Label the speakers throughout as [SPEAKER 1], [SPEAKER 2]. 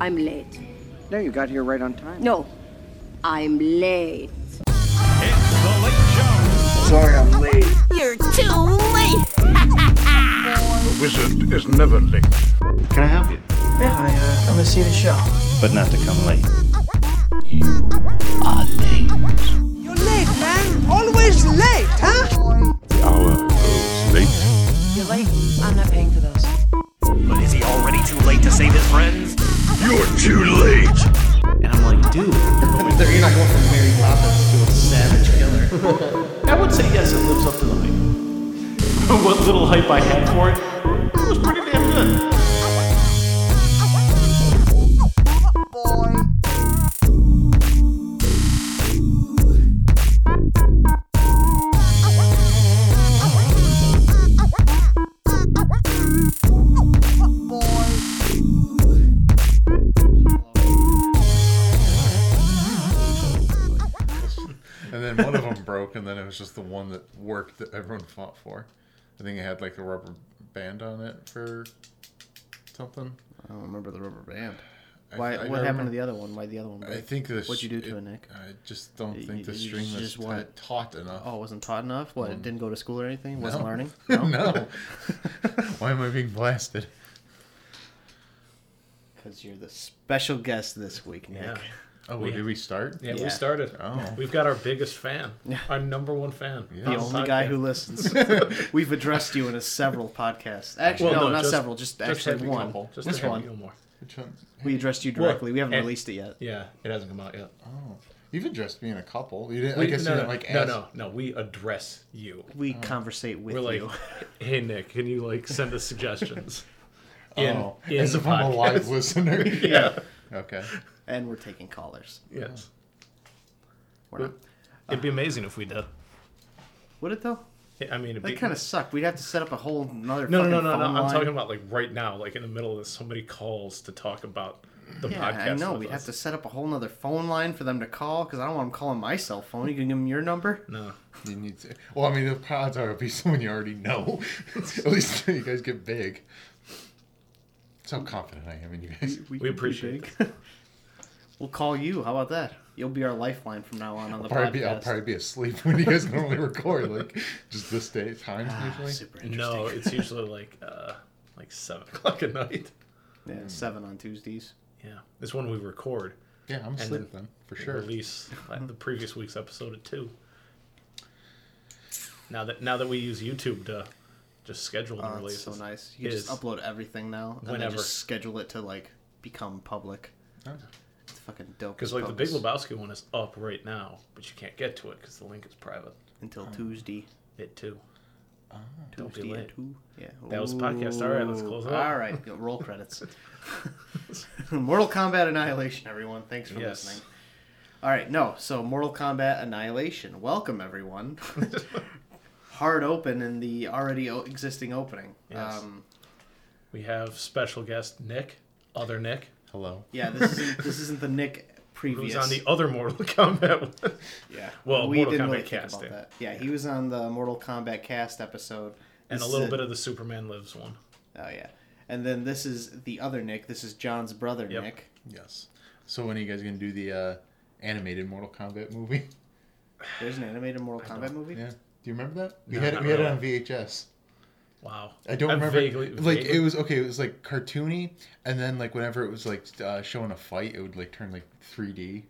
[SPEAKER 1] I'm late.
[SPEAKER 2] No, you got here right on time.
[SPEAKER 1] No, I'm late.
[SPEAKER 3] It's the Late Show.
[SPEAKER 2] Sorry, I'm late.
[SPEAKER 4] You're too late.
[SPEAKER 3] The wizard is never late.
[SPEAKER 5] Can I help you?
[SPEAKER 6] Yeah, I uh, come to see the show.
[SPEAKER 5] But not to come late.
[SPEAKER 7] You're late, man. Always late, huh?
[SPEAKER 6] You're late. I'm not paying for those.
[SPEAKER 8] But is he already too late to save his friends?
[SPEAKER 3] You're too late.
[SPEAKER 5] And I'm like, dude.
[SPEAKER 9] You're not going from Mary Poppins to a savage killer.
[SPEAKER 5] I would say yes, it lives up to the hype. what little hype I had for it, it was pretty damn good.
[SPEAKER 10] And then one of them broke, and then it was just the one that worked that everyone fought for. I think it had like a rubber band on it for something.
[SPEAKER 9] I don't remember the rubber band.
[SPEAKER 10] I-
[SPEAKER 9] Why?
[SPEAKER 10] I
[SPEAKER 9] what
[SPEAKER 10] don't
[SPEAKER 9] happened to
[SPEAKER 10] remember.
[SPEAKER 9] the other one? Why the other one?
[SPEAKER 10] I
[SPEAKER 9] break?
[SPEAKER 10] think this.
[SPEAKER 9] What'd you do to it, Nick?
[SPEAKER 10] I just don't
[SPEAKER 9] You-
[SPEAKER 10] think the
[SPEAKER 9] you
[SPEAKER 10] stream was
[SPEAKER 9] just
[SPEAKER 10] just
[SPEAKER 9] what?
[SPEAKER 10] taught enough.
[SPEAKER 9] Oh, it wasn't taught enough. What? it didn't go to school or anything. Wasn't
[SPEAKER 10] No.
[SPEAKER 9] learning.
[SPEAKER 10] no. Why am I being blasted?
[SPEAKER 9] Because you're the special guest this week, Nick.
[SPEAKER 11] Yeah.
[SPEAKER 10] Oh, well, did we start?
[SPEAKER 11] Yeah,
[SPEAKER 9] Yeah.
[SPEAKER 11] we started.
[SPEAKER 10] Oh.
[SPEAKER 11] We've got our biggest fan, our number one fan.
[SPEAKER 10] Yeah.
[SPEAKER 9] The
[SPEAKER 10] Not
[SPEAKER 9] only guy who listens. We've addressed you in a several podcasts. Actually,
[SPEAKER 11] Well,
[SPEAKER 9] no,
[SPEAKER 11] no,
[SPEAKER 9] not
[SPEAKER 11] just-
[SPEAKER 9] several. Just, actually one.
[SPEAKER 11] Just
[SPEAKER 9] this
[SPEAKER 11] the Happy
[SPEAKER 9] one.
[SPEAKER 11] Gilmore.
[SPEAKER 10] Which one?
[SPEAKER 9] We addressed you directly. We haven't
[SPEAKER 11] and-
[SPEAKER 9] released it yet.
[SPEAKER 11] Yeah, it hasn't come out yet.
[SPEAKER 10] Oh. You've addressed me in a couple. You didn't,
[SPEAKER 11] We-
[SPEAKER 10] I guess
[SPEAKER 11] no,
[SPEAKER 10] you
[SPEAKER 11] no,
[SPEAKER 10] didn't like
[SPEAKER 11] no,
[SPEAKER 10] ask.
[SPEAKER 11] no, no. We address you.
[SPEAKER 9] We conversate with
[SPEAKER 11] We're like,
[SPEAKER 9] you.
[SPEAKER 11] hey Nick, can you like send us suggestions?
[SPEAKER 10] Oh,
[SPEAKER 11] in
[SPEAKER 10] as
[SPEAKER 11] the
[SPEAKER 10] if I'm a live
[SPEAKER 11] podcast.
[SPEAKER 10] listener.
[SPEAKER 11] Yeah.
[SPEAKER 10] Okay.
[SPEAKER 9] and we're taking callers.
[SPEAKER 11] Yes.
[SPEAKER 9] We're not.
[SPEAKER 11] It'd be amazing if we did.
[SPEAKER 9] Would it though?
[SPEAKER 11] I mean, it'd
[SPEAKER 9] That
[SPEAKER 11] be
[SPEAKER 9] kind of sucked. We'd have to set up a whole another.
[SPEAKER 11] No,
[SPEAKER 9] fucking
[SPEAKER 11] no, no, no,
[SPEAKER 9] phone
[SPEAKER 11] no. I'm
[SPEAKER 9] line.
[SPEAKER 11] talking about like right now, like in the middle of this, somebody calls to talk about the
[SPEAKER 9] Yeah,
[SPEAKER 11] podcast.
[SPEAKER 9] I know.
[SPEAKER 11] with
[SPEAKER 9] We'd
[SPEAKER 11] us.
[SPEAKER 9] have to set up a whole nother phone line for them to call because I don't want them calling my cell phone. You can give them your number.
[SPEAKER 11] No.
[SPEAKER 10] You need to. Well, I mean, the odds are it'll be someone you already know. At least you guys get big. That's how confident I am in you guys.
[SPEAKER 11] We appreciate
[SPEAKER 9] we'll call you. How about that? You'll be our lifeline from now on on the
[SPEAKER 10] I'll probably, be, I'll
[SPEAKER 9] podcast.
[SPEAKER 10] probably be asleep when you guys normally record, like just this day times
[SPEAKER 11] Ah,
[SPEAKER 10] usually.
[SPEAKER 9] Super interesting.
[SPEAKER 11] No, it's usually like uh like seven o'clock at night.
[SPEAKER 9] Yeah, seven on Tuesdays.
[SPEAKER 11] Yeah. It's when we record.
[SPEAKER 10] Yeah, I'm asleep then for
[SPEAKER 11] We
[SPEAKER 10] sure.
[SPEAKER 11] Release
[SPEAKER 9] Mm-hmm.
[SPEAKER 11] like, the previous week's episode at two. Now that now that we use YouTube to just schedule and
[SPEAKER 9] Oh, it's
[SPEAKER 11] release,
[SPEAKER 9] so nice. You can
[SPEAKER 11] It
[SPEAKER 9] just
[SPEAKER 11] is.
[SPEAKER 9] upload everything now and then
[SPEAKER 11] Whenever.
[SPEAKER 9] just schedule it to like become public. It's fucking dope.
[SPEAKER 11] Because
[SPEAKER 9] as
[SPEAKER 11] like the Big
[SPEAKER 9] puppies.
[SPEAKER 11] Lebowski one is up right now, but you can't get to it because the link is private.
[SPEAKER 9] until Tuesday.
[SPEAKER 11] It too. Don't be
[SPEAKER 9] Tuesday at
[SPEAKER 11] late.
[SPEAKER 9] two. Yeah.
[SPEAKER 11] That was the podcast. All right, let's close it up.
[SPEAKER 9] All right, go- roll credits. Mortal Kombat Annihilation, everyone. Thanks for
[SPEAKER 11] Yes.
[SPEAKER 9] listening. All right, no, so Mortal Kombat Annihilation. Welcome, everyone. Hard open in the already o- existing opening.
[SPEAKER 11] Yes.
[SPEAKER 9] Um,
[SPEAKER 11] We have special guest Nick, other Nick,
[SPEAKER 10] Hello.
[SPEAKER 9] yeah, this isn't, this isn't the Nick previous.
[SPEAKER 11] who's on the other Mortal Kombat one.
[SPEAKER 9] yeah.
[SPEAKER 11] well, Mortal Kombat
[SPEAKER 9] think
[SPEAKER 11] casting.
[SPEAKER 9] Yeah, he was on the Mortal Kombat cast episode.
[SPEAKER 11] and a
[SPEAKER 9] This is
[SPEAKER 11] little bit of the Superman Lives one.
[SPEAKER 9] Oh yeah, and then this is the other Nick. This is John's brother
[SPEAKER 11] Yep.
[SPEAKER 9] Nick.
[SPEAKER 10] Yes. So when are you guys gonna do the uh, animated Mortal Kombat movie?
[SPEAKER 9] There's an animated Mortal Kombat movie.
[SPEAKER 10] Yeah. Do you remember that? We
[SPEAKER 11] No,
[SPEAKER 10] had it,
[SPEAKER 11] not
[SPEAKER 10] we had it
[SPEAKER 11] really.
[SPEAKER 10] on VHS.
[SPEAKER 11] Wow.
[SPEAKER 10] I don't
[SPEAKER 11] I
[SPEAKER 10] remember.
[SPEAKER 11] Vaguely,
[SPEAKER 10] like
[SPEAKER 11] vaguely-
[SPEAKER 10] it was okay. It was like cartoony, and then like whenever it was like uh, showing a fight, it would like turn like 3D,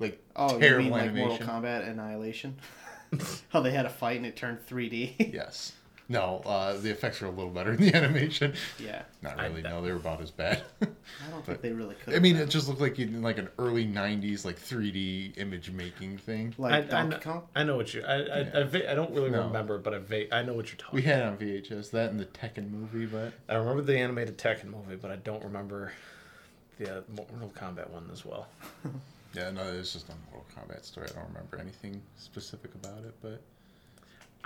[SPEAKER 10] like
[SPEAKER 9] Oh, you
[SPEAKER 10] terrible
[SPEAKER 9] mean like
[SPEAKER 10] animation.
[SPEAKER 9] Mortal Kombat Annihilation? How they had a fight and it turned 3D.
[SPEAKER 10] Yes. No, uh, the effects were a little better in the animation.
[SPEAKER 9] yeah,
[SPEAKER 10] Not
[SPEAKER 11] I
[SPEAKER 10] really.
[SPEAKER 11] bet.
[SPEAKER 10] No, they were about as bad.
[SPEAKER 9] I don't think they really could.
[SPEAKER 10] I mean, it just looked like you like an early '90s like 3D image making thing.
[SPEAKER 11] I, I,
[SPEAKER 9] like Donkey
[SPEAKER 11] kn-
[SPEAKER 9] Kong.
[SPEAKER 11] I know what you. I I, I, va- I don't really
[SPEAKER 10] No.
[SPEAKER 11] remember, but I va- I know what you're talking.
[SPEAKER 10] We had it on VHS that and the Tekken movie, but
[SPEAKER 11] I remember the animated Tekken movie, but I don't remember the uh, Mortal Kombat one as well.
[SPEAKER 10] yeah, no, it's just a Mortal Kombat story. I don't remember anything specific about it, but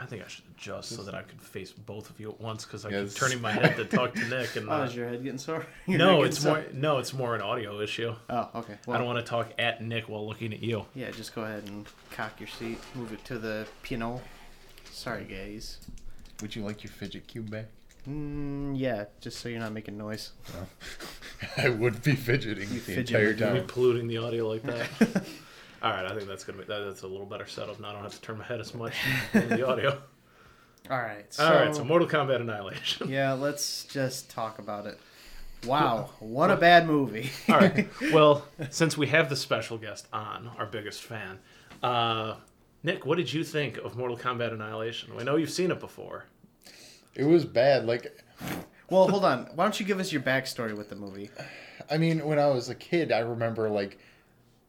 [SPEAKER 11] I think I should adjust so that I could face both of you at once because I
[SPEAKER 10] Yeah,
[SPEAKER 11] keep
[SPEAKER 10] this-
[SPEAKER 11] turning my head to talk to Nick and.
[SPEAKER 9] Oh,
[SPEAKER 11] not-
[SPEAKER 9] is your head getting sore? Your
[SPEAKER 11] no,
[SPEAKER 9] neck
[SPEAKER 11] it's
[SPEAKER 9] getting
[SPEAKER 11] more no, it's more an audio issue.
[SPEAKER 9] sore? Oh, okay. Well,
[SPEAKER 11] I don't want to talk at Nick while looking at you.
[SPEAKER 9] Yeah, just go ahead and cock your seat. Move it to the piano. Sorry, guys.
[SPEAKER 10] would you like your fidget cube back?
[SPEAKER 9] Mm, yeah, just so you're not making noise.
[SPEAKER 10] I would be fidgeting the entire
[SPEAKER 9] fidgeting.
[SPEAKER 10] time.
[SPEAKER 11] polluting the audio like that. All right, I think that's gonna be that, that's a little better setup. Now I don't have to turn my head as much in the audio.
[SPEAKER 9] All right. So,
[SPEAKER 11] All right, so Mortal Kombat Annihilation.
[SPEAKER 9] yeah, let's just talk about it. Wow, what a bad movie.
[SPEAKER 11] All right. Well, since we have the special guest on, our biggest fan, uh, Nick, what did you think of Mortal Kombat Annihilation? I know you've seen it before.
[SPEAKER 10] It was bad. Like,
[SPEAKER 9] well, hold on. Why don't you give us your backstory with the movie?
[SPEAKER 10] I mean, when I was a kid, I remember like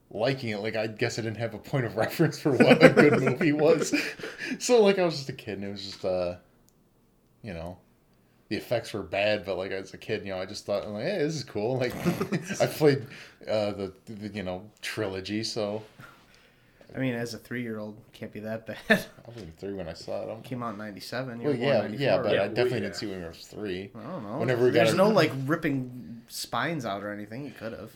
[SPEAKER 10] liking it. Like, I guess I didn't have a point of reference for what a good movie was. So, like, I was just a kid, and it was just, uh, you know, the effects were bad, but like as a kid, you know, I just thought, I'm like, hey, this is cool. Like, I played uh, the, the you know trilogy, so
[SPEAKER 9] I mean, as a three-year-old, can't be that bad.
[SPEAKER 10] I was in three when I saw it. I'm,
[SPEAKER 9] Came out in '97.
[SPEAKER 10] well, yeah, yeah, but
[SPEAKER 11] Yeah,
[SPEAKER 10] I
[SPEAKER 11] well,
[SPEAKER 10] definitely
[SPEAKER 11] yeah.
[SPEAKER 10] didn't see it when I was three.
[SPEAKER 9] I don't know.
[SPEAKER 10] Whenever we got
[SPEAKER 9] There's
[SPEAKER 10] a-
[SPEAKER 9] no like ripping spines out or anything. You could have.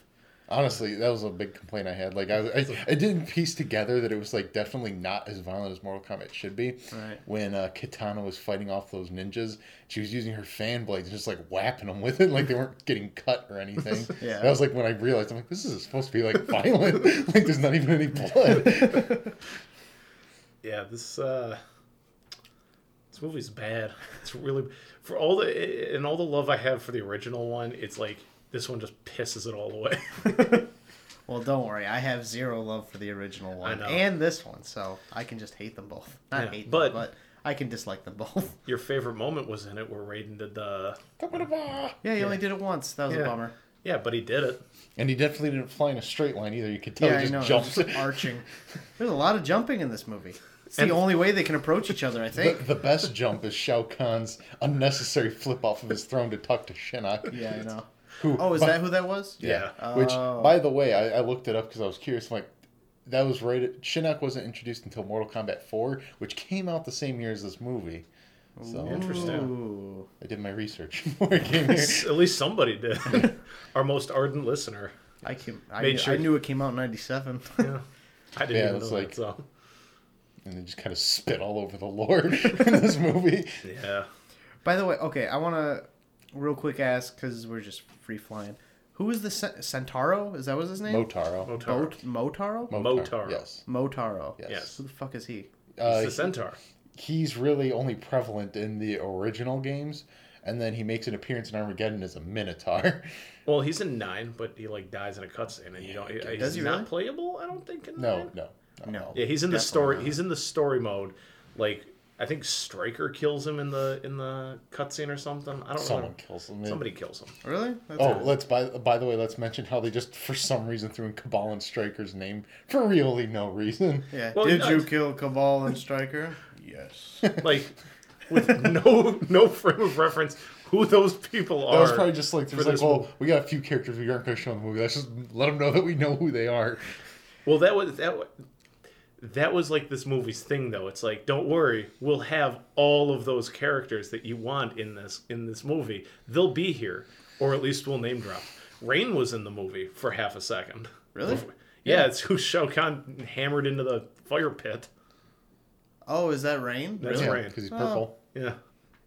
[SPEAKER 10] Honestly, that was a big complaint I had. Like I, I, I didn't piece together that it was like definitely not as violent as Mortal Kombat should be.
[SPEAKER 9] Right.
[SPEAKER 10] When uh, Katana was fighting off those ninjas, she was using her fan blades and just like whapping them with it, like they weren't getting cut or anything.
[SPEAKER 9] Yeah.
[SPEAKER 10] That was like when I realized I'm like, this is supposed to be like violent. like there's not even any blood.
[SPEAKER 11] Yeah, this uh, this movie's bad. It's really for all the and all the love I have for the original one. It's like this one just pisses it all away.
[SPEAKER 9] Well, don't worry. I have zero love for the original one
[SPEAKER 11] know.
[SPEAKER 9] and this one, so I can just hate them both. Not
[SPEAKER 11] Yeah,
[SPEAKER 9] hate them,
[SPEAKER 11] but-
[SPEAKER 9] but I can dislike them both.
[SPEAKER 11] Your favorite moment was in it where Raiden did the
[SPEAKER 9] Yeah, he only did it once. That was a
[SPEAKER 11] Yeah.
[SPEAKER 9] bummer.
[SPEAKER 11] yeah, but he did it.
[SPEAKER 10] and he definitely didn't fly in a straight line either. You could tell
[SPEAKER 9] Yeah,
[SPEAKER 10] he
[SPEAKER 9] I know.
[SPEAKER 10] just
[SPEAKER 9] it
[SPEAKER 10] jumped.
[SPEAKER 9] was Just arching. There's a lot of jumping in this movie. It's
[SPEAKER 11] And-
[SPEAKER 9] the only way they can approach each other, I
[SPEAKER 10] The,
[SPEAKER 9] think.
[SPEAKER 10] the best jump is Shao Kahn's unnecessary flip off of his throne to tuck to Shinnok.
[SPEAKER 9] Yeah, I know.
[SPEAKER 10] Who,
[SPEAKER 9] Oh, is
[SPEAKER 10] by-
[SPEAKER 9] that who that was?
[SPEAKER 10] Yeah.
[SPEAKER 9] Yeah.
[SPEAKER 10] Which,
[SPEAKER 9] Oh.
[SPEAKER 10] by the way, I, I looked it up because I was curious. I'm like, that was right. At, Shinnok wasn't introduced until Mortal Kombat 4, which came out the same year as this movie. So
[SPEAKER 11] Interesting.
[SPEAKER 9] Ooh.
[SPEAKER 10] I did my research before it came here.
[SPEAKER 11] At least somebody did. Our most ardent listener.
[SPEAKER 9] I came. I,
[SPEAKER 11] Made
[SPEAKER 9] knew,
[SPEAKER 11] sure-
[SPEAKER 9] I knew it came out in '97.
[SPEAKER 11] Yeah. I didn't
[SPEAKER 10] Yeah,
[SPEAKER 11] even
[SPEAKER 10] it's
[SPEAKER 11] know
[SPEAKER 10] like-
[SPEAKER 11] that. So.
[SPEAKER 10] And they just kind of spit all over the lore in this movie.
[SPEAKER 11] Yeah.
[SPEAKER 9] By the way, okay, I want to real quick ask because we're just free flying. Who is the Ce- Centauro? Is that was his name?
[SPEAKER 10] Motaro.
[SPEAKER 11] Motaro.
[SPEAKER 9] Mot- Motaro.
[SPEAKER 11] Motaro.
[SPEAKER 10] Yes.
[SPEAKER 9] Motaro.
[SPEAKER 10] Yes.
[SPEAKER 9] Who the fuck is he?
[SPEAKER 11] It's
[SPEAKER 10] Uh,
[SPEAKER 11] the centaur.
[SPEAKER 10] he's really only prevalent in the original games. And then he makes an appearance in Armageddon as a Minotaur.
[SPEAKER 11] Well, he's in nine, but he like dies in a cutscene, and you don't. He's
[SPEAKER 9] Does he
[SPEAKER 11] not
[SPEAKER 9] really?
[SPEAKER 11] playable. I don't think. In
[SPEAKER 10] No,
[SPEAKER 11] nine.
[SPEAKER 10] no.
[SPEAKER 9] No.
[SPEAKER 11] Yeah, he's in the
[SPEAKER 9] Definitely
[SPEAKER 11] story.
[SPEAKER 9] not.
[SPEAKER 11] He's in the story mode. Like I think Striker kills him in the in the cutscene or something. I don't
[SPEAKER 10] Someone
[SPEAKER 11] know.
[SPEAKER 10] kills him.
[SPEAKER 11] Somebody kills him.
[SPEAKER 9] Really? That's
[SPEAKER 10] Oh,
[SPEAKER 9] it.
[SPEAKER 10] let's by by the way, let's mention how they just for some reason threw in Cabal and Striker's name for really no reason.
[SPEAKER 9] yeah.
[SPEAKER 11] well,
[SPEAKER 9] Did
[SPEAKER 11] no,
[SPEAKER 9] you
[SPEAKER 11] it's-
[SPEAKER 9] kill Cabal and Striker? yes.
[SPEAKER 11] Like with no no frame of reference who those people are.
[SPEAKER 10] That was probably just like, there's
[SPEAKER 11] for
[SPEAKER 10] like,
[SPEAKER 11] this
[SPEAKER 10] well,
[SPEAKER 11] movie.
[SPEAKER 10] we got a few characters we aren't going to show in the movie. Let's just let them know that we know who they are.
[SPEAKER 11] Well, that was that. wa- That was like this movie's thing, though. It's like, don't worry, we'll have all of those characters that you want in this in this movie. They'll be here, or at least we'll name drop. Rain was in the movie for half a second.
[SPEAKER 9] Really?
[SPEAKER 11] Yeah, it's who Shao Kahn hammered into the fire pit.
[SPEAKER 9] Oh, is that Rain?
[SPEAKER 11] That's
[SPEAKER 10] Yeah,
[SPEAKER 11] Rain.
[SPEAKER 10] because he's purple.
[SPEAKER 11] Yeah,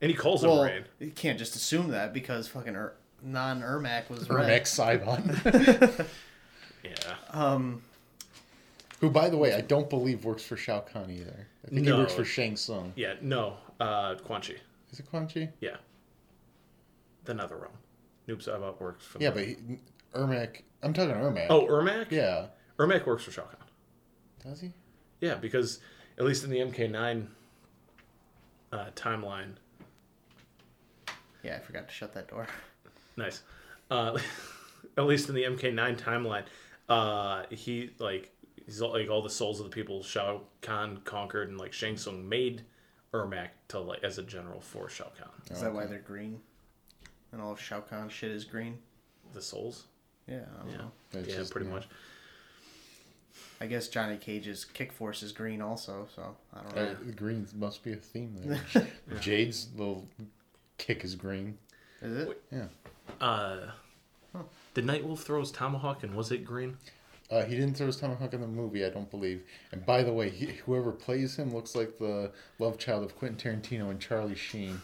[SPEAKER 11] and he calls
[SPEAKER 9] Well,
[SPEAKER 11] him Rain.
[SPEAKER 9] you can't just assume that because fucking er- non Ermac was
[SPEAKER 10] Or
[SPEAKER 9] red.
[SPEAKER 10] Max Sybon,
[SPEAKER 11] Yeah,
[SPEAKER 10] who, by the way, I don't believe works for Shao Kahn either. I think
[SPEAKER 11] No.
[SPEAKER 10] he works for Shang Tsung.
[SPEAKER 11] yeah. No, uh, Quan Chi.
[SPEAKER 10] Is it Quan Chi?
[SPEAKER 11] Yeah, the Nether Realm. Noob Saibot works for.
[SPEAKER 10] Yeah,
[SPEAKER 11] the-
[SPEAKER 10] but he, Ermac. I'm talking Ermac.
[SPEAKER 11] oh, Ermac.
[SPEAKER 10] yeah.
[SPEAKER 11] Ermac works for Shao Kahn.
[SPEAKER 10] Does he?
[SPEAKER 11] Yeah, because at least in the MK9 uh, timeline,
[SPEAKER 9] Yeah, I forgot to shut that door.
[SPEAKER 11] nice. Uh, at least in the MK9 timeline, uh, he like he's all, like all the souls of the people Shao Kahn conquered and like Shang Tsung made Ermac to like as a general for Shao Kahn.
[SPEAKER 9] Is that why they're green? And all of Shao Kahn shit is green?
[SPEAKER 11] The souls.
[SPEAKER 9] Yeah, I don't
[SPEAKER 11] Yeah.
[SPEAKER 9] know.
[SPEAKER 10] It's
[SPEAKER 11] yeah,
[SPEAKER 10] just-
[SPEAKER 11] pretty
[SPEAKER 10] yeah.
[SPEAKER 11] much.
[SPEAKER 9] I guess Johnny Cage's kick force is green also, so I don't know.
[SPEAKER 10] Uh, the greens must be a theme there. Jade's little kick is green.
[SPEAKER 9] is it?
[SPEAKER 10] Yeah.
[SPEAKER 11] Uh, Did Nightwolf throw his tomahawk and was it green?
[SPEAKER 10] Uh, he didn't throw his tomahawk in the movie, I don't believe. And by the way, he, whoever plays him looks like the love child of Quentin Tarantino and Charlie Sheen.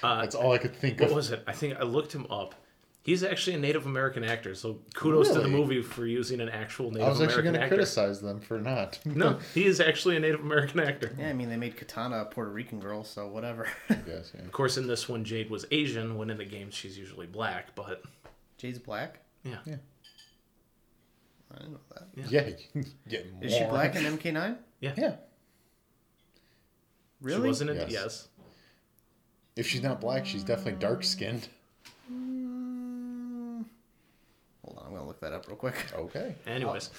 [SPEAKER 10] That's all I could think
[SPEAKER 11] Uh, What
[SPEAKER 10] of.
[SPEAKER 11] was it? I think I looked him up. He's actually a Native American actor, so kudos to the
[SPEAKER 10] Really?
[SPEAKER 11] movie for using an actual Native
[SPEAKER 10] I was actually
[SPEAKER 11] American
[SPEAKER 10] going to
[SPEAKER 11] actor.
[SPEAKER 10] criticize them for not.
[SPEAKER 11] No, he is actually a Native American actor.
[SPEAKER 9] Yeah, I mean, they made Katana a Puerto Rican girl, so whatever.
[SPEAKER 10] Yes, yeah.
[SPEAKER 11] Of course, in this one, Jade was Asian, when in the games she's usually black, but
[SPEAKER 9] Jade's black?
[SPEAKER 11] yeah.
[SPEAKER 9] I didn't know that.
[SPEAKER 10] Yeah. yeah
[SPEAKER 9] Is she black in MK9?
[SPEAKER 10] Yeah.
[SPEAKER 9] Really?
[SPEAKER 11] She wasn't in
[SPEAKER 10] Yes.
[SPEAKER 11] yes.
[SPEAKER 10] If she's not black, she's definitely dark skinned.
[SPEAKER 9] Hold on, I'm going to look that up real quick.
[SPEAKER 10] Okay.
[SPEAKER 11] Anyways,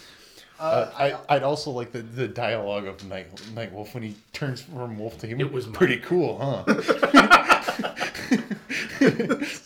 [SPEAKER 10] Uh, I, I'd also like the, the dialogue of Night Nightwolf when he turns from wolf to human.
[SPEAKER 11] It was mine.
[SPEAKER 10] pretty cool, huh?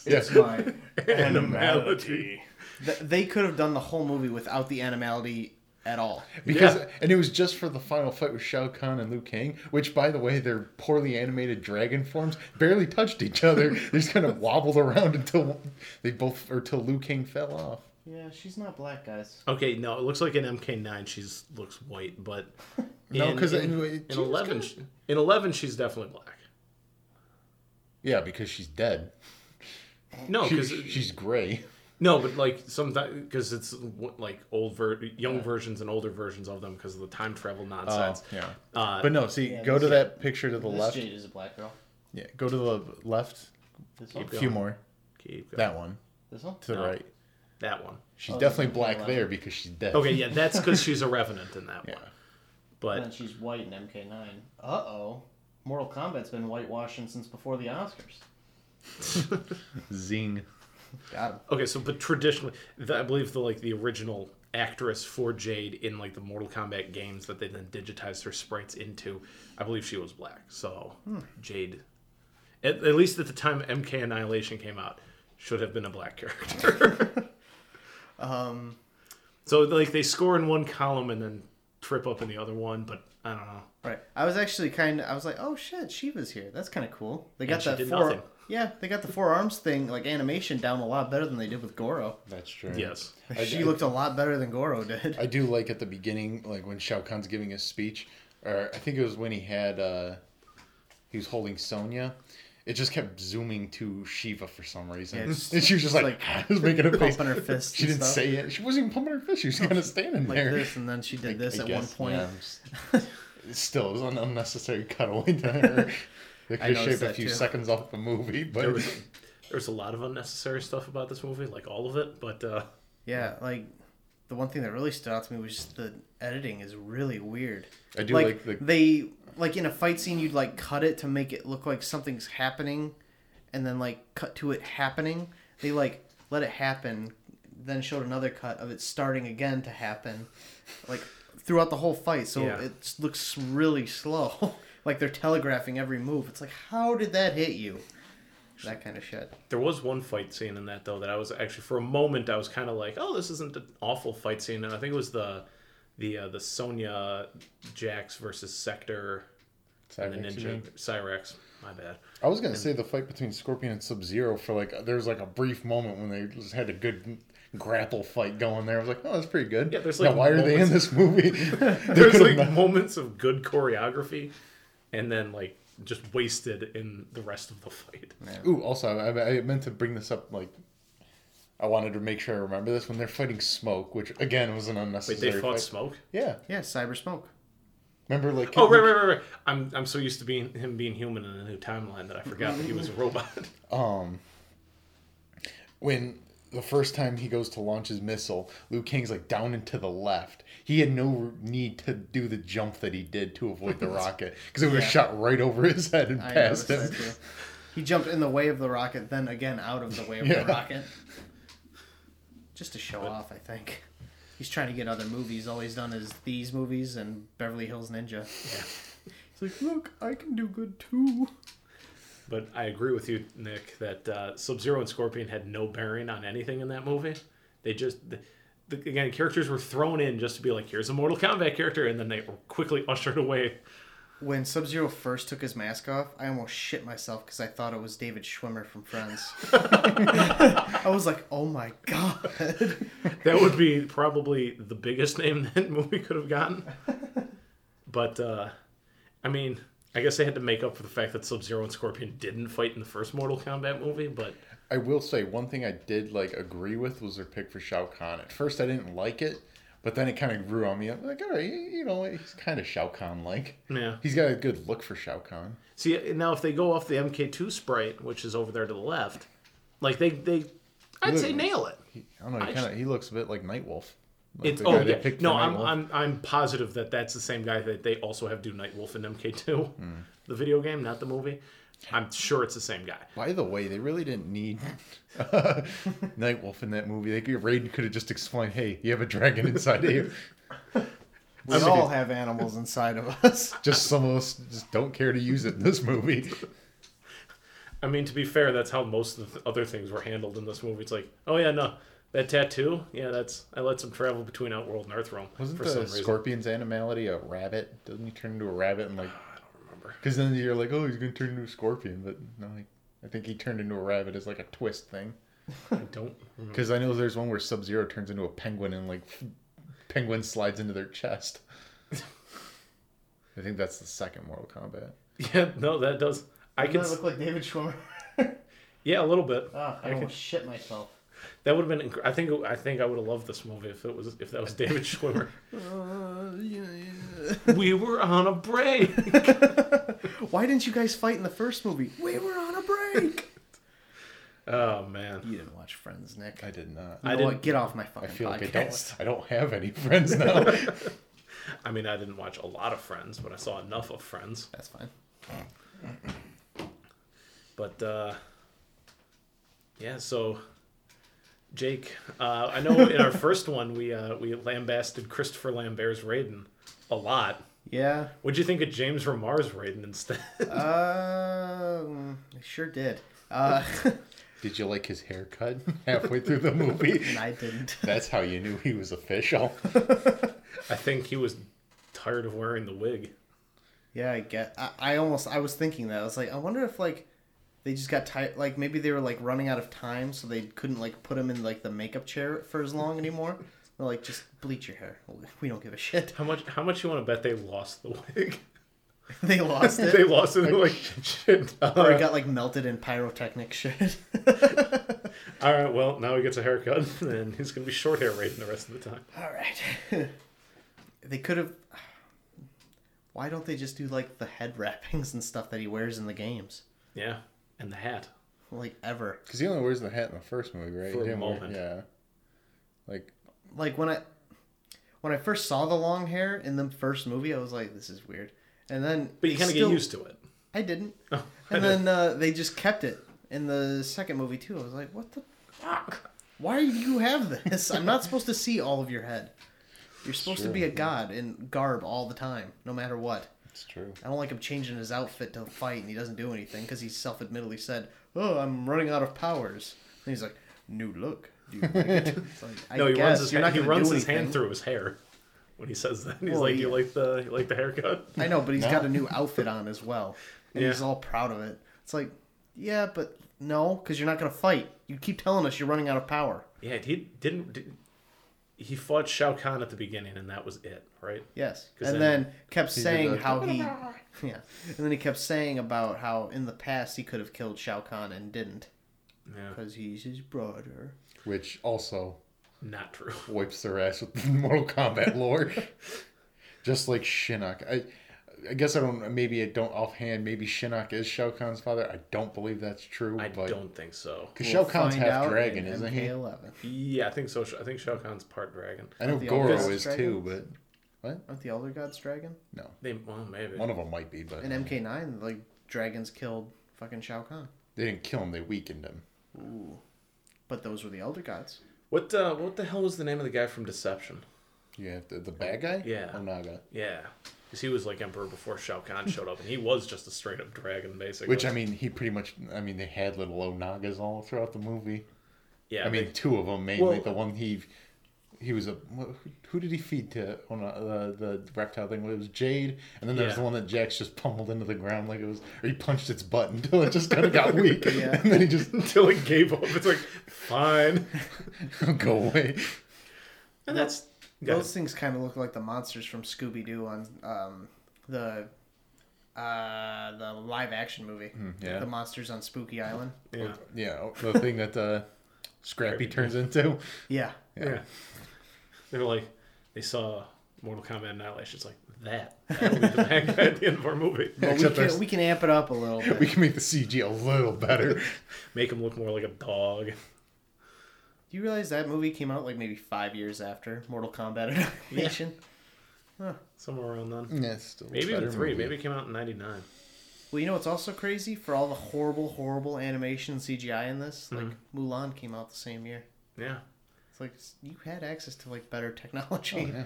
[SPEAKER 10] yes.
[SPEAKER 9] My,
[SPEAKER 11] animality.
[SPEAKER 9] th- they could have done the whole movie without the animality at all.
[SPEAKER 10] Because and it was just for the final fight with Shao Kahn and Liu Kang, which by the way, their poorly animated dragon forms barely touched each other. they just kind of wobbled around until they both or till Liu Kang fell off.
[SPEAKER 9] Yeah, she's not black, guys.
[SPEAKER 11] Okay, no, it looks like in MK9 she's looks white, but
[SPEAKER 10] No,
[SPEAKER 11] in-
[SPEAKER 10] 'cause
[SPEAKER 11] in,
[SPEAKER 10] anyway,
[SPEAKER 11] in
[SPEAKER 10] she was
[SPEAKER 11] 11 she- in 11 she's definitely black.
[SPEAKER 10] Yeah, because she's dead.
[SPEAKER 11] No,
[SPEAKER 10] She-
[SPEAKER 11] because
[SPEAKER 10] she's gray.
[SPEAKER 11] No, but like sometimes because it's w- like old ver- young versions and older versions of them because of the time travel nonsense.
[SPEAKER 10] Oh, Um, yeah.
[SPEAKER 11] Uh,
[SPEAKER 10] But no, see,
[SPEAKER 9] yeah,
[SPEAKER 10] go to
[SPEAKER 9] this-
[SPEAKER 10] that picture to the left.
[SPEAKER 9] Jade is a black girl.
[SPEAKER 10] Yeah, go to the left.
[SPEAKER 9] This
[SPEAKER 10] A
[SPEAKER 9] one?
[SPEAKER 10] few more.
[SPEAKER 11] keep going.
[SPEAKER 10] That one
[SPEAKER 9] This one?
[SPEAKER 10] to the
[SPEAKER 11] No.
[SPEAKER 10] right.
[SPEAKER 11] that one.
[SPEAKER 10] She's
[SPEAKER 9] Oh,
[SPEAKER 10] definitely
[SPEAKER 9] yeah,
[SPEAKER 10] black
[SPEAKER 9] left.
[SPEAKER 10] there because she's dead.
[SPEAKER 11] Okay, yeah, that's because she's a revenant in that
[SPEAKER 10] Yeah.
[SPEAKER 11] one. But
[SPEAKER 9] she's white in MK9. Uh oh. Mortal Kombat's been whitewashing since before the Oscars.
[SPEAKER 10] Zing.
[SPEAKER 9] Got him.
[SPEAKER 11] okay, so but traditionally, the, I believe the like the original actress for Jade in like the Mortal Kombat games that they then digitized her sprites into, I believe she was black. So Jade, at, at least at the time MK Annihilation came out, should have been a black character.
[SPEAKER 9] Um,
[SPEAKER 11] So like they score in one column and then trip up in the other one, but I don't know.
[SPEAKER 9] right. I was actually kind of, I was like, oh shit, she was here. That's kind of cool. They got
[SPEAKER 11] she
[SPEAKER 9] that
[SPEAKER 11] did
[SPEAKER 9] four.
[SPEAKER 11] nothing.
[SPEAKER 9] Yeah, they got the four arms thing, like animation, down a lot better than they did with Goro.
[SPEAKER 10] That's true.
[SPEAKER 11] Yes.
[SPEAKER 9] she looked a lot better than Goro did.
[SPEAKER 10] I do like at the beginning, like when Shao Kahn's giving his speech, or I think it was when he had uh he was holding Sonya. It just kept zooming to Shiva for some reason.
[SPEAKER 9] Yeah, just-
[SPEAKER 10] and she was just like, just making a face.
[SPEAKER 9] pumping her fists
[SPEAKER 10] She
[SPEAKER 9] and
[SPEAKER 10] didn't
[SPEAKER 9] stuff.
[SPEAKER 10] say it. She wasn't even pumping her fist. She was kind of standing
[SPEAKER 9] like
[SPEAKER 10] there.
[SPEAKER 9] this, and then she did this
[SPEAKER 10] I
[SPEAKER 9] at
[SPEAKER 10] guess,
[SPEAKER 9] one point.
[SPEAKER 10] yeah, I'm s- Still, it was an unnecessary cutaway to her. They could have
[SPEAKER 9] noticed
[SPEAKER 10] shaved a
[SPEAKER 9] that
[SPEAKER 10] few
[SPEAKER 9] too.
[SPEAKER 10] seconds off the movie, but
[SPEAKER 11] There was there was a lot of unnecessary stuff about this movie, like all of it, but uh
[SPEAKER 9] Yeah, like the one thing that really stood out to me was just the editing is really weird.
[SPEAKER 10] I do like the-
[SPEAKER 9] they like in a fight scene you'd like cut it to make it look like something's happening, and then like cut to it happening. They like let it happen, then showed another cut of it starting again to happen, like throughout the whole fight. So
[SPEAKER 11] Yeah.
[SPEAKER 9] it looks really slow. like they're telegraphing every move. It's like how did that hit you? That kind of shit.
[SPEAKER 11] there was one fight scene in that though that I was actually for a moment I was kind of like, oh, this isn't an awful fight scene, and I think it was the the uh, the Sonya Jax versus Sector and the
[SPEAKER 10] Cyrax, you
[SPEAKER 11] Ninja
[SPEAKER 10] mean?
[SPEAKER 11] Cyrax. My bad.
[SPEAKER 10] I was gonna say the fight between Scorpion and Sub Zero for like there was like a brief moment when they just had a good grapple fight going there. I was like, oh, that's pretty good.
[SPEAKER 11] Yeah, there's,
[SPEAKER 10] now,
[SPEAKER 11] like,
[SPEAKER 10] why are they in
[SPEAKER 11] moments-
[SPEAKER 10] this movie? They
[SPEAKER 11] There's
[SPEAKER 10] could
[SPEAKER 11] like
[SPEAKER 10] have not
[SPEAKER 11] moments of good choreography, and then like just wasted in the rest of the fight.
[SPEAKER 10] Ooh, also I, I meant to bring this up. Like, I wanted to make sure I remember this when they're fighting Smoke, which again was an
[SPEAKER 11] Wait,
[SPEAKER 10] unnecessary.
[SPEAKER 11] they fought
[SPEAKER 10] fight.
[SPEAKER 11] smoke.
[SPEAKER 10] Yeah,
[SPEAKER 9] Yeah, cyber smoke.
[SPEAKER 10] remember like
[SPEAKER 11] Oh right, right, right, right. I'm I'm so used to being him being human in a new timeline that I forgot that he was a robot.
[SPEAKER 10] when the first time he goes to launch his missile, Liu Kang's like down and to the left. He had no need to do the jump that he did to avoid the rocket because it was shot right over his head and
[SPEAKER 9] I
[SPEAKER 10] past him.
[SPEAKER 9] noticed that too. He jumped in the way of the rocket, then again out of the way of
[SPEAKER 10] Yeah.
[SPEAKER 9] the rocket. Just to show off, I think. He's trying to get other movies. All he's done is these movies and Beverly Hills Ninja. He's like, look, I can do good too.
[SPEAKER 11] but I agree with you, Nick, that uh, Sub Zero and Scorpion had no bearing on anything in that movie. They just the, the, again characters were thrown in just to be like, here's a Mortal Kombat character, and then they were quickly ushered away.
[SPEAKER 9] When Sub Zero first took his mask off, I almost shit myself because I thought it was David Schwimmer from Friends. I was like, oh my god.
[SPEAKER 11] That would be probably the biggest name that movie could have gotten. But uh, I mean, I guess they had to make up for the fact that Sub Zero and Scorpion didn't fight in the first Mortal Kombat movie, but
[SPEAKER 10] I will say one thing I did like agree with was their pick for Shao Kahn. At first, I didn't like it, but then it kind of grew on me. I'm like, all right, you know, he's kind of Shao Kahn like.
[SPEAKER 11] Yeah.
[SPEAKER 10] he's got a good look for Shao Kahn.
[SPEAKER 11] see now if they go off the MK2 sprite, which is over there to the left, like they they, I'd say
[SPEAKER 10] Look.
[SPEAKER 11] nail it.
[SPEAKER 10] He, I don't know. He
[SPEAKER 11] I
[SPEAKER 10] kind of he looks a bit like Nightwolf. Like
[SPEAKER 11] It's
[SPEAKER 10] the
[SPEAKER 11] oh
[SPEAKER 10] guy they
[SPEAKER 11] yeah.
[SPEAKER 10] picked for
[SPEAKER 11] No, I'm,
[SPEAKER 10] Nightwolf.
[SPEAKER 11] I'm I'm positive that that's the same guy that they also have do Nightwolf in MK2, the video game, not the movie. I'm sure it's the same guy.
[SPEAKER 10] By the way, they really didn't need Nightwolf in that movie. They could, Raiden could have just explained, "Hey, you have a dragon inside of you."
[SPEAKER 9] We all have animals inside of us.
[SPEAKER 10] Just some of us just don't care to use it in this movie.
[SPEAKER 11] I mean, to be fair, that's how most of the th- other things were handled in this movie. It's like, oh yeah, no, that tattoo, yeah, that's I let some travel between Outworld and Earthrealm
[SPEAKER 10] Wasn't
[SPEAKER 11] for some
[SPEAKER 10] the
[SPEAKER 11] reason.
[SPEAKER 10] scorpion's animality a rabbit? Doesn't he turn into a rabbit and like? Because then you're like, oh, he's gonna turn into a scorpion, but no, like, I think he turned into a rabbit as like a twist thing.
[SPEAKER 11] I don't. remember.
[SPEAKER 10] Because I know there's one where Sub Zero turns into a penguin and like f- penguin slides into their chest. I think that's the second Mortal Kombat.
[SPEAKER 11] Yeah, no, that does. I
[SPEAKER 9] Do
[SPEAKER 11] can.
[SPEAKER 9] I look like David Schwimmer?
[SPEAKER 11] Yeah, a little bit.
[SPEAKER 9] Ah, I almost shit myself.
[SPEAKER 11] That would have been. Inc- I think. I think I would have loved this movie if it was. If that was David Schwimmer. we were on a break.
[SPEAKER 9] Why didn't you guys fight in the first movie? We were on a break.
[SPEAKER 11] Oh man.
[SPEAKER 9] you didn't watch Friends, Nick.
[SPEAKER 10] I did not.
[SPEAKER 9] I
[SPEAKER 11] I
[SPEAKER 9] didn't
[SPEAKER 11] didn't-
[SPEAKER 9] get off my fucking
[SPEAKER 10] I feel
[SPEAKER 9] podcast.
[SPEAKER 10] like I don't. I don't have any friends now.
[SPEAKER 11] I mean, I didn't watch a lot of Friends, but I saw enough of Friends.
[SPEAKER 9] That's fine.
[SPEAKER 11] But uh, yeah, so Jake, uh, I know in our first one we uh, we lambasted Christopher Lambert's Raiden a lot.
[SPEAKER 9] Yeah.
[SPEAKER 11] What'd you think of James Romar's Raiden instead?
[SPEAKER 9] Um, I sure did. Uh,
[SPEAKER 10] did you like his haircut halfway through the movie?
[SPEAKER 9] I didn't.
[SPEAKER 10] That's how you knew he was official.
[SPEAKER 11] I think he was tired of wearing the wig.
[SPEAKER 9] Yeah, I get. I, I almost. I was thinking that. I was like, I wonder if like they just got tired. Like maybe they were like running out of time, so they couldn't like put him in like the makeup chair for as long anymore. They're like, just bleach your hair. We don't give a shit.
[SPEAKER 11] How much? How much you want to bet they lost the wig?
[SPEAKER 9] They lost it.
[SPEAKER 11] they lost it. Like shit.
[SPEAKER 9] or it
[SPEAKER 11] Uh,
[SPEAKER 9] got like melted in pyrotechnic shit.
[SPEAKER 11] all right. Well, now he gets a haircut, and he's gonna be short hair Raiden the rest of the time.
[SPEAKER 9] All right. they could have. Why don't they just do like the head wrappings and stuff that he wears in the games?
[SPEAKER 11] Yeah, and the hat.
[SPEAKER 9] Like ever.
[SPEAKER 10] Because he only wears the hat in the first movie, right?
[SPEAKER 11] For a
[SPEAKER 10] He didn't wear-
[SPEAKER 11] moment.
[SPEAKER 10] yeah. Like
[SPEAKER 9] Like when I when I first saw the long hair in the first movie, I was like, this is weird. And then
[SPEAKER 11] But you kind of get used to it.
[SPEAKER 9] I didn't.
[SPEAKER 11] I
[SPEAKER 9] and then uh, they just kept it in the second movie too. I was like, what the fuck? Why do you have this? I'm not supposed to see all of your head. You're supposed to be a god in garb all the time, no matter what.
[SPEAKER 10] it's true.
[SPEAKER 9] I don't like him changing his outfit to fight and he doesn't do anything because he self admittedly said, Oh, I'm running out of powers. And he's like, New look. Do you like it?" It's like, I
[SPEAKER 11] No, he
[SPEAKER 9] guess
[SPEAKER 11] runs his,
[SPEAKER 9] you're
[SPEAKER 11] hand,
[SPEAKER 9] not
[SPEAKER 11] he
[SPEAKER 9] gonna
[SPEAKER 11] runs
[SPEAKER 9] do
[SPEAKER 11] his hand
[SPEAKER 9] anything.
[SPEAKER 11] through his hair when he says that. He's
[SPEAKER 9] Well,
[SPEAKER 11] like, "You
[SPEAKER 9] yeah.
[SPEAKER 11] like the you like the haircut?"
[SPEAKER 9] I know, but he's
[SPEAKER 10] No.
[SPEAKER 9] got a new outfit on as well. And
[SPEAKER 11] Yeah.
[SPEAKER 9] he's all proud of it. It's like, Yeah, but no, because you're not going to fight. You keep telling us you're running out of power.
[SPEAKER 11] Yeah, he didn't. did- he fought Shao Kahn at the beginning, and that was it, right?
[SPEAKER 9] Yes.
[SPEAKER 11] 'Cause
[SPEAKER 9] And
[SPEAKER 11] then
[SPEAKER 9] then kept saying
[SPEAKER 10] like,
[SPEAKER 9] how he. Yeah. And then he kept saying about how in the past he could have killed Shao Kahn and didn't
[SPEAKER 11] Yeah,
[SPEAKER 9] because he's his brother.
[SPEAKER 10] Which also
[SPEAKER 11] not true.
[SPEAKER 10] wipes their ass with the Mortal Kombat lore, just like Shinnok. I, I guess I don't. Maybe I don't offhand. Maybe Shinnok is Shao Kahn's father. I don't believe that's true.
[SPEAKER 11] I
[SPEAKER 10] but,
[SPEAKER 11] don't think so.
[SPEAKER 10] Because
[SPEAKER 9] We'll
[SPEAKER 10] Shao Kahn's
[SPEAKER 9] find
[SPEAKER 10] half
[SPEAKER 9] out
[SPEAKER 10] dragon,
[SPEAKER 9] in
[SPEAKER 10] isn't he?
[SPEAKER 9] MK11.
[SPEAKER 11] Yeah, I think so. I think Shao Kahn's part dragon.
[SPEAKER 10] I know
[SPEAKER 9] the
[SPEAKER 10] Goro
[SPEAKER 9] Elder
[SPEAKER 10] is
[SPEAKER 9] Gods
[SPEAKER 10] too, but
[SPEAKER 9] Aren't the Elder Gods dragon?
[SPEAKER 10] no,
[SPEAKER 11] They well, maybe.
[SPEAKER 10] one of them might be. But
[SPEAKER 9] In MK9, like dragons killed fucking Shao Kahn,
[SPEAKER 10] they didn't kill him. They weakened him.
[SPEAKER 9] but those were the Elder Gods.
[SPEAKER 11] What uh, what the hell was the name of the guy from Deception?
[SPEAKER 10] Yeah, the, the bad guy.
[SPEAKER 11] Yeah.
[SPEAKER 10] Onaga.
[SPEAKER 11] Yeah, because he was like emperor before Shao Kahn showed up, and he was just a straight up dragon, basically.
[SPEAKER 10] Which I mean, he pretty much. I mean, they had little Onagas all throughout the movie.
[SPEAKER 11] yeah,
[SPEAKER 10] I mean,
[SPEAKER 11] they-
[SPEAKER 10] two of them mainly.
[SPEAKER 11] Well-
[SPEAKER 10] the one he he was a who- who did he feed to on uh, the the reptile thing? It was Jade, and then there was
[SPEAKER 11] Yeah.
[SPEAKER 10] the one that Jax just pummeled into the ground like it was, or he punched its butt until it just kind of got weak, and then he just
[SPEAKER 11] until he gave up, it's like fine,
[SPEAKER 10] go away.
[SPEAKER 11] and that's
[SPEAKER 9] Those things kind of look like the monsters from Scooby Doo on um, the uh, the live action movie,
[SPEAKER 10] Hmm, yeah.
[SPEAKER 9] the monsters on Spooky Island.
[SPEAKER 11] Yeah.
[SPEAKER 10] Yeah, oh, the thing that uh, Scrappy turns into.
[SPEAKER 9] Yeah,
[SPEAKER 11] Yeah. They were like, they saw Mortal Kombat Annihilation. It's like, that. That'll be the bad guy at the end of our movie.
[SPEAKER 9] but we
[SPEAKER 10] Except
[SPEAKER 9] can,
[SPEAKER 10] there's-
[SPEAKER 9] we can amp it up a little bit.
[SPEAKER 10] We can make the CG a little better.
[SPEAKER 11] Make him look more like a dog.
[SPEAKER 9] Do you realize that movie came out like maybe five years after Mortal Kombat Annihilation?
[SPEAKER 11] Somewhere around then.
[SPEAKER 10] yeah, it's still a
[SPEAKER 11] Maybe even
[SPEAKER 10] better
[SPEAKER 11] three.
[SPEAKER 10] movie.
[SPEAKER 11] Maybe it came out in 99.
[SPEAKER 9] Well, you know what's also crazy for all the horrible, horrible animation and CGI in this. Like
[SPEAKER 11] Mm-hmm.
[SPEAKER 9] Mulan came out the same year.
[SPEAKER 11] Yeah.
[SPEAKER 9] It's like you had access to like better technology.
[SPEAKER 10] Oh,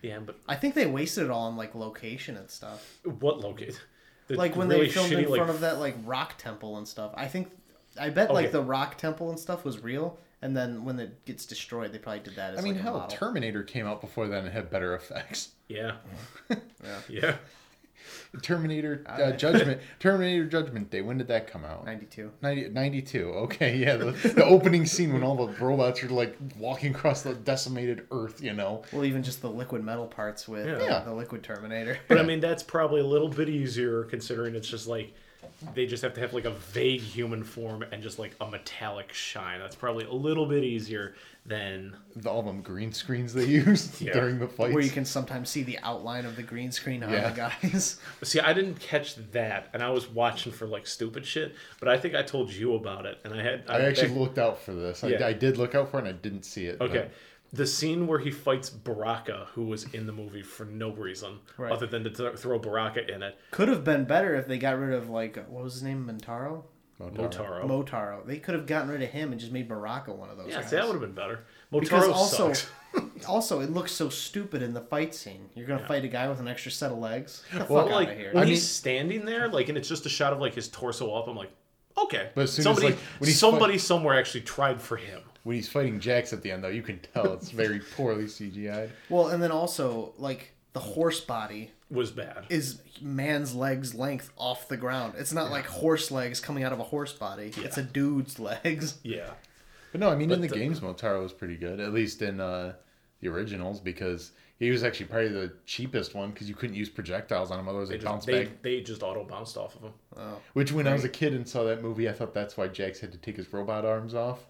[SPEAKER 11] Yeah, but
[SPEAKER 9] I think they wasted it all on like location and stuff.
[SPEAKER 11] what location? The
[SPEAKER 9] Like when
[SPEAKER 11] really
[SPEAKER 9] they filmed in
[SPEAKER 11] shitty, like,
[SPEAKER 9] front of that like rock temple and stuff. I think, I bet like
[SPEAKER 11] Okay.
[SPEAKER 9] the rock temple and stuff was real. And then when it gets destroyed, they probably did that. As,
[SPEAKER 10] I mean,
[SPEAKER 9] like, a
[SPEAKER 10] hell,
[SPEAKER 9] model.
[SPEAKER 10] Terminator came out before then and had better effects.
[SPEAKER 11] Yeah. yeah.
[SPEAKER 10] Terminator uh, Judgment, Terminator Judgment Day. When did that come out?
[SPEAKER 9] ninety-two.
[SPEAKER 10] 90, 92. Okay, yeah, the, the opening scene when all the robots are like walking across the decimated Earth. You know,
[SPEAKER 9] Well, even just the liquid metal parts with uh,
[SPEAKER 10] Yeah.
[SPEAKER 9] the liquid Terminator.
[SPEAKER 11] But I mean, that's probably a little bit easier considering it's just like they just have to have like a vague human form and just like a metallic shine. That's probably a little bit easier than
[SPEAKER 10] the, all them green screens they used
[SPEAKER 11] Yeah.
[SPEAKER 10] during the fights.
[SPEAKER 9] where you can sometimes see the outline of the green screen on
[SPEAKER 10] Yeah.
[SPEAKER 9] the guys.
[SPEAKER 11] See, I didn't catch that, and I was watching for like stupid shit. But I think I told you about it, and I had
[SPEAKER 10] I actually looked out for this. I,
[SPEAKER 11] Yeah.
[SPEAKER 10] I did look out for it and I didn't see it. but-
[SPEAKER 11] okay. The scene where he fights Baraka, who was in the movie for no reason
[SPEAKER 9] Right.
[SPEAKER 11] other than to th- throw Baraka in it,
[SPEAKER 9] Could have been better if they got rid of like what was his name, Mintaro,
[SPEAKER 10] uh,
[SPEAKER 11] Motaro.
[SPEAKER 9] Motaro. They could have gotten rid of him and just made Baraka one of those.
[SPEAKER 11] Oh. yeah,
[SPEAKER 9] guys.
[SPEAKER 11] see, that would have been better. Motaro
[SPEAKER 9] because also,
[SPEAKER 11] sucks.
[SPEAKER 9] also it looks so stupid in the fight scene. You're gonna fight a guy with an extra set of legs. Get the
[SPEAKER 11] Well,
[SPEAKER 9] fuck
[SPEAKER 11] like
[SPEAKER 9] out of here.
[SPEAKER 11] when
[SPEAKER 10] I
[SPEAKER 11] he's
[SPEAKER 10] mean-
[SPEAKER 11] standing there, like, and it's just a shot of like his torso up. I'm like, okay,
[SPEAKER 10] But as soon as,
[SPEAKER 11] somebody,
[SPEAKER 10] like, when he's
[SPEAKER 11] somebody somewhere actually tried for him.
[SPEAKER 10] When he's fighting Jax at the end, though, you can tell it's very poorly CGI'd.
[SPEAKER 9] Well, and then also like the horse body
[SPEAKER 11] Was bad.
[SPEAKER 9] is man's legs length off the ground. It's not like horse legs coming out of a horse body. It's a dude's legs.
[SPEAKER 11] yeah,
[SPEAKER 10] But no, I mean, in the,
[SPEAKER 11] the-
[SPEAKER 10] games, Motaro was pretty good, at least in uh, the originals, because he was actually probably the cheapest one because you couldn't use projectiles on him, otherwise they
[SPEAKER 11] they just
[SPEAKER 10] bounced
[SPEAKER 11] they,
[SPEAKER 10] back.
[SPEAKER 11] they just auto bounced off of him.
[SPEAKER 10] Which, when I was a kid and saw that movie, I thought that's why Jax had to take his robot arms off,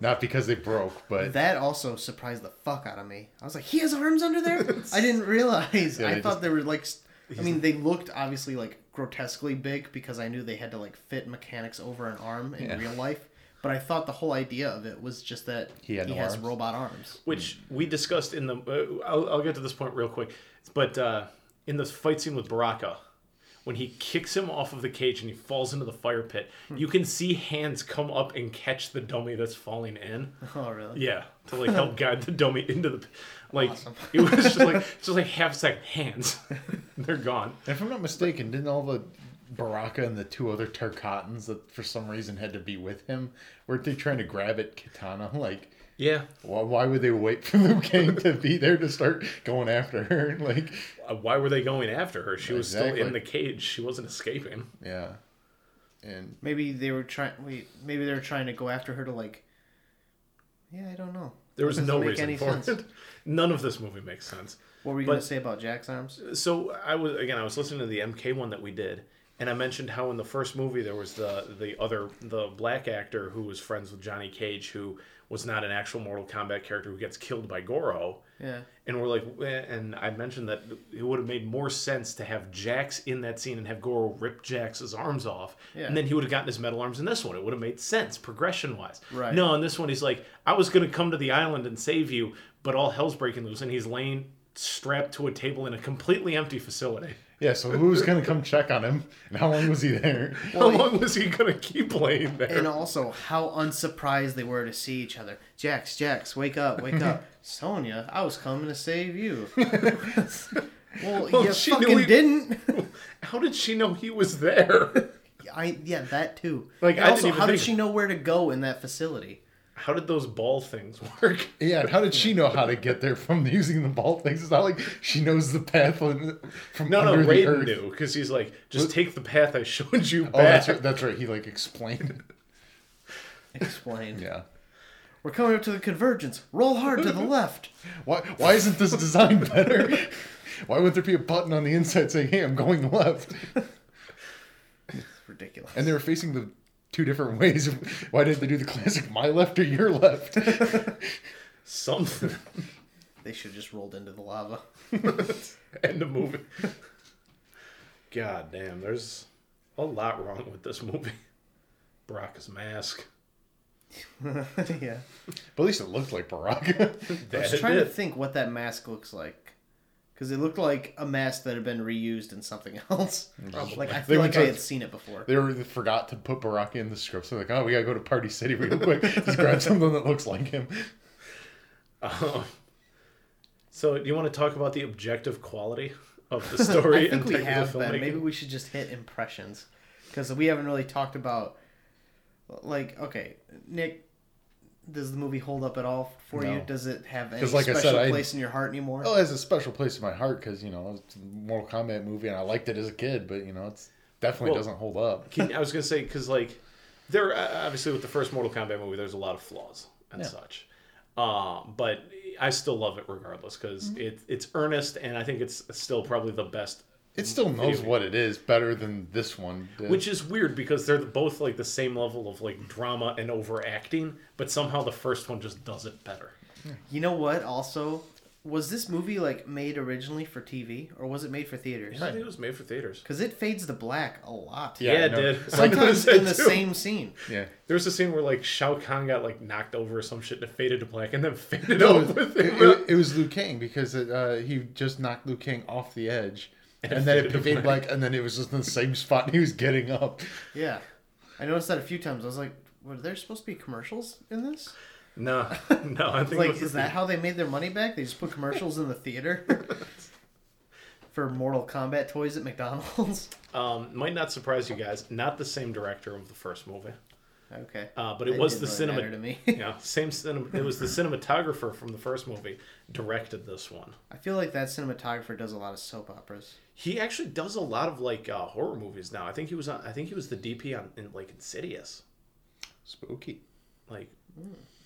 [SPEAKER 10] not because they broke, but
[SPEAKER 9] That also surprised the fuck out of me. I was like, he has arms under there? I didn't realize.
[SPEAKER 10] Yeah,
[SPEAKER 9] I
[SPEAKER 10] they
[SPEAKER 9] thought
[SPEAKER 10] just-
[SPEAKER 9] they were like. s- I mean, they looked obviously like grotesquely big because I knew they had to like fit mechanics over an arm in
[SPEAKER 10] Yeah.
[SPEAKER 9] real life. But I thought the whole idea of it was just that
[SPEAKER 10] He
[SPEAKER 9] he,
[SPEAKER 10] had no
[SPEAKER 9] has
[SPEAKER 10] arms.
[SPEAKER 9] robot arms.
[SPEAKER 11] which we discussed in the. Uh, I'll, I'll get to this point real quick, but uh, in the fight scene with Baraka, when he kicks him off of the cage and he falls into the fire pit,
[SPEAKER 9] Hmm.
[SPEAKER 11] you can see hands come up and catch the dummy that's falling in.
[SPEAKER 9] Oh, really?
[SPEAKER 11] Yeah, to like help guide the dummy into the. Like it was just like just like half second hands, they're gone.
[SPEAKER 10] if I'm not mistaken, didn't all the Baraka and the two other Tarkatans that for some reason had to be with him, weren't they trying to grab at Katana? Like,
[SPEAKER 11] Yeah,
[SPEAKER 10] Why, why would they wait for Liu Kang to be there to start going after her? Like,
[SPEAKER 11] uh, why were they going after her? She was still
[SPEAKER 10] Exactly.
[SPEAKER 11] in the cage. She wasn't escaping.
[SPEAKER 10] yeah. And
[SPEAKER 9] Maybe they were trying. Wait, maybe they were trying to go after her to like. Yeah, I don't know.
[SPEAKER 11] There was
[SPEAKER 9] Doesn't
[SPEAKER 11] no
[SPEAKER 9] make
[SPEAKER 11] reason
[SPEAKER 9] any
[SPEAKER 11] for
[SPEAKER 9] sense.
[SPEAKER 11] it. None of this movie makes sense.
[SPEAKER 9] What were you
[SPEAKER 11] But- Uh,
[SPEAKER 9] gonna say about Jack's arms?
[SPEAKER 11] so I was again. I was listening to the MK one that we did, and I mentioned how in the first movie there was the the other the black actor who was friends with Johnny Cage, who was not an actual Mortal Kombat character who gets killed by Goro.
[SPEAKER 9] Yeah.
[SPEAKER 11] And we're like, eh, and I mentioned that it would have made more sense to have Jax in that scene and have Goro rip Jax's arms off,
[SPEAKER 9] Yeah.
[SPEAKER 11] and then he would have gotten his metal arms in this one. It would have made sense progression wise.
[SPEAKER 9] Right.
[SPEAKER 11] No, in this one he's like, I was going to come to the island and save you, but all hell's breaking loose, and he's laying strapped to a table in a completely empty facility.
[SPEAKER 10] yeah, so who's going to come check on him? And how long was he there?
[SPEAKER 11] How long was he going to keep laying there?
[SPEAKER 9] And also, how unsurprised they were to see each other. Jax, Jax, wake up, wake up. Sonia, I was coming to save you. well, you
[SPEAKER 11] she knew
[SPEAKER 9] fucking
[SPEAKER 11] we-
[SPEAKER 9] didn't.
[SPEAKER 11] How did she know he was there?
[SPEAKER 9] I yeah, that too.
[SPEAKER 11] Like,
[SPEAKER 9] And
[SPEAKER 11] I didn't
[SPEAKER 9] also,
[SPEAKER 11] even
[SPEAKER 9] how did
[SPEAKER 11] think-
[SPEAKER 9] she know where to go in that facility?
[SPEAKER 11] How did those ball things work?
[SPEAKER 10] Yeah, and how did she know how to get there from using the ball things? It's not like she knows the path on- from
[SPEAKER 11] No,
[SPEAKER 10] under
[SPEAKER 11] no,
[SPEAKER 10] the
[SPEAKER 11] Raiden
[SPEAKER 10] earth.
[SPEAKER 11] knew because he's like, just take the path I showed you back.
[SPEAKER 10] Oh, that's right, that's right. He like explained.
[SPEAKER 9] Explain.
[SPEAKER 10] Yeah.
[SPEAKER 9] We're coming up to the convergence. Roll hard to the left.
[SPEAKER 10] Why why isn't this design better? why would there be a button on the inside saying, "Hey, I'm going left"?
[SPEAKER 9] ridiculous.
[SPEAKER 10] And they were facing the two different ways. Why didn't they do the classic my left or your left?
[SPEAKER 11] Something.
[SPEAKER 9] They should have just rolled into the lava.
[SPEAKER 11] End of movie. God damn, there's a lot wrong with this movie. Baraka's mask.
[SPEAKER 9] yeah.
[SPEAKER 10] but at least it looked like Baraka.
[SPEAKER 9] I was
[SPEAKER 11] That
[SPEAKER 9] trying
[SPEAKER 11] it.
[SPEAKER 9] to think what that mask looks like. Because it looked like a mask that had been reused in something else. Like I
[SPEAKER 10] They
[SPEAKER 9] feel
[SPEAKER 10] went
[SPEAKER 9] like I
[SPEAKER 10] to-
[SPEAKER 9] had seen it before.
[SPEAKER 10] they were, they forgot to put Baraka in the script. So they're like, oh, we gotta go to Party City real quick. Just grab something that looks like him.
[SPEAKER 11] Um, so, you want to talk about the objective quality of the story
[SPEAKER 9] I think
[SPEAKER 11] and
[SPEAKER 9] we
[SPEAKER 11] technical
[SPEAKER 9] have been.
[SPEAKER 11] filmmaking?
[SPEAKER 9] Maybe we should just hit impressions because we haven't really talked about like okay, Nick. Does the movie hold up at all for you?
[SPEAKER 10] No.
[SPEAKER 9] Does it have any
[SPEAKER 10] 'Cause like I
[SPEAKER 9] special
[SPEAKER 10] said, I-
[SPEAKER 9] place in your heart anymore?
[SPEAKER 10] Well, it has a special place in my heart because you know it's a Mortal Kombat movie, and I liked it as a kid, but you know it's definitely
[SPEAKER 11] Well-
[SPEAKER 10] doesn't hold up.
[SPEAKER 11] Can, I was gonna say because like there uh, obviously with the first Mortal Kombat movie, there's a lot of flaws and such. Um, but I still love it regardless because
[SPEAKER 9] Mm-hmm.
[SPEAKER 11] it it's earnest and I think it's still probably the best.
[SPEAKER 10] It still knows what it is better than this one, did.
[SPEAKER 11] Which is weird because they're both like the same level of like drama and overacting, but somehow the first one just does it better.
[SPEAKER 9] You know what? Also, was this movie like made originally for TV or was it made for theaters?
[SPEAKER 11] I think it was made for theaters.
[SPEAKER 9] Because it fades to black a lot.
[SPEAKER 11] Yeah,
[SPEAKER 10] I
[SPEAKER 11] it
[SPEAKER 10] know.
[SPEAKER 11] did.
[SPEAKER 9] Sometimes in the
[SPEAKER 11] Too.
[SPEAKER 9] same scene.
[SPEAKER 10] yeah,
[SPEAKER 11] There was a scene where like Shao Kahn got like knocked over or some shit and it faded to black and then faded
[SPEAKER 10] No,
[SPEAKER 11] out
[SPEAKER 10] it,
[SPEAKER 11] with
[SPEAKER 10] it-
[SPEAKER 11] him.
[SPEAKER 10] it- it was Liu Kang because it, uh, he just knocked Liu Kang off the edge, and then it became black, and then it was just in the same spot he was getting up.
[SPEAKER 9] Yeah. I noticed that a few times. I was like, were there supposed to be commercials in this?
[SPEAKER 11] No, no, I think it
[SPEAKER 9] Like,
[SPEAKER 11] was
[SPEAKER 9] is that how they made their money back? They just put commercials in the theater for Mortal Kombat toys at McDonald's?
[SPEAKER 11] Um, might not surprise you guys. Not the same director of the first movie,
[SPEAKER 9] Okay.
[SPEAKER 11] uh, but it
[SPEAKER 9] That
[SPEAKER 11] was the
[SPEAKER 9] didn't really
[SPEAKER 11] cinema.
[SPEAKER 9] matter to me.
[SPEAKER 11] yeah, same cinema. It was the cinematographer from the first movie directed this one.
[SPEAKER 9] I feel like that cinematographer does a lot of soap operas.
[SPEAKER 11] He actually does a lot of like uh, horror movies now. I think he was on. I think he was the DP on in like Insidious.
[SPEAKER 10] Spooky.
[SPEAKER 11] Like,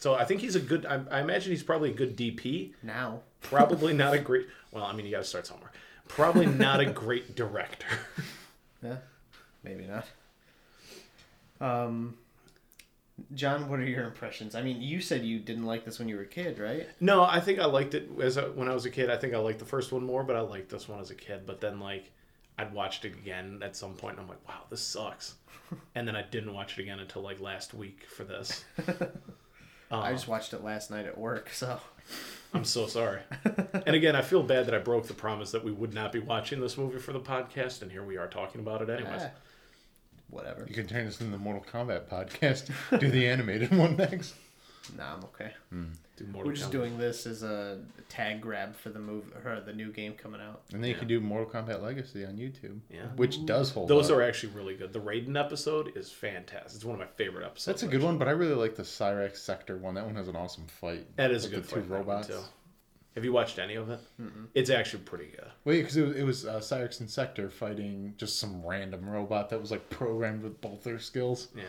[SPEAKER 11] so I think he's a good. I, I imagine he's probably a good DP.
[SPEAKER 9] Now.
[SPEAKER 11] Probably not a great. Well, I mean, you got to start somewhere. Probably not a great director.
[SPEAKER 9] Yeah, maybe not. Um, John, what are your impressions? I mean, you said you didn't like this when you were a kid, right?
[SPEAKER 11] No, I think I liked it as a, when I was a kid. I think I liked the first one more, but I liked this one as a kid. But then like I'd watched it again at some point, and I'm like, wow, this sucks. And then I didn't watch it again until like last week for this.
[SPEAKER 9] I just watched it last night at work, so
[SPEAKER 11] I'm so sorry. And again, I feel bad that I broke the promise that we would not be watching this movie for the podcast, and here we are talking about it anyways.
[SPEAKER 9] eh, whatever.
[SPEAKER 10] You can turn this into the Mortal Kombat podcast. Do the animated one next.
[SPEAKER 9] Nah, I'm okay.
[SPEAKER 11] Do Mortal
[SPEAKER 9] We're just
[SPEAKER 11] Kombat.
[SPEAKER 9] doing this as a tag grab for the move or the new game coming out.
[SPEAKER 10] And then you can do Mortal Kombat Legacy on YouTube,
[SPEAKER 11] Yeah.
[SPEAKER 10] which does hold.
[SPEAKER 11] Those
[SPEAKER 10] up.
[SPEAKER 11] are actually really good. The Raiden episode is fantastic. It's one of my favorite episodes.
[SPEAKER 10] That's a good one, but I really like the Cyrex Sector one. That one has an awesome fight.
[SPEAKER 11] That is a
[SPEAKER 10] with
[SPEAKER 11] good
[SPEAKER 10] the
[SPEAKER 11] fight.
[SPEAKER 10] two
[SPEAKER 11] that one,
[SPEAKER 10] robots.
[SPEAKER 11] too. Have you watched any of it? It's actually pretty good.
[SPEAKER 10] Wait, because it was, it was uh, Cyrix and Sector fighting just some random robot that was like programmed with both their skills.
[SPEAKER 11] Yeah.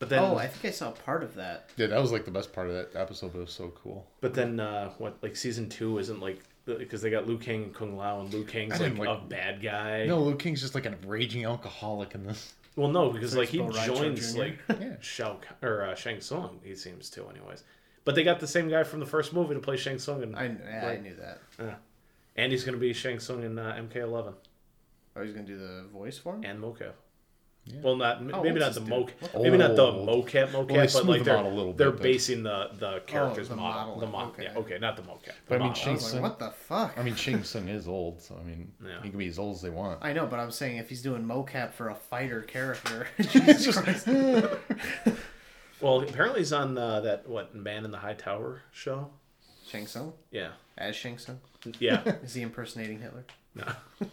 [SPEAKER 11] But then,
[SPEAKER 9] Oh, I think I saw part of that.
[SPEAKER 10] Yeah, that was like the best part of that episode. But it was so cool.
[SPEAKER 11] but then, uh, what? Like season two isn't like because they got Liu Kang and Kung Lao, and Liu Kang's
[SPEAKER 10] I
[SPEAKER 11] like,
[SPEAKER 10] didn't
[SPEAKER 11] a
[SPEAKER 10] like-
[SPEAKER 11] bad guy.
[SPEAKER 10] No, Liu King's just like a raging alcoholic in this.
[SPEAKER 11] Well, no, because like he
[SPEAKER 9] Bo Rancho
[SPEAKER 11] joins
[SPEAKER 9] Jr..
[SPEAKER 11] like
[SPEAKER 10] Yeah.
[SPEAKER 11] Shao Ka- or uh, Shang Tsung. He seems to, anyways. But they got the same guy from the first movie to play Shang Tsung, and
[SPEAKER 9] I, yeah, I knew that.
[SPEAKER 11] and he's gonna be Shang Tsung in uh, MK11
[SPEAKER 9] Oh, he's gonna do the voice for him.
[SPEAKER 11] and mocap. Well, not m-
[SPEAKER 9] Oh,
[SPEAKER 11] maybe not
[SPEAKER 9] what's
[SPEAKER 11] the
[SPEAKER 9] this
[SPEAKER 11] moc,
[SPEAKER 9] dude?
[SPEAKER 11] maybe not the
[SPEAKER 10] Old.
[SPEAKER 11] mocap mocap,
[SPEAKER 10] Oh. Well, they
[SPEAKER 11] but
[SPEAKER 10] smooth
[SPEAKER 11] like
[SPEAKER 10] them
[SPEAKER 11] they're
[SPEAKER 10] out a little bit,
[SPEAKER 11] they're
[SPEAKER 10] but-
[SPEAKER 11] basing the the characters
[SPEAKER 9] Oh, the
[SPEAKER 11] model, the
[SPEAKER 9] modeling,
[SPEAKER 11] model. Yeah,
[SPEAKER 9] okay.
[SPEAKER 11] okay, not the mocap.
[SPEAKER 10] But I mean,
[SPEAKER 11] model.
[SPEAKER 10] Shang
[SPEAKER 9] I was
[SPEAKER 10] Tsung-
[SPEAKER 9] like, what the fuck?
[SPEAKER 10] I mean, Shang Tsung is old, so I mean,
[SPEAKER 11] Yeah.
[SPEAKER 10] he can be as old as they want.
[SPEAKER 9] I know, but I'm saying if he's doing mocap for a fighter character, Jesus Christ.
[SPEAKER 11] Well, apparently he's on uh, that what Man in the High Tower show.
[SPEAKER 9] Shang Tsung
[SPEAKER 11] Yeah,
[SPEAKER 9] as Shang Tsung.
[SPEAKER 11] yeah.
[SPEAKER 9] Is he impersonating Hitler?
[SPEAKER 11] no.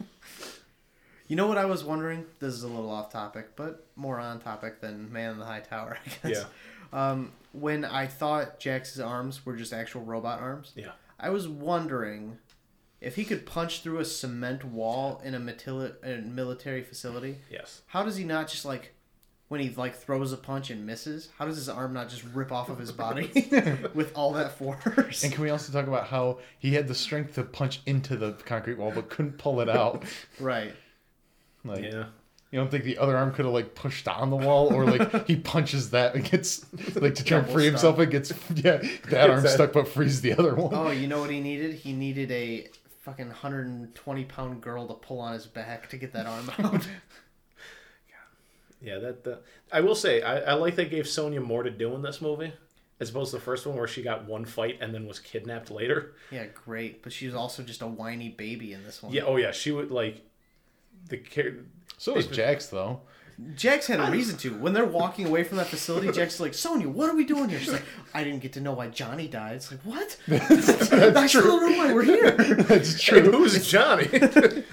[SPEAKER 9] You know what I was wondering? This is a little off topic, but more on topic than Man in the High Tower, I guess.
[SPEAKER 11] Yeah,
[SPEAKER 9] Um, when I thought Jax's arms were just actual robot arms,
[SPEAKER 11] yeah.
[SPEAKER 9] I was wondering if he could punch through a cement wall in a, matili- a military facility.
[SPEAKER 11] Yes.
[SPEAKER 9] How does he not just like when he like throws a punch and misses? How does his arm not just rip off of his body with all that force?
[SPEAKER 10] And can we also talk about how he had the strength to punch into the concrete wall but couldn't pull it out?
[SPEAKER 9] Right.
[SPEAKER 10] Like,
[SPEAKER 11] Yeah.
[SPEAKER 10] You don't think the other arm could have like pushed on the wall, or like he punches that and gets like to try and
[SPEAKER 9] Double
[SPEAKER 10] free himself
[SPEAKER 9] stuck.
[SPEAKER 10] and gets yeah that arm
[SPEAKER 11] Exactly.
[SPEAKER 10] stuck but frees the other one.
[SPEAKER 9] Oh, you know what he needed? He needed a fucking 120 pound girl to pull on his back to get that arm out.
[SPEAKER 11] Yeah, that. that I will say, I, I like they gave Sonya more to do in this movie, as opposed to the first one where she got one fight and then was kidnapped later.
[SPEAKER 9] yeah, great. But she was also just a whiny baby in this one.
[SPEAKER 11] Yeah. Oh yeah, she would like the char-
[SPEAKER 10] So is Jax though.
[SPEAKER 9] Jax had a reason to. When they're walking away from that facility, Jax is like, Sonya, what are we doing here? She's like, I didn't get to know why Johnny died. It's like, what? I still don't know why we're here.
[SPEAKER 10] That's true.
[SPEAKER 11] Who's Johnny?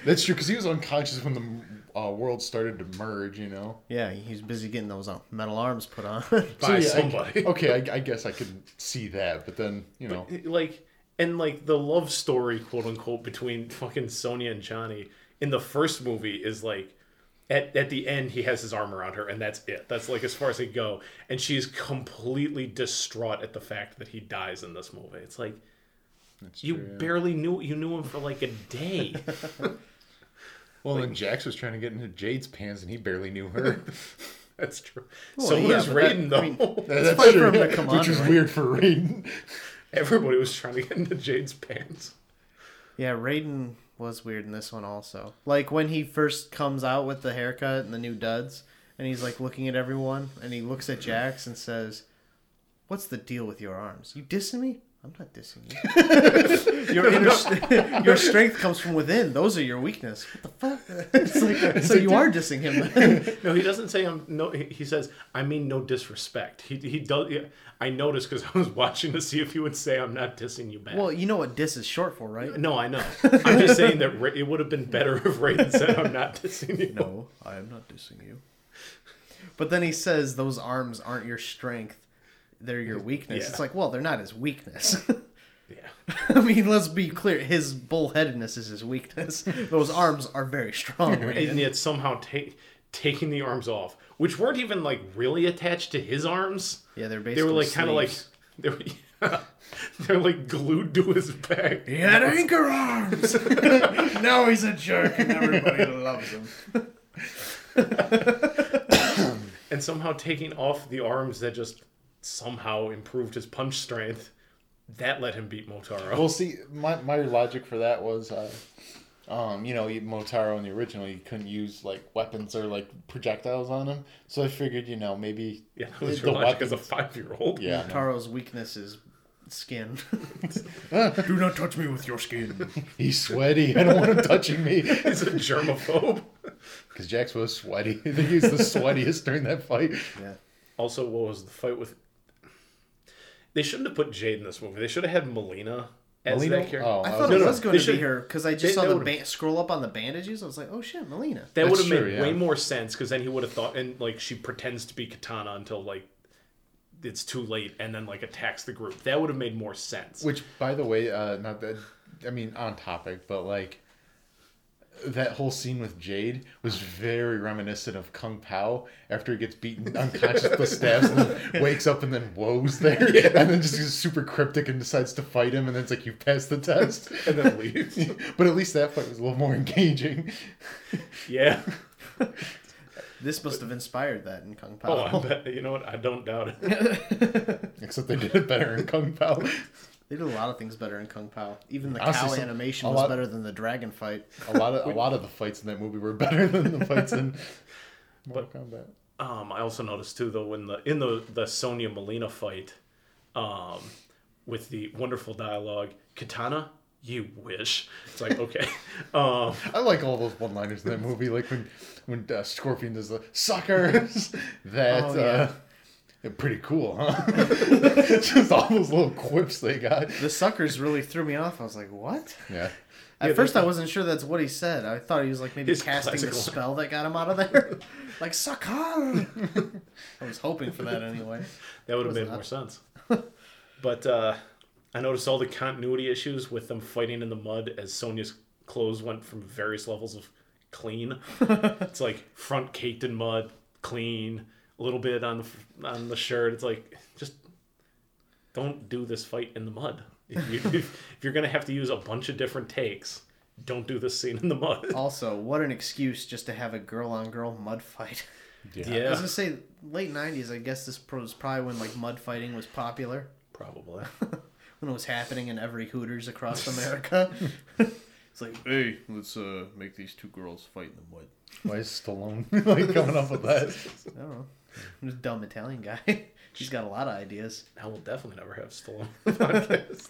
[SPEAKER 10] That's true because he was unconscious when the uh, world started to merge. You know.
[SPEAKER 9] Yeah, he's busy getting those uh, metal arms put on.
[SPEAKER 10] So,
[SPEAKER 11] By
[SPEAKER 10] yeah, I-
[SPEAKER 11] somebody.
[SPEAKER 10] okay, I, I guess I could see that, but then you know,
[SPEAKER 11] like and like the love story quote unquote between fucking Sonya and Johnny in the first movie is like at, at the end he has his arm around her and that's it that's like as far as they go and she's completely distraught at the fact that he dies in this movie it's like you barely knew you knew him for like a day
[SPEAKER 10] well then Jax was trying to get into Jade's pants and he barely knew her.
[SPEAKER 11] that's true so was
[SPEAKER 9] yeah, but that-
[SPEAKER 11] Raiden
[SPEAKER 9] I mean,
[SPEAKER 11] though
[SPEAKER 10] That's
[SPEAKER 9] fine for
[SPEAKER 10] true,
[SPEAKER 9] him to come on,
[SPEAKER 10] which is
[SPEAKER 9] right?
[SPEAKER 10] weird for Raiden.
[SPEAKER 11] everybody was trying to get into Jade's pants
[SPEAKER 9] yeah, Raiden was weird in this one also. Like when he first comes out with the haircut and the new duds, and he's like looking at everyone, and he looks at Jax and says, What's the deal with your arms? You dissing me? I'm not dissing you. your, inner, your strength comes from within. Those are your weakness. What the fuck? It's like, so you are dissing him then.
[SPEAKER 11] No, he doesn't say I'm no. He he says I mean no disrespect. He he does. yeah, I noticed because I was watching to see if he would say I'm not dissing you back.
[SPEAKER 9] Well, you know what diss is short for, right?
[SPEAKER 11] no, I know. I'm just saying that Ra- it would have been better if Raiden said I'm not dissing you.
[SPEAKER 9] No, I am not dissing you. But then he says those arms aren't your strength; they're your weakness.
[SPEAKER 11] Yeah.
[SPEAKER 9] It's like, well, they're not his weakness.
[SPEAKER 11] Yeah.
[SPEAKER 9] I mean, let's be clear: his bullheadedness is his weakness. Those arms are very strong. Right?
[SPEAKER 11] And yet somehow ta- taking the arms off, which weren't even like really attached to his arms.
[SPEAKER 9] Yeah, they're
[SPEAKER 11] They
[SPEAKER 9] basically
[SPEAKER 11] were like kind of like
[SPEAKER 9] sleeves.
[SPEAKER 11] they were. They're like glued to his back.
[SPEAKER 9] He had anchor arms. now he's a jerk, and everybody loves him.
[SPEAKER 11] and somehow taking off the arms that just somehow improved his punch strength, that let him beat Motaro.
[SPEAKER 10] Well, see, my, my logic for that was, uh, um, you know, you- Motaro in the original, you couldn't use like weapons or like projectiles on him, so I figured, you know, maybe
[SPEAKER 11] yeah, that was
[SPEAKER 10] the
[SPEAKER 11] your logic as a
[SPEAKER 10] weapons-
[SPEAKER 11] five-year-old.
[SPEAKER 10] yeah, no.
[SPEAKER 9] Taro's weakness is skin.
[SPEAKER 5] Do not touch me with your skin.
[SPEAKER 10] he's sweaty. I don't want him touching me
[SPEAKER 11] he's a germaphobe.
[SPEAKER 10] because Jax was sweaty. I think he was the sweatiest during that fight.
[SPEAKER 9] yeah.
[SPEAKER 11] Also, what was the fight with? They shouldn't have put Jade in this movie. They should have had Melina as
[SPEAKER 10] Molina?
[SPEAKER 11] that character.
[SPEAKER 10] Oh,
[SPEAKER 9] I
[SPEAKER 10] I
[SPEAKER 9] thought
[SPEAKER 10] was-
[SPEAKER 9] it
[SPEAKER 11] no,
[SPEAKER 9] was going
[SPEAKER 11] they
[SPEAKER 9] to be
[SPEAKER 11] should-
[SPEAKER 9] her because I
[SPEAKER 11] they-
[SPEAKER 9] just saw
[SPEAKER 11] they
[SPEAKER 9] the
[SPEAKER 11] would've-
[SPEAKER 9] ba- scroll up on the bandages. I was like, oh shit, Melina.
[SPEAKER 11] That would
[SPEAKER 10] That's
[SPEAKER 11] have made
[SPEAKER 10] true, yeah.
[SPEAKER 11] way more sense because then he would have thought, and like she pretends to be Katana until like it's too late, and then like attacks the group. That would have made more sense.
[SPEAKER 10] Which, by the way, uh, not that I mean on topic, but like that whole scene with Jade was very reminiscent of Kung Pao after he gets beaten unconscious with the stabs and then wakes up and then woes there and then just is super cryptic and decides to fight him and then it's like you passed the test and then leaves. but at least that fight was a little more engaging.
[SPEAKER 11] yeah.
[SPEAKER 9] This must have inspired that in Kung Pao.
[SPEAKER 11] Oh, I bet, you know what? I don't doubt it.
[SPEAKER 10] Except they did it better in Kung Pao.
[SPEAKER 9] They did a lot of things better in Kung Pao. Even the
[SPEAKER 10] Honestly,
[SPEAKER 9] cow
[SPEAKER 10] some-
[SPEAKER 9] animation
[SPEAKER 10] a
[SPEAKER 9] was
[SPEAKER 10] lot-
[SPEAKER 9] better than the dragon fight.
[SPEAKER 10] A lot of a lot of the fights in that movie were better than the fights in Mortal Kombat.
[SPEAKER 11] Um, I also noticed too though in the in the the Sonya Molina fight, um, with the wonderful dialogue, Katana, you wish. It's like okay, um,
[SPEAKER 10] I like all those one-liners in that movie, like when when uh, Scorpion does the suckers. That
[SPEAKER 9] Oh, yeah.
[SPEAKER 10] uh, pretty cool, huh? Just all those little quips they got.
[SPEAKER 9] The suckers really threw me off. I was like, what?
[SPEAKER 10] Yeah,
[SPEAKER 9] At first, I wasn't sure that's what he said. I thought he was like maybe
[SPEAKER 11] His
[SPEAKER 9] casting the
[SPEAKER 11] classical-
[SPEAKER 9] spell that got him out of there. like, sucker! I was hoping for that anyway.
[SPEAKER 11] that would have made
[SPEAKER 9] that?
[SPEAKER 11] more sense. But uh, I noticed all the continuity issues with them fighting in the mud as Sonya's clothes went from various levels of clean. it's like front caked in mud, clean, a little bit on the f- on the shirt. It's like just don't do this fight in the mud. If, you, if, if you're gonna have to use a bunch of different takes, don't do this scene in the mud.
[SPEAKER 9] Also, what an excuse just to have a girl on girl mud fight.
[SPEAKER 11] Yeah,
[SPEAKER 9] I was gonna say late '90s. I guess this was probably when like mud fighting was popular,
[SPEAKER 11] probably.
[SPEAKER 9] when it was happening in every Hooters across America. it's like, hey, let's uh, make these two girls fight in the mud.
[SPEAKER 10] Why is Stallone like coming up with that?
[SPEAKER 9] I don't know. I'm just a dumb Italian guy. He's got a lot of ideas.
[SPEAKER 11] I will definitely never have Stallone on the podcast.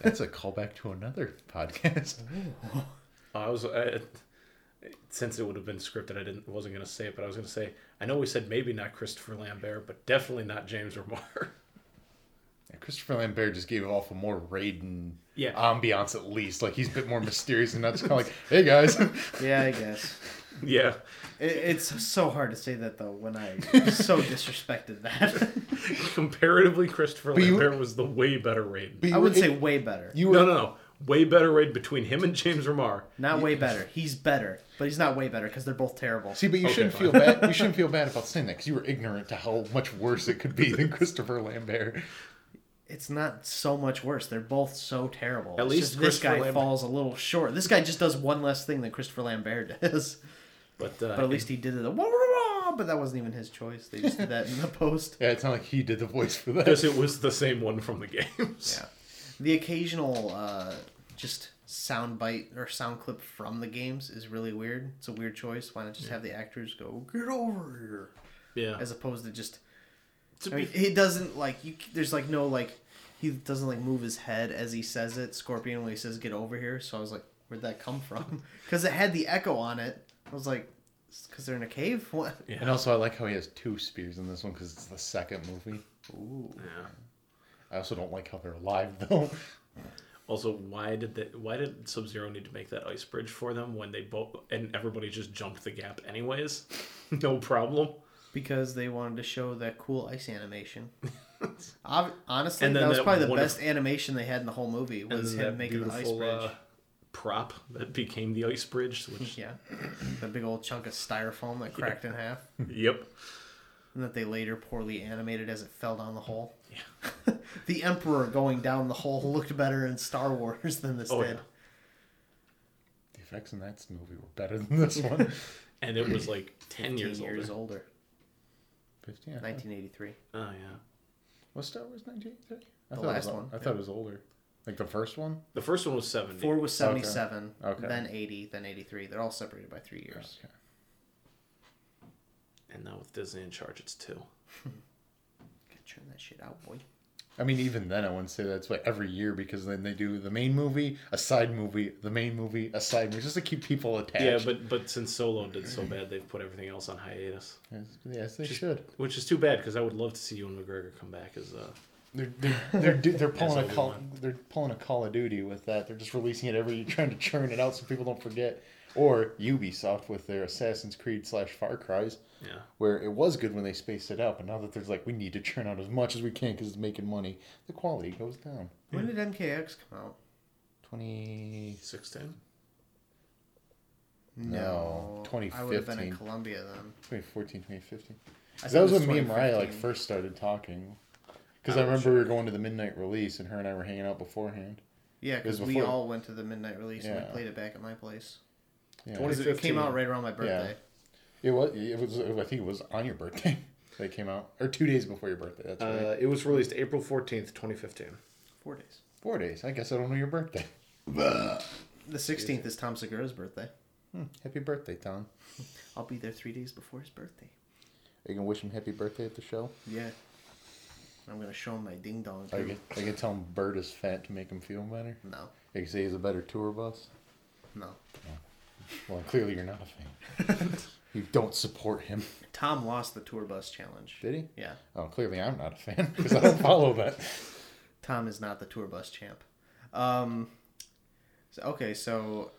[SPEAKER 10] That's a callback to another podcast.
[SPEAKER 9] Oh,
[SPEAKER 11] I was I, since it would have been scripted, I didn't wasn't gonna say it, but I was gonna say I know we said maybe not Christopher Lambert, but definitely not James Remar.
[SPEAKER 10] Yeah, Christopher Lambert just gave off a more Raiden
[SPEAKER 11] Yeah.
[SPEAKER 10] ambiance, at least. Like he's a bit more mysterious and not just kind of like, "Hey guys."
[SPEAKER 9] Yeah, I guess.
[SPEAKER 11] yeah,
[SPEAKER 9] It, it's so hard to say that though when I so disrespected that.
[SPEAKER 11] comparatively, Christopher
[SPEAKER 10] you-
[SPEAKER 11] Lambert was the way better Raid.
[SPEAKER 10] But you
[SPEAKER 9] I would
[SPEAKER 10] were-
[SPEAKER 9] say way better.
[SPEAKER 10] you
[SPEAKER 11] No,
[SPEAKER 10] were
[SPEAKER 11] no, no, way better Raid between him and James Remar.
[SPEAKER 9] Not way better. He's better, but he's not way better because they're both terrible.
[SPEAKER 10] See, but you shouldn't feel bad. You shouldn't feel bad about saying that because you were ignorant to how much worse it could be than Christopher Lambert.
[SPEAKER 9] it's not so much worse. They're both so terrible.
[SPEAKER 11] At
[SPEAKER 9] It's
[SPEAKER 11] least
[SPEAKER 9] just this
[SPEAKER 11] Christopher
[SPEAKER 9] guy
[SPEAKER 11] Lambert-
[SPEAKER 9] falls a little short. This guy just does one less thing than Christopher Lambert does.
[SPEAKER 11] But, uh,
[SPEAKER 9] But at least he did it. a wah, wah, wah, But that wasn't even his choice. They just did that in the post.
[SPEAKER 10] Yeah, it's not like he did the voice for that.
[SPEAKER 11] because it was the same one from the games.
[SPEAKER 9] Yeah. The occasional uh, just sound bite or sound clip from the games is really weird. It's a weird choice. Why not just have the actors go get over here
[SPEAKER 11] Yeah,
[SPEAKER 9] as opposed to just
[SPEAKER 11] To
[SPEAKER 9] I mean,
[SPEAKER 11] be-
[SPEAKER 9] he doesn't like you. There's like no like he doesn't like move his head as he says it. Scorpion when he says "get over here," so I was like, "Where'd that come from?" Because it had the echo on it. I was like, "Because they're in a cave." What?
[SPEAKER 10] And also, I like how he has two spears in this one because it's the second movie.
[SPEAKER 11] yeah.
[SPEAKER 10] I also don't like how they're alive though.
[SPEAKER 11] Also, why did they, why did Sub Zero need to make that ice bridge for them when they both and everybody just jumped the gap anyways? no problem.
[SPEAKER 9] Because they wanted to show that cool ice animation. Ob- Honestly,
[SPEAKER 11] And then
[SPEAKER 9] that was
[SPEAKER 11] that
[SPEAKER 9] probably the
[SPEAKER 11] wonderful-
[SPEAKER 9] best animation they had in the whole movie
[SPEAKER 11] And
[SPEAKER 9] was
[SPEAKER 11] then
[SPEAKER 9] him making the ice
[SPEAKER 11] beautiful,
[SPEAKER 9] bridge.
[SPEAKER 11] uh, prop that became the ice bridge. Which,
[SPEAKER 9] Yeah, the big old chunk of styrofoam that cracked in half,
[SPEAKER 11] yep,
[SPEAKER 9] and that they later poorly animated as it fell down the hole. Yeah, the emperor going down the hole looked better in Star Wars than this
[SPEAKER 11] Oh,
[SPEAKER 9] did.
[SPEAKER 11] yeah.
[SPEAKER 10] The effects in that movie were better than this one.
[SPEAKER 11] and it was like ten
[SPEAKER 9] 15
[SPEAKER 11] years,
[SPEAKER 9] years
[SPEAKER 11] older.
[SPEAKER 9] older.
[SPEAKER 10] 15.
[SPEAKER 9] 1983.
[SPEAKER 11] Oh yeah,
[SPEAKER 10] Was Star Wars 1983? I
[SPEAKER 9] The
[SPEAKER 10] thought it was-
[SPEAKER 9] last one,
[SPEAKER 10] I thought it was older. Like the first one?
[SPEAKER 11] the first one was seventy.
[SPEAKER 9] Four was 77,
[SPEAKER 10] Okay.
[SPEAKER 9] then 80, then 83. They're all separated by three years.
[SPEAKER 10] Okay.
[SPEAKER 11] and now with Disney in charge, it's two. Oh,
[SPEAKER 9] Gotta turn that shit out, boy.
[SPEAKER 10] I mean, even then, I wouldn't say that's like every year because then they do the main movie, a side movie, the main movie, a side movie, just to keep people attached.
[SPEAKER 11] Yeah, but but since Solo did so bad, they've put everything else on hiatus,
[SPEAKER 10] Yes, yes, they should.
[SPEAKER 11] which is too bad because I would love to see you and McGregor come back as uh,
[SPEAKER 10] They're they're they're, do- they're pulling a
[SPEAKER 11] As
[SPEAKER 10] call.
[SPEAKER 11] Obi-Wan.
[SPEAKER 10] They're pulling a Call of Duty with that. They're just releasing it every. Trying to churn it out so people don't forget. Or Ubisoft with their Assassin's Creed slash Far Cry's,
[SPEAKER 11] yeah.
[SPEAKER 10] where it was good when they spaced it out, but now that there's like we need to churn out as much as we can because it's making money, the quality goes down.
[SPEAKER 9] When did MKX come out?
[SPEAKER 10] Twenty
[SPEAKER 11] Sixteen.
[SPEAKER 10] no,
[SPEAKER 9] I would have been in
[SPEAKER 10] 2015,
[SPEAKER 9] Columbia then.
[SPEAKER 10] 2014, 2015.
[SPEAKER 9] I
[SPEAKER 10] That was
[SPEAKER 9] think
[SPEAKER 10] when
[SPEAKER 9] it
[SPEAKER 10] me and Mariah like
[SPEAKER 9] 2015.
[SPEAKER 10] first started talking. Because I remember we were going to the midnight release, and her and I were hanging out beforehand.
[SPEAKER 9] Yeah, because
[SPEAKER 10] was
[SPEAKER 9] we
[SPEAKER 10] before-
[SPEAKER 9] all went to the midnight release and
[SPEAKER 10] Yeah.
[SPEAKER 9] we played it back at my place.
[SPEAKER 10] Yeah.
[SPEAKER 9] Because It came
[SPEAKER 11] 2015.
[SPEAKER 9] out right around my birthday.
[SPEAKER 10] It was. It was. I think it was on your birthday. They came out, or two days before your birthday. That's right.
[SPEAKER 11] Uh, it was released April fourteenth, twenty fifteen.
[SPEAKER 9] Four days.
[SPEAKER 10] Four days. I guess I don't know your birthday.
[SPEAKER 9] The 16th is Tom Segura's birthday.
[SPEAKER 10] Happy birthday, Tom.
[SPEAKER 9] I'll be there three days before his birthday.
[SPEAKER 10] You can wish him happy birthday at the show.
[SPEAKER 9] Yeah. I'm going to show him my ding dong.
[SPEAKER 10] I
[SPEAKER 9] too.
[SPEAKER 10] can, I can tell him Bird is fat to make him feel better.
[SPEAKER 9] No,
[SPEAKER 10] I can say he's a better tour bus.
[SPEAKER 9] no.
[SPEAKER 10] Well, clearly you're not a fan. you don't support him.
[SPEAKER 9] Tom lost the tour bus challenge.
[SPEAKER 10] Did he?
[SPEAKER 9] Yeah.
[SPEAKER 10] Oh, clearly I'm not a fan because I don't follow that.
[SPEAKER 9] Tom is not the tour bus champ. Um, so, okay, so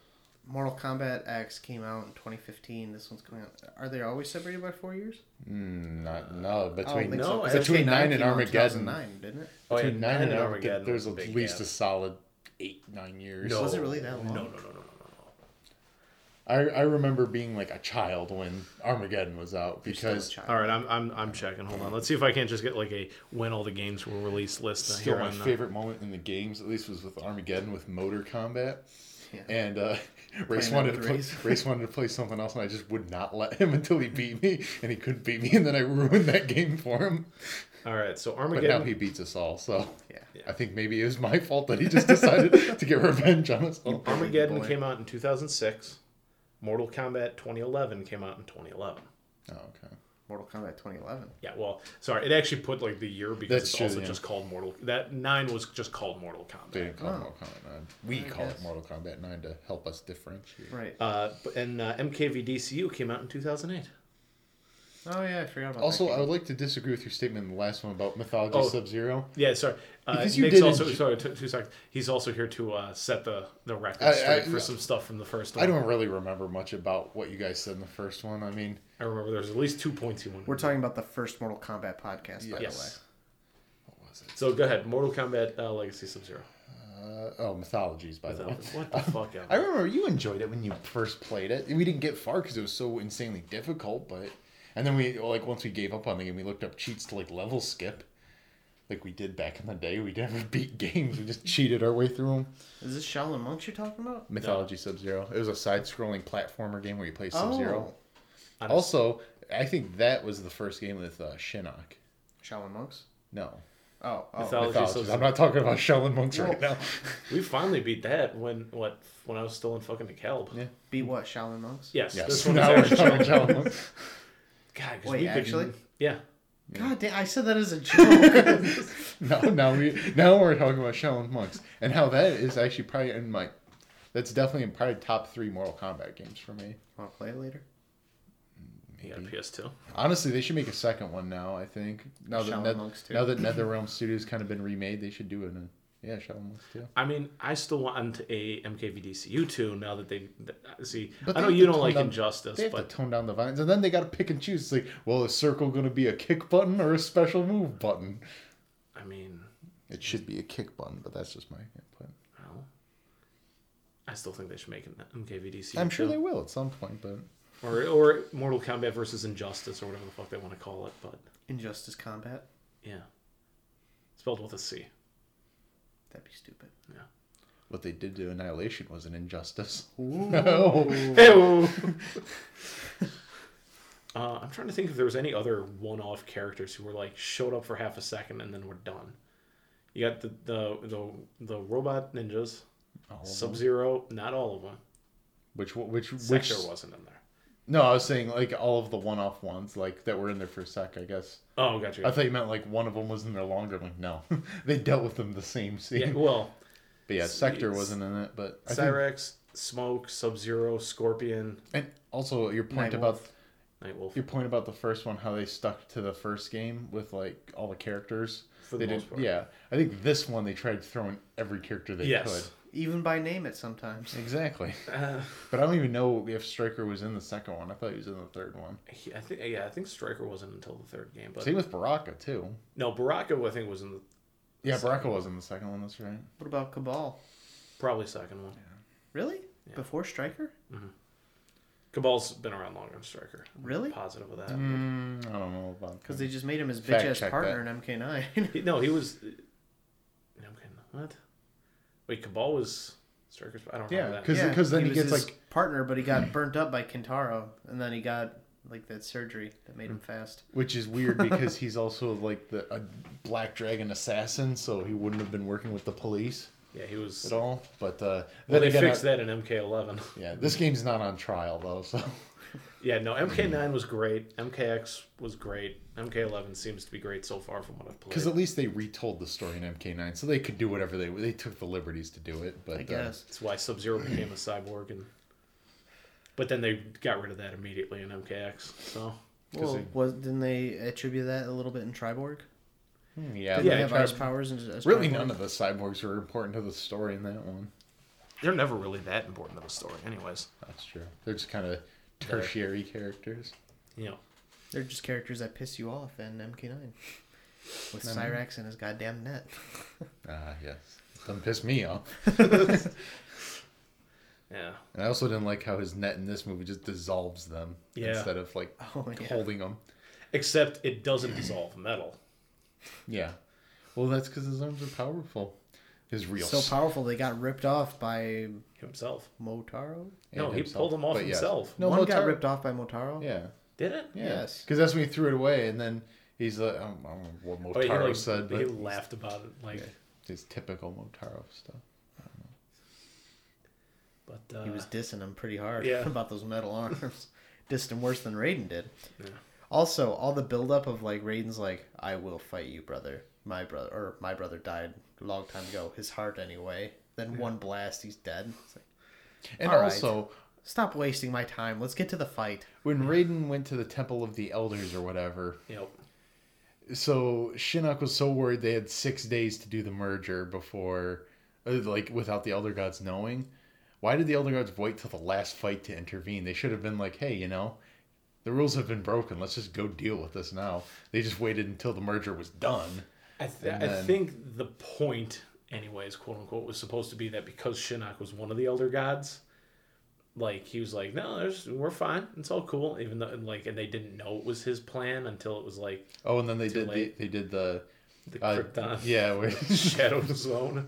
[SPEAKER 9] Mortal Kombat X came out in 2015. This one's coming out. Are they always separated by four years?
[SPEAKER 10] Not no between
[SPEAKER 9] think
[SPEAKER 11] so.
[SPEAKER 10] no,
[SPEAKER 11] No,
[SPEAKER 10] it's between nine and
[SPEAKER 9] came out in
[SPEAKER 10] Armageddon.
[SPEAKER 9] 2009, didn't it?
[SPEAKER 11] Oh, yeah,
[SPEAKER 10] Between nine and Armageddon,
[SPEAKER 11] was
[SPEAKER 10] there's
[SPEAKER 11] a
[SPEAKER 10] at
[SPEAKER 11] big
[SPEAKER 10] least
[SPEAKER 11] gap.
[SPEAKER 10] a solid eight nine years.
[SPEAKER 9] Was it really that long?
[SPEAKER 11] No, no, no, no, no, no.
[SPEAKER 10] I, I remember being like a child when Armageddon was out because
[SPEAKER 11] All right, I'm, I'm I'm checking. Hold on. Let's see if I can't just get like a when all the games were released list
[SPEAKER 10] still
[SPEAKER 11] here
[SPEAKER 10] my
[SPEAKER 11] on the-
[SPEAKER 10] favorite moment in the games, at least, was with Armageddon with motor combat. And uh, Race
[SPEAKER 9] that
[SPEAKER 10] wanted to
[SPEAKER 9] with
[SPEAKER 10] play,
[SPEAKER 9] Race.
[SPEAKER 10] Race wanted to play something else, and I just would not let him until he beat me, and he couldn't beat me, and then I ruined that game for him.
[SPEAKER 11] All right, so
[SPEAKER 10] But
[SPEAKER 11] Armageddon.
[SPEAKER 10] now he beats us all, so
[SPEAKER 11] Yeah.
[SPEAKER 10] I think maybe it was my fault that he just decided to get revenge on us. all.
[SPEAKER 11] Armageddon came out in 2006. Mortal Kombat 2011 came out in 2011.
[SPEAKER 10] Oh, okay.
[SPEAKER 9] Mortal Kombat 2011.
[SPEAKER 11] Yeah, well, sorry, it actually put like the year because
[SPEAKER 10] That's
[SPEAKER 11] it's
[SPEAKER 10] true,
[SPEAKER 11] also
[SPEAKER 10] yeah.
[SPEAKER 11] just called Mortal. That nine was just called Mortal Kombat.
[SPEAKER 10] They didn't call
[SPEAKER 9] Oh.
[SPEAKER 10] it Mortal Kombat 9. We call
[SPEAKER 9] guess.
[SPEAKER 10] it Mortal Kombat 9 to help us differentiate.
[SPEAKER 9] Right.
[SPEAKER 11] Uh, but- and uh, MKVDCU came out in 2008.
[SPEAKER 9] oh yeah, I forgot about
[SPEAKER 10] Also,
[SPEAKER 9] that.
[SPEAKER 10] I would like to disagree with your statement in the last one about Mythology
[SPEAKER 11] Oh.
[SPEAKER 10] Sub Zero.
[SPEAKER 11] Yeah, sorry. Uh,
[SPEAKER 10] Because you
[SPEAKER 11] Nick's
[SPEAKER 10] did
[SPEAKER 11] also
[SPEAKER 10] enjoy-
[SPEAKER 11] sorry, two, two seconds. He's also here to uh, set the the record
[SPEAKER 10] I-
[SPEAKER 11] straight
[SPEAKER 10] I-
[SPEAKER 11] for some stuff from the first one.
[SPEAKER 10] I don't really remember much about what you guys said in the first one. I mean,
[SPEAKER 11] I remember there's at least two points he wanted.
[SPEAKER 9] We're talking about the first Mortal Kombat podcast, by
[SPEAKER 11] Yes. What was it? So go ahead. Mortal Kombat uh, Legacy Sub Zero.
[SPEAKER 10] uh, oh, Mythologies, by the way.
[SPEAKER 11] What the fuck?
[SPEAKER 10] I
[SPEAKER 11] Evan?
[SPEAKER 10] remember you enjoyed it when you first played it. We didn't get far because it was so insanely difficult, but. And then we, like, once we gave up on the game, we looked up cheats to, like, level skip. Like we did back in the day. We never beat games, we just cheated our way through them.
[SPEAKER 9] the way. Is this Shaolin Monks you're talking about?
[SPEAKER 10] Mythology Sub Zero. It was a side scrolling platformer game where you play Sub Zero.
[SPEAKER 9] Oh,
[SPEAKER 10] Also, I think that was the first game with uh, Shinnok.
[SPEAKER 9] Shaolin Monks.
[SPEAKER 10] No.
[SPEAKER 9] Oh, oh.
[SPEAKER 11] Mythology Sub
[SPEAKER 10] Mythologies.
[SPEAKER 11] Zero.
[SPEAKER 10] I'm not talking about Shaolin Monks right now.
[SPEAKER 11] We finally beat that when what when I was still in fucking DeKalb.
[SPEAKER 10] Yeah.
[SPEAKER 9] Be what Shaolin Monks?
[SPEAKER 11] Yes,
[SPEAKER 10] Yes.
[SPEAKER 11] This one is
[SPEAKER 10] now we're
[SPEAKER 11] actually
[SPEAKER 10] talking Shaolin Monks.
[SPEAKER 11] God. 'cause
[SPEAKER 9] Wait,
[SPEAKER 11] we could-
[SPEAKER 9] actually?
[SPEAKER 11] yeah.
[SPEAKER 9] God damn! I said that as a joke.
[SPEAKER 10] No, now we now we're talking about Shaolin Monks and how that is actually probably in my that's definitely in probably top three Mortal Kombat games for me.
[SPEAKER 9] Want to play it later?
[SPEAKER 11] You got a PS2.
[SPEAKER 10] Honestly, they should make a second one now. I think now that
[SPEAKER 9] Shaolin
[SPEAKER 10] Neth-
[SPEAKER 9] Monks too.
[SPEAKER 10] now that NetherRealm Studios kind of been remade, they should do it. In a, yeah, Shaolin Monks too.
[SPEAKER 11] I mean, I still want a MKVDCU two now that they that- see. I
[SPEAKER 10] they
[SPEAKER 11] know
[SPEAKER 10] have
[SPEAKER 11] you
[SPEAKER 10] to
[SPEAKER 11] don't
[SPEAKER 10] tone
[SPEAKER 11] like
[SPEAKER 10] down-
[SPEAKER 11] Injustice,
[SPEAKER 10] They have
[SPEAKER 11] but
[SPEAKER 10] to tone down the violence, and then they got to pick and choose. It's like, well, is circle going to be a kick button or a special move button?
[SPEAKER 11] I mean,
[SPEAKER 10] It should be a kick button, but that's just my input.
[SPEAKER 11] well, I still think they should make an MKVDCU.
[SPEAKER 10] I'm sure
[SPEAKER 11] two.
[SPEAKER 10] they will at some point, but
[SPEAKER 11] or or Mortal Kombat versus Injustice or whatever the fuck they want to call it. But
[SPEAKER 9] Injustice Combat.
[SPEAKER 11] yeah, spelled with a C.
[SPEAKER 9] That'd be stupid.
[SPEAKER 10] what they did to Annihilation was an injustice.
[SPEAKER 11] Uh, I'm trying to think if there was any other one-off characters who were like showed up for half a second and then were done. You got the the the, the robot ninjas, Sub Zero, not all of them.
[SPEAKER 10] Which one- which which?
[SPEAKER 11] Sector wasn't in there.
[SPEAKER 10] No, I was saying like all of the one-off ones like that were in there for a sec. I guess
[SPEAKER 11] Oh, gotcha.
[SPEAKER 10] I thought you meant like one of them was in there longer. I'm like no, they dealt with them the same scene.
[SPEAKER 11] yeah, well,
[SPEAKER 10] but yeah, Sector
[SPEAKER 11] it's-
[SPEAKER 10] wasn't in it. But I think,
[SPEAKER 11] Cyrex, Smoke, Sub Zero, Scorpion,
[SPEAKER 10] and also your point
[SPEAKER 9] Nightwolf.
[SPEAKER 10] about
[SPEAKER 11] Nightwolf.
[SPEAKER 10] your point about the first one, how they stuck to the first game with like all the characters.
[SPEAKER 11] For the
[SPEAKER 10] they
[SPEAKER 11] most
[SPEAKER 10] did,
[SPEAKER 11] part.
[SPEAKER 10] Yeah, I think this one they tried to throw in every character they
[SPEAKER 11] Yes,
[SPEAKER 9] Even by name it sometimes.
[SPEAKER 10] could. Exactly. but I don't even know if Striker was in the second one. I thought he was in the third one.
[SPEAKER 11] He- I think yeah, I think Striker wasn't until the third game, but
[SPEAKER 10] Same with Baraka too.
[SPEAKER 11] no, Baraka I think was in the
[SPEAKER 10] Yeah, Baraka was in the second one. That's right.
[SPEAKER 9] What about Cabal?
[SPEAKER 11] probably second one.
[SPEAKER 9] Really? Before Striker?
[SPEAKER 11] Cabal's been around longer than Striker.
[SPEAKER 9] Really?
[SPEAKER 11] Positive of that.
[SPEAKER 10] Mm, I don't know about
[SPEAKER 9] Because they just made him his bitch
[SPEAKER 10] Fact
[SPEAKER 9] ass
[SPEAKER 10] check
[SPEAKER 9] partner in MK9.
[SPEAKER 11] He- no, he was. uh, no, I'm kidding. What? Wait, Cabal was Striker's. I don't
[SPEAKER 10] Yeah,
[SPEAKER 11] remember that.
[SPEAKER 10] because then he,
[SPEAKER 9] was
[SPEAKER 10] gets
[SPEAKER 9] his
[SPEAKER 10] like
[SPEAKER 9] partner, but he got burnt up by Kentaro, and then he got like that surgery that made
[SPEAKER 10] Hmm.
[SPEAKER 9] him fast.
[SPEAKER 10] which is weird because he's also like the a black dragon assassin, so he wouldn't have been working with the police
[SPEAKER 11] Yeah, he was.
[SPEAKER 10] at all. But uh,
[SPEAKER 11] Well,
[SPEAKER 10] then
[SPEAKER 11] they
[SPEAKER 10] again,
[SPEAKER 11] fixed
[SPEAKER 10] I-
[SPEAKER 11] that in MK11.
[SPEAKER 10] yeah, this game's not on trial though, so
[SPEAKER 11] yeah, no, MK9 was great. MKX was great. MK11 seems to be great so far from what I've played.
[SPEAKER 10] because at least they retold the story in MK9, so they could do whatever they they took the liberties to do it. But uh,
[SPEAKER 9] I guess.
[SPEAKER 11] That's why Sub Zero became a cyborg, and but then they got rid of that immediately in MKX. So
[SPEAKER 9] well, was didn't they attribute that a little bit in Triborg?
[SPEAKER 10] uh, yeah,
[SPEAKER 9] Didn't
[SPEAKER 10] they
[SPEAKER 9] they have
[SPEAKER 10] tried-
[SPEAKER 9] ice powers and as
[SPEAKER 10] really
[SPEAKER 9] Triborg?
[SPEAKER 10] none of the cyborgs were important to the story in that one.
[SPEAKER 11] they're never really that important to the story, anyways.
[SPEAKER 10] That's true. They're just kind of tertiary characters.
[SPEAKER 11] You know,
[SPEAKER 9] They're just characters that piss you off in MK9. With Cyrax and his goddamn net.
[SPEAKER 10] Ah, yes. Doesn't piss me off.
[SPEAKER 11] Yeah.
[SPEAKER 10] And I also didn't like how his net in this movie just dissolves them
[SPEAKER 11] Yeah.
[SPEAKER 10] instead of like
[SPEAKER 9] Oh, yeah.
[SPEAKER 10] holding them.
[SPEAKER 11] Except it doesn't dissolve metal.
[SPEAKER 10] Yeah. Well, that's because his arms are powerful. His real
[SPEAKER 9] So
[SPEAKER 10] s-
[SPEAKER 9] powerful they got ripped off by
[SPEAKER 11] Himself.
[SPEAKER 9] Motaro.
[SPEAKER 10] and
[SPEAKER 11] no, he pulled them off
[SPEAKER 10] but yes.
[SPEAKER 11] himself.
[SPEAKER 10] No,
[SPEAKER 9] One got
[SPEAKER 10] Motaro-
[SPEAKER 9] ripped off by Motaro.
[SPEAKER 10] Yeah.
[SPEAKER 11] Did it?
[SPEAKER 10] Yeah.
[SPEAKER 9] Yes.
[SPEAKER 10] Because that's when he threw it away, and then he's like, I don't, I don't know what
[SPEAKER 11] But Oh, he,
[SPEAKER 10] Motaro
[SPEAKER 11] like,
[SPEAKER 10] said,
[SPEAKER 11] he
[SPEAKER 10] but
[SPEAKER 11] laughed about it. Like,
[SPEAKER 10] his typical Motaro stuff.
[SPEAKER 11] but uh,
[SPEAKER 9] He was dissing him pretty hard
[SPEAKER 11] Yeah.
[SPEAKER 9] about those metal arms. Dissed him worse than Raiden did. Also, all the buildup of like Raiden's like, I will fight you, brother. My brother or my brother died a long time ago. His heart anyway. Then one blast, he's dead. It's like,
[SPEAKER 10] And
[SPEAKER 9] All right.
[SPEAKER 10] also,
[SPEAKER 9] Stop wasting my time. Let's get to the fight.
[SPEAKER 10] when Raiden went to the Temple of the Elders or whatever,
[SPEAKER 11] you know,
[SPEAKER 10] so Shinnok was so worried they had six days to do the merger before, uh, like, without the Elder Gods knowing. Why did the Elder Gods wait till the last fight to intervene? They should have been like, hey, you know, the rules have been broken. Let's just go deal with this now. They just waited until the merger was done.
[SPEAKER 11] I, th-
[SPEAKER 10] And
[SPEAKER 11] I
[SPEAKER 10] then-
[SPEAKER 11] think the point, anyways, quote unquote, was supposed to be that because Shinnok was one of the Elder Gods, like he was like, no, there's we're fine, it's all cool, even though and, like, and they didn't know it was his plan until it was like
[SPEAKER 10] Oh, and then they did the,
[SPEAKER 11] late.
[SPEAKER 10] they did the
[SPEAKER 11] the
[SPEAKER 10] uh,
[SPEAKER 11] Krypton
[SPEAKER 10] yeah. Where,
[SPEAKER 11] Shadow Zone.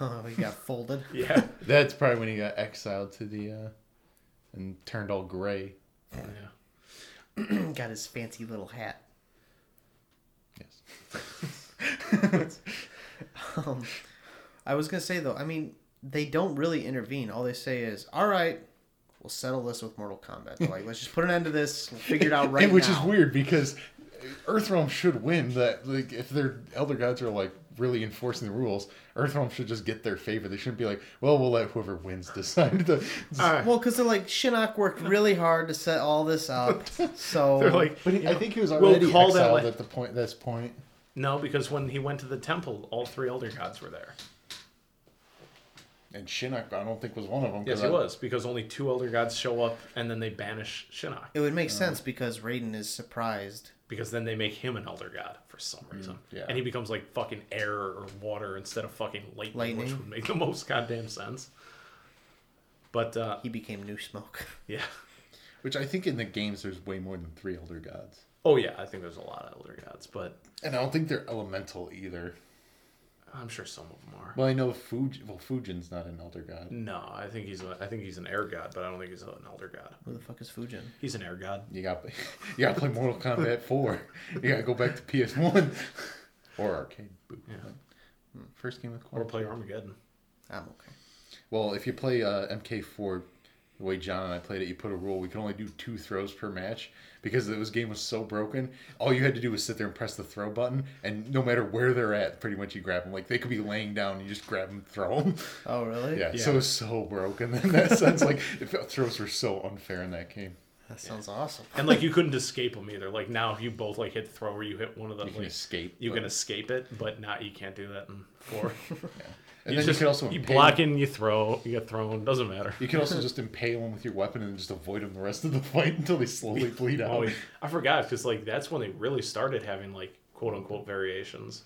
[SPEAKER 9] Oh, he got folded.
[SPEAKER 11] Yeah,
[SPEAKER 10] that's probably when he got exiled to the uh, and turned all gray.
[SPEAKER 11] yeah.
[SPEAKER 9] got his fancy little hat.
[SPEAKER 10] Yes.
[SPEAKER 9] Um, I was gonna say though, I mean, they don't really intervene. All they say is, "All right, we'll settle this with Mortal Kombat." They're like, let's just put an end to this. We'll figure it out right
[SPEAKER 10] And which
[SPEAKER 9] now.
[SPEAKER 10] is weird because Earthrealm should win. That like if their elder gods are like really enforcing the rules, Earthrealm should just get their favor. They shouldn't be like, well, we'll let whoever wins decide. The,
[SPEAKER 9] Well, because they're like Shinnok worked really hard to set all this up, so
[SPEAKER 11] They're like,
[SPEAKER 10] but he, I think he was
[SPEAKER 11] we'll
[SPEAKER 10] already
[SPEAKER 11] call that
[SPEAKER 10] exiled
[SPEAKER 11] way.
[SPEAKER 10] at the point. This point,
[SPEAKER 11] no, because when he went to the temple, all three Elder Gods were there.
[SPEAKER 10] and Shinnok, I don't think was one of them.
[SPEAKER 11] Yes,
[SPEAKER 10] 'cause
[SPEAKER 11] he
[SPEAKER 10] I-
[SPEAKER 11] was because only two Elder Gods show up, and then they banish Shinnok
[SPEAKER 9] it would make
[SPEAKER 10] "Oh."
[SPEAKER 9] sense because Raiden is surprised.
[SPEAKER 11] because then they make him an Elder God for some reason,
[SPEAKER 10] Mm, yeah.
[SPEAKER 11] and he becomes like fucking air or water instead of fucking lightning, which
[SPEAKER 9] Lightning.
[SPEAKER 11] would make the most goddamn sense. But uh,
[SPEAKER 9] He became New Smoke.
[SPEAKER 11] yeah,
[SPEAKER 10] Which I think in the games there's way more than three elder gods,
[SPEAKER 11] oh yeah, I think there's a lot of Elder Gods, but
[SPEAKER 10] and I don't think they're elemental either.
[SPEAKER 11] I'm sure some of them are.
[SPEAKER 10] Well, I know Fuj. Well, Fujin's not an elder god.
[SPEAKER 11] No, I think he's a, I think he's an air god, but I don't think he's an Elder God.
[SPEAKER 9] Who the fuck is Fujin?
[SPEAKER 11] He's an air god.
[SPEAKER 10] You got, you got to play Mortal Kombat Four. You got to go back to PS One or arcade boot. Hmm, First game with
[SPEAKER 11] Or
[SPEAKER 10] Quantum.
[SPEAKER 11] play Armageddon.
[SPEAKER 9] I'm okay.
[SPEAKER 10] Well, if you play uh, MK4 the way John and I played it, you put a rule we could only do two throws per match because this game was so broken. All you had to do was sit there and press the throw button, and no matter where they're at, pretty much you grab them. Like they could be laying down, you just grab them, throw them.
[SPEAKER 9] Oh really?
[SPEAKER 10] Yeah, so it was so broken in that sense. Like it felt- throws were so unfair in that game.
[SPEAKER 9] That sounds awesome.
[SPEAKER 11] and like you couldn't escape them either. Like now, if you both like hit throw or you hit one of them,
[SPEAKER 10] You can
[SPEAKER 11] like,
[SPEAKER 10] escape,
[SPEAKER 11] You
[SPEAKER 10] but-
[SPEAKER 11] can escape it, but not you can't do that in four.
[SPEAKER 10] And
[SPEAKER 11] you
[SPEAKER 10] then
[SPEAKER 11] just
[SPEAKER 10] you could also
[SPEAKER 11] you
[SPEAKER 10] impale-
[SPEAKER 11] block in, you throw, you get thrown. Doesn't matter.
[SPEAKER 10] You can also just impale them with your weapon and just avoid them the rest of the fight until they slowly bleed out.
[SPEAKER 11] Oh, I forgot because like that's when they really started having like quote unquote variations.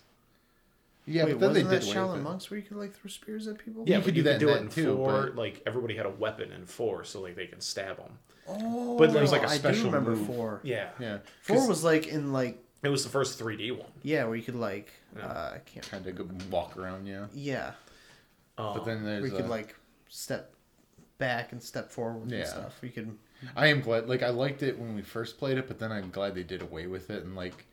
[SPEAKER 10] Yeah,
[SPEAKER 9] Wait,
[SPEAKER 10] but then they
[SPEAKER 9] wasn't
[SPEAKER 10] did
[SPEAKER 9] that
[SPEAKER 10] away
[SPEAKER 9] Shaolin
[SPEAKER 10] with it.
[SPEAKER 9] monks where you could like throw spears at people?
[SPEAKER 10] could do that in that too,
[SPEAKER 11] four.
[SPEAKER 10] but-
[SPEAKER 11] Like everybody had a weapon in four, so like they could stab them.
[SPEAKER 9] Oh,
[SPEAKER 11] But there
[SPEAKER 10] was, like, a
[SPEAKER 9] I
[SPEAKER 10] special
[SPEAKER 9] do remember
[SPEAKER 10] move.
[SPEAKER 9] four.
[SPEAKER 11] Yeah,
[SPEAKER 10] Yeah,
[SPEAKER 9] Four was like in like
[SPEAKER 11] It was the first 3D one.
[SPEAKER 9] yeah where you could like uh, I can't
[SPEAKER 10] kind of walk around. Yeah,
[SPEAKER 9] yeah
[SPEAKER 10] but then there's
[SPEAKER 9] we could
[SPEAKER 10] uh,
[SPEAKER 9] like step back and step forward
[SPEAKER 10] Yeah.
[SPEAKER 9] and stuff. We could
[SPEAKER 10] I am glad. Like I liked it when we first played it, but then I'm glad they did away with it. And like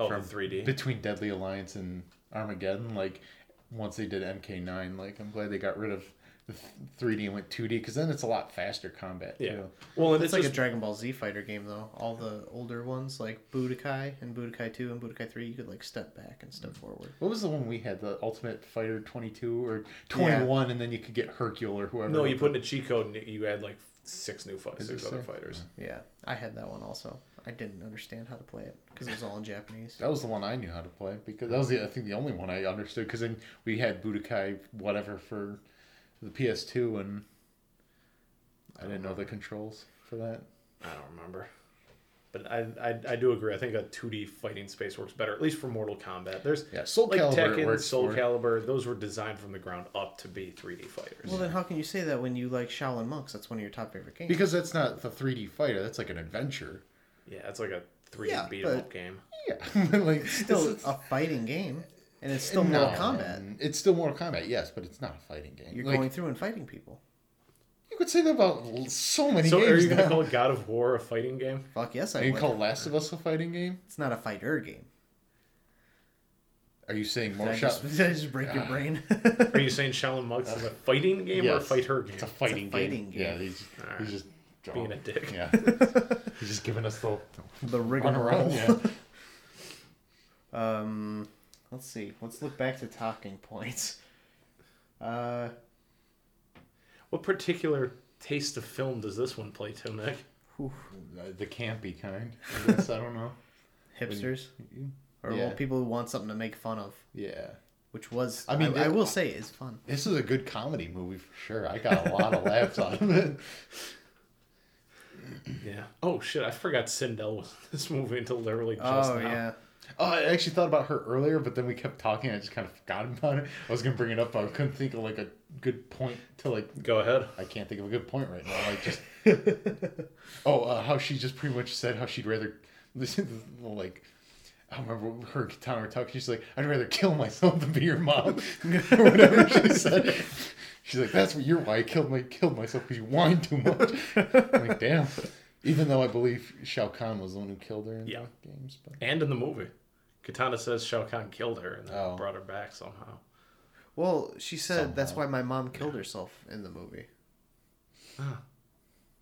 [SPEAKER 11] Oh, the 3D.
[SPEAKER 10] between Deadly Alliance and Armageddon, like once they did MK9, like I'm glad they got rid of the th- 3D and went 2D because then it's a lot faster combat.
[SPEAKER 11] yeah.
[SPEAKER 10] too.
[SPEAKER 11] Well, and
[SPEAKER 9] It's,
[SPEAKER 11] it's
[SPEAKER 9] like
[SPEAKER 11] just-
[SPEAKER 9] a Dragon Ball Z fighter game though. All the older ones like Budokai and Budokai Two and Budokai Three, you could like step back and step forward.
[SPEAKER 10] What was the one we had? The Ultimate Fighter 22 or 21, and then you could get Hercule or whoever.
[SPEAKER 11] No, you put in a cheat code and you add like six new fighters,
[SPEAKER 10] it
[SPEAKER 11] six other
[SPEAKER 10] six?
[SPEAKER 11] fighters.
[SPEAKER 9] Yeah, I had that one also. I didn't understand how to play it because it was all in Japanese.
[SPEAKER 10] That was the one I knew how to play because that was the I think the only one I understood because then we had Budokai whatever for the PS2 and I didn't know the controls for that.
[SPEAKER 11] I don't remember. But I, I, I do agree. I think a 2D fighting space works better, at least for Mortal Kombat. There's
[SPEAKER 10] Yeah, Soul
[SPEAKER 11] like
[SPEAKER 10] Calibur it
[SPEAKER 11] Tekken,
[SPEAKER 10] works
[SPEAKER 11] Soul
[SPEAKER 10] for.
[SPEAKER 11] Calibur. Those were designed from the ground up to be 3D fighters.
[SPEAKER 9] Well, then how can you say that when you like Shaolin monks? That's one of your top favorite games.
[SPEAKER 10] Because that's not the 3D fighter. That's like an adventure.
[SPEAKER 11] yeah, it's like a 3D
[SPEAKER 9] Yeah,
[SPEAKER 11] beat 'em
[SPEAKER 9] but-
[SPEAKER 11] up game.
[SPEAKER 10] Yeah, like
[SPEAKER 9] still
[SPEAKER 10] this is-
[SPEAKER 9] a fighting game, and it's still
[SPEAKER 10] no,
[SPEAKER 9] Mortal Kombat.
[SPEAKER 10] It's still Mortal Kombat, yes, but it's not a fighting game.
[SPEAKER 9] You're
[SPEAKER 10] Like,
[SPEAKER 9] going through and fighting people.
[SPEAKER 10] You could say that about l- so many
[SPEAKER 11] So are
[SPEAKER 10] games.
[SPEAKER 11] you gonna
[SPEAKER 10] now.
[SPEAKER 11] call God of War a fighting game?
[SPEAKER 9] Fuck yes,
[SPEAKER 10] Are
[SPEAKER 9] I
[SPEAKER 10] you
[SPEAKER 9] would.
[SPEAKER 10] call Last of Us a fighting game?
[SPEAKER 9] It's not a fighter game.
[SPEAKER 10] Are you saying
[SPEAKER 9] Did
[SPEAKER 10] more
[SPEAKER 9] I,
[SPEAKER 10] shot?
[SPEAKER 9] just, did I just break your brain?
[SPEAKER 11] Are you saying Shaolin Monks is a fighting game or a
[SPEAKER 10] Yes.
[SPEAKER 11] fight her game?
[SPEAKER 10] It's a fighting, game.
[SPEAKER 9] fighting game.
[SPEAKER 10] Yeah, he's, he's just
[SPEAKER 11] Being a dick.
[SPEAKER 10] Yeah, he's just giving us the
[SPEAKER 9] the rig
[SPEAKER 10] run
[SPEAKER 9] and roll.
[SPEAKER 10] around. Yeah.
[SPEAKER 9] Um, let's see. Let's look back to talking points. Uh,
[SPEAKER 11] What particular taste of film does this one play to, Nick?
[SPEAKER 10] Uh, the campy kind. I guess I don't know.
[SPEAKER 9] hipsters or
[SPEAKER 10] Yeah.
[SPEAKER 9] well, people who want something to make fun of,
[SPEAKER 10] Yeah,
[SPEAKER 9] which was
[SPEAKER 10] I
[SPEAKER 9] I
[SPEAKER 10] mean,
[SPEAKER 9] mean I,
[SPEAKER 10] it-
[SPEAKER 9] will say is fun.
[SPEAKER 10] this is a good comedy movie for sure. I got a lot of laughs out of it.
[SPEAKER 11] Yeah. Oh shit, I forgot Sindel was in this movie until literally just
[SPEAKER 9] Oh
[SPEAKER 11] now.
[SPEAKER 9] yeah,
[SPEAKER 10] Oh, I actually thought about her earlier, but then we kept talking. I just kind of forgot about it. I was gonna bring it up, but I couldn't think of like a good point to like.
[SPEAKER 11] Go ahead.
[SPEAKER 10] I can't think of a good point right now. Like just. oh, uh, how she just pretty much said how she'd rather listen to like. I don't remember her time we were talking. She's like, "I'd rather kill myself than be your mom," or whatever she said. She's like, "That's what you're why I killed my killed myself because you whine too much." I'm like, damn. Even though I believe Shao Kahn was the one who killed her in
[SPEAKER 11] Yeah.
[SPEAKER 10] the games, but
[SPEAKER 11] And in the movie. Katana says Shao Kahn killed her and then
[SPEAKER 10] Oh.
[SPEAKER 11] brought her back somehow.
[SPEAKER 9] well she said that's why my mom killed herself in the movie.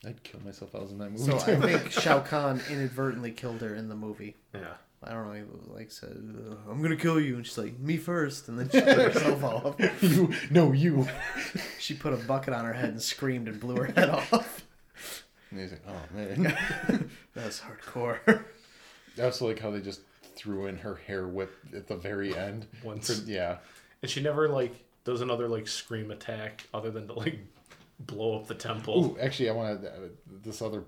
[SPEAKER 10] I'd kill myself if I was in that movie.
[SPEAKER 9] So I
[SPEAKER 10] too.
[SPEAKER 9] think Shao Kahn inadvertently killed her in the movie.
[SPEAKER 11] Yeah.
[SPEAKER 9] I don't know. He like said, "Ugh, "I'm gonna kill you," and she's like, "Me first. and then she cut herself off.
[SPEAKER 10] you, no, you.
[SPEAKER 9] She put a bucket on her head and screamed and blew her head off.
[SPEAKER 10] And he's like, oh man.
[SPEAKER 9] That's hardcore.
[SPEAKER 10] I also like how they just threw in her hair whip at the very end.
[SPEAKER 11] Once.
[SPEAKER 10] For- yeah.
[SPEAKER 11] And she never like does another like scream attack other than to like blow up the temple.
[SPEAKER 10] Ooh, actually, I wanted uh, this other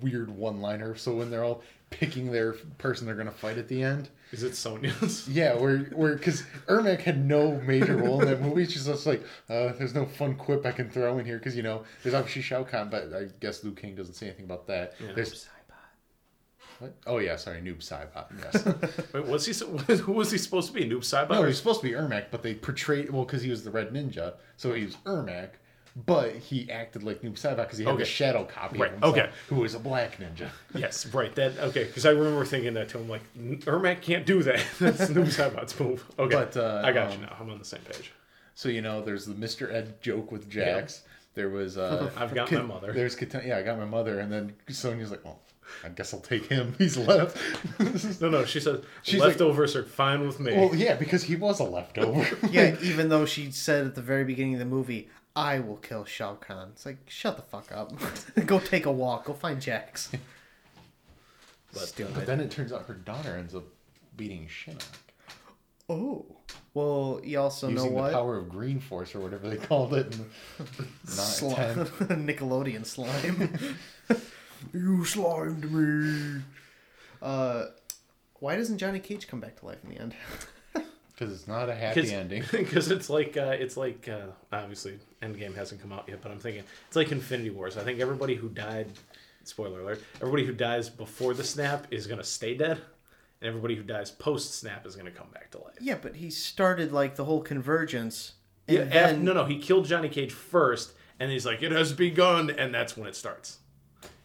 [SPEAKER 10] weird one-liner. So when they're all picking their person they're gonna fight at the end,
[SPEAKER 11] Is it Sonya's?
[SPEAKER 10] yeah, where where because Ermac had no major role in that movie. She's just like, uh, there's no fun quip I can throw in here because you know there's obviously Shao Kahn, but I guess Liu King doesn't say anything about that. There's what? Oh yeah, sorry, Noob Saibot. Yes.
[SPEAKER 11] Wait, was he? Who was he supposed to be? Noob Saibot?
[SPEAKER 10] No, he was Oh, supposed to be Ermac, but they portrayed well because he was the Red Ninja, so he was Ermac, but he acted like Noob Saibot because he had
[SPEAKER 11] Okay.
[SPEAKER 10] the shadow copy
[SPEAKER 11] Right,
[SPEAKER 10] of himself,
[SPEAKER 11] okay.
[SPEAKER 10] who was a black ninja.
[SPEAKER 11] Yes, right. That okay. Because I remember thinking that too. I'm like, Ermac can't do that. That's Noob Saibot's move. Okay,
[SPEAKER 10] But, uh,
[SPEAKER 11] I got
[SPEAKER 10] um,
[SPEAKER 11] you now. I'm on the same page.
[SPEAKER 10] So you know, there's the Mister Ed joke with Jax. There was uh,
[SPEAKER 11] I've got
[SPEAKER 10] Kat-
[SPEAKER 11] my mother.
[SPEAKER 10] There's Kat- yeah, I got my mother, and then Sonya's like, well, I guess I'll take him. He's left.
[SPEAKER 11] No, no. She says
[SPEAKER 10] She's like-
[SPEAKER 11] leftovers are fine with me.
[SPEAKER 10] well, yeah, because he was a leftover.
[SPEAKER 9] Yeah, even though she said at the very beginning of the movie, I will kill Shao Kahn. It's like, shut the fuck up. Go take a walk. Go find Jax.
[SPEAKER 10] But then it turns out her daughter ends up beating Shinnok
[SPEAKER 9] Oh. Well, you also know
[SPEAKER 10] using the
[SPEAKER 9] what?
[SPEAKER 10] power of Green Force or whatever they called it. In the, not
[SPEAKER 9] Slime. Nickelodeon slime. you slimed me. Uh, why doesn't Johnny Cage come back to life in the end?
[SPEAKER 10] because it's not a happy ending.
[SPEAKER 11] Because it's like uh, it's like uh, obviously Endgame hasn't come out yet, but I'm thinking it's like Infinity Wars. I think everybody who died, spoiler alert, everybody who dies before the snap is gonna stay dead, and everybody who dies post snap is gonna come back to life.
[SPEAKER 9] yeah, but he started like the whole convergence. And
[SPEAKER 11] Yeah, af-
[SPEAKER 9] then,
[SPEAKER 11] no, no, he killed Johnny Cage first, and he's like, "It has begun," and that's when it starts.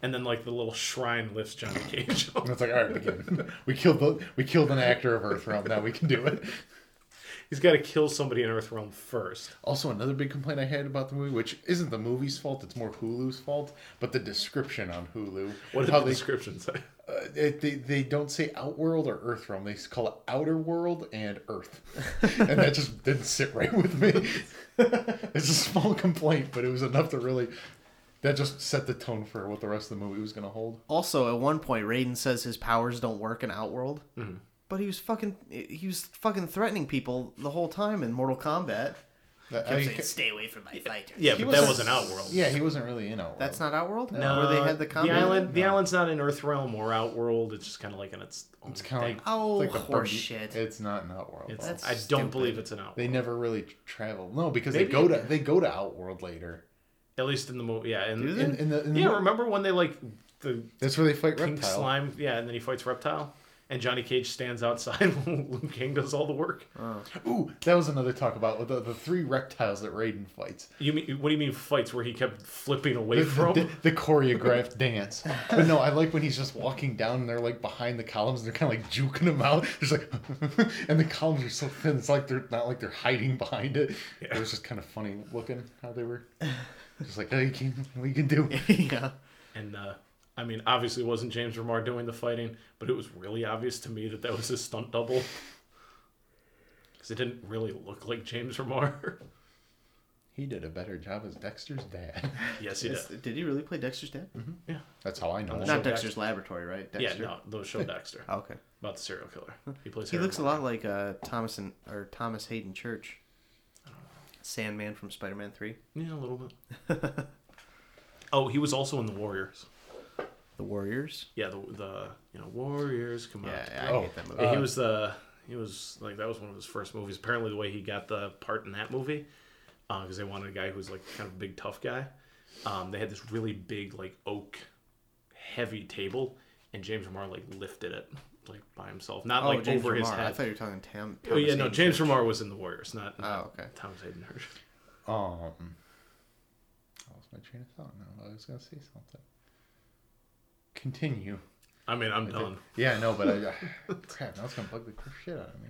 [SPEAKER 11] And then like the little shrine lifts Johnny Cage. up.
[SPEAKER 10] And it's like, all right, we, can, we killed the, we killed an actor of Earthrealm. Now we can do it.
[SPEAKER 11] he's got to kill somebody in Earthrealm first.
[SPEAKER 10] Also, another big complaint I had about the movie, which isn't the movie's fault, it's more Hulu's fault, but the description on Hulu.
[SPEAKER 11] What did
[SPEAKER 10] how
[SPEAKER 11] the
[SPEAKER 10] they,
[SPEAKER 11] description say?
[SPEAKER 10] uh, it- they they don't say Outworld or Earthrealm. They call it Outer World and Earth, and that just didn't sit right with me. it's a small complaint, but it was enough to really. That just set the tone for what the rest of the movie was going to hold.
[SPEAKER 9] Also, at one point, Raiden says his powers don't work in Outworld, but he was fucking he was fucking threatening people the whole time in Mortal Kombat.
[SPEAKER 10] That- I
[SPEAKER 9] Kept
[SPEAKER 10] mean,
[SPEAKER 9] saying,
[SPEAKER 10] he-
[SPEAKER 9] stay away from my fighter.
[SPEAKER 11] Yeah, but that wasn't Outworld.
[SPEAKER 10] Yeah, he wasn't really in Outworld.
[SPEAKER 9] That's not Outworld.
[SPEAKER 11] No,
[SPEAKER 9] where they had the combat.
[SPEAKER 11] island. The island's not an Earth realm or Outworld. It's just kind of like in its own
[SPEAKER 10] It's kind of like
[SPEAKER 9] Oh,
[SPEAKER 10] it's like the Barbie-
[SPEAKER 9] horseshit.
[SPEAKER 10] It's not in Outworld.
[SPEAKER 11] It's,
[SPEAKER 10] though.
[SPEAKER 9] That's
[SPEAKER 11] I don't
[SPEAKER 9] stupid.
[SPEAKER 11] believe it's an Outworld.
[SPEAKER 10] They never really tr- travel. No, because
[SPEAKER 11] Maybe-
[SPEAKER 10] they go to they go to Outworld later.
[SPEAKER 11] At least in the movie, yeah. And,
[SPEAKER 10] they? In- in the- in the
[SPEAKER 11] yeah,
[SPEAKER 10] mo-
[SPEAKER 11] remember when they like the
[SPEAKER 10] That's where they fight
[SPEAKER 11] pink
[SPEAKER 10] reptile.
[SPEAKER 11] slime? Yeah, and then he fights reptile, and Johnny Cage stands outside while Luke King does all the work.
[SPEAKER 10] Ooh, that was another talk about the, the three reptiles that Raiden fights.
[SPEAKER 11] You mean what do you mean fights where he kept flipping away
[SPEAKER 10] The,
[SPEAKER 11] from?
[SPEAKER 10] the, the choreographed dance. But no, I like when he's just walking down and they're like behind the columns and they're kind of like juking him out. There's like, and the columns are so thin. It's like they're not like they're hiding behind it. It was just kind of funny looking how they were. Just like, oh, you can, what you can do.
[SPEAKER 9] yeah.
[SPEAKER 11] And uh, I mean, obviously, it wasn't James Remar doing the fighting, but it was really obvious to me that that was his stunt double because it didn't really look like James Remar.
[SPEAKER 10] He did a better job as Dexter's dad.
[SPEAKER 11] yes, he did.
[SPEAKER 9] Is- Did he really play Dexter's dad?
[SPEAKER 11] Yeah,
[SPEAKER 10] That's how I know.
[SPEAKER 9] Not
[SPEAKER 10] it.
[SPEAKER 11] Dexter.
[SPEAKER 9] Dexter's Laboratory, right?
[SPEAKER 11] yeah.
[SPEAKER 9] Dexter.
[SPEAKER 11] No, those show Dexter
[SPEAKER 9] Oh, okay.
[SPEAKER 11] about the serial killer. He plays.
[SPEAKER 9] He
[SPEAKER 11] Harry
[SPEAKER 9] looks a
[SPEAKER 11] Morgan.
[SPEAKER 9] lot like uh, Thomas and or Thomas Hayden Church, Sandman from Spider-Man Three,
[SPEAKER 11] Yeah, a little bit. oh, he was also in the Warriors.
[SPEAKER 9] The Warriors.
[SPEAKER 11] Yeah, the the you know Warriors come Oh,
[SPEAKER 9] Yeah,
[SPEAKER 11] out.
[SPEAKER 9] yeah I
[SPEAKER 10] Oh,
[SPEAKER 9] hate that movie.
[SPEAKER 11] Yeah, he was the he was like that was one of his first movies. Apparently, the way he got the part in that movie, because they wanted a guy who was like kind of a big tough guy. Um, they had this really big like oak heavy table, and James Remar like lifted it like by himself, not
[SPEAKER 9] oh,
[SPEAKER 11] like
[SPEAKER 9] James
[SPEAKER 11] over
[SPEAKER 9] Remar.
[SPEAKER 11] his
[SPEAKER 9] I
[SPEAKER 11] head.
[SPEAKER 9] thought you were talking Tam.
[SPEAKER 11] oh
[SPEAKER 9] Thomas
[SPEAKER 11] yeah, no,
[SPEAKER 9] Hayden
[SPEAKER 11] James
[SPEAKER 9] Church.
[SPEAKER 11] Remar was in the Warriors, not not
[SPEAKER 9] Oh, okay.
[SPEAKER 11] Thomas Hayden Hirsch.
[SPEAKER 10] Um, that was my train of thought. No, I was gonna say something. Continue.
[SPEAKER 11] I mean, I'm done.
[SPEAKER 10] Yeah, I know, but I, crap. Now it's gonna bug the crap shit out of me.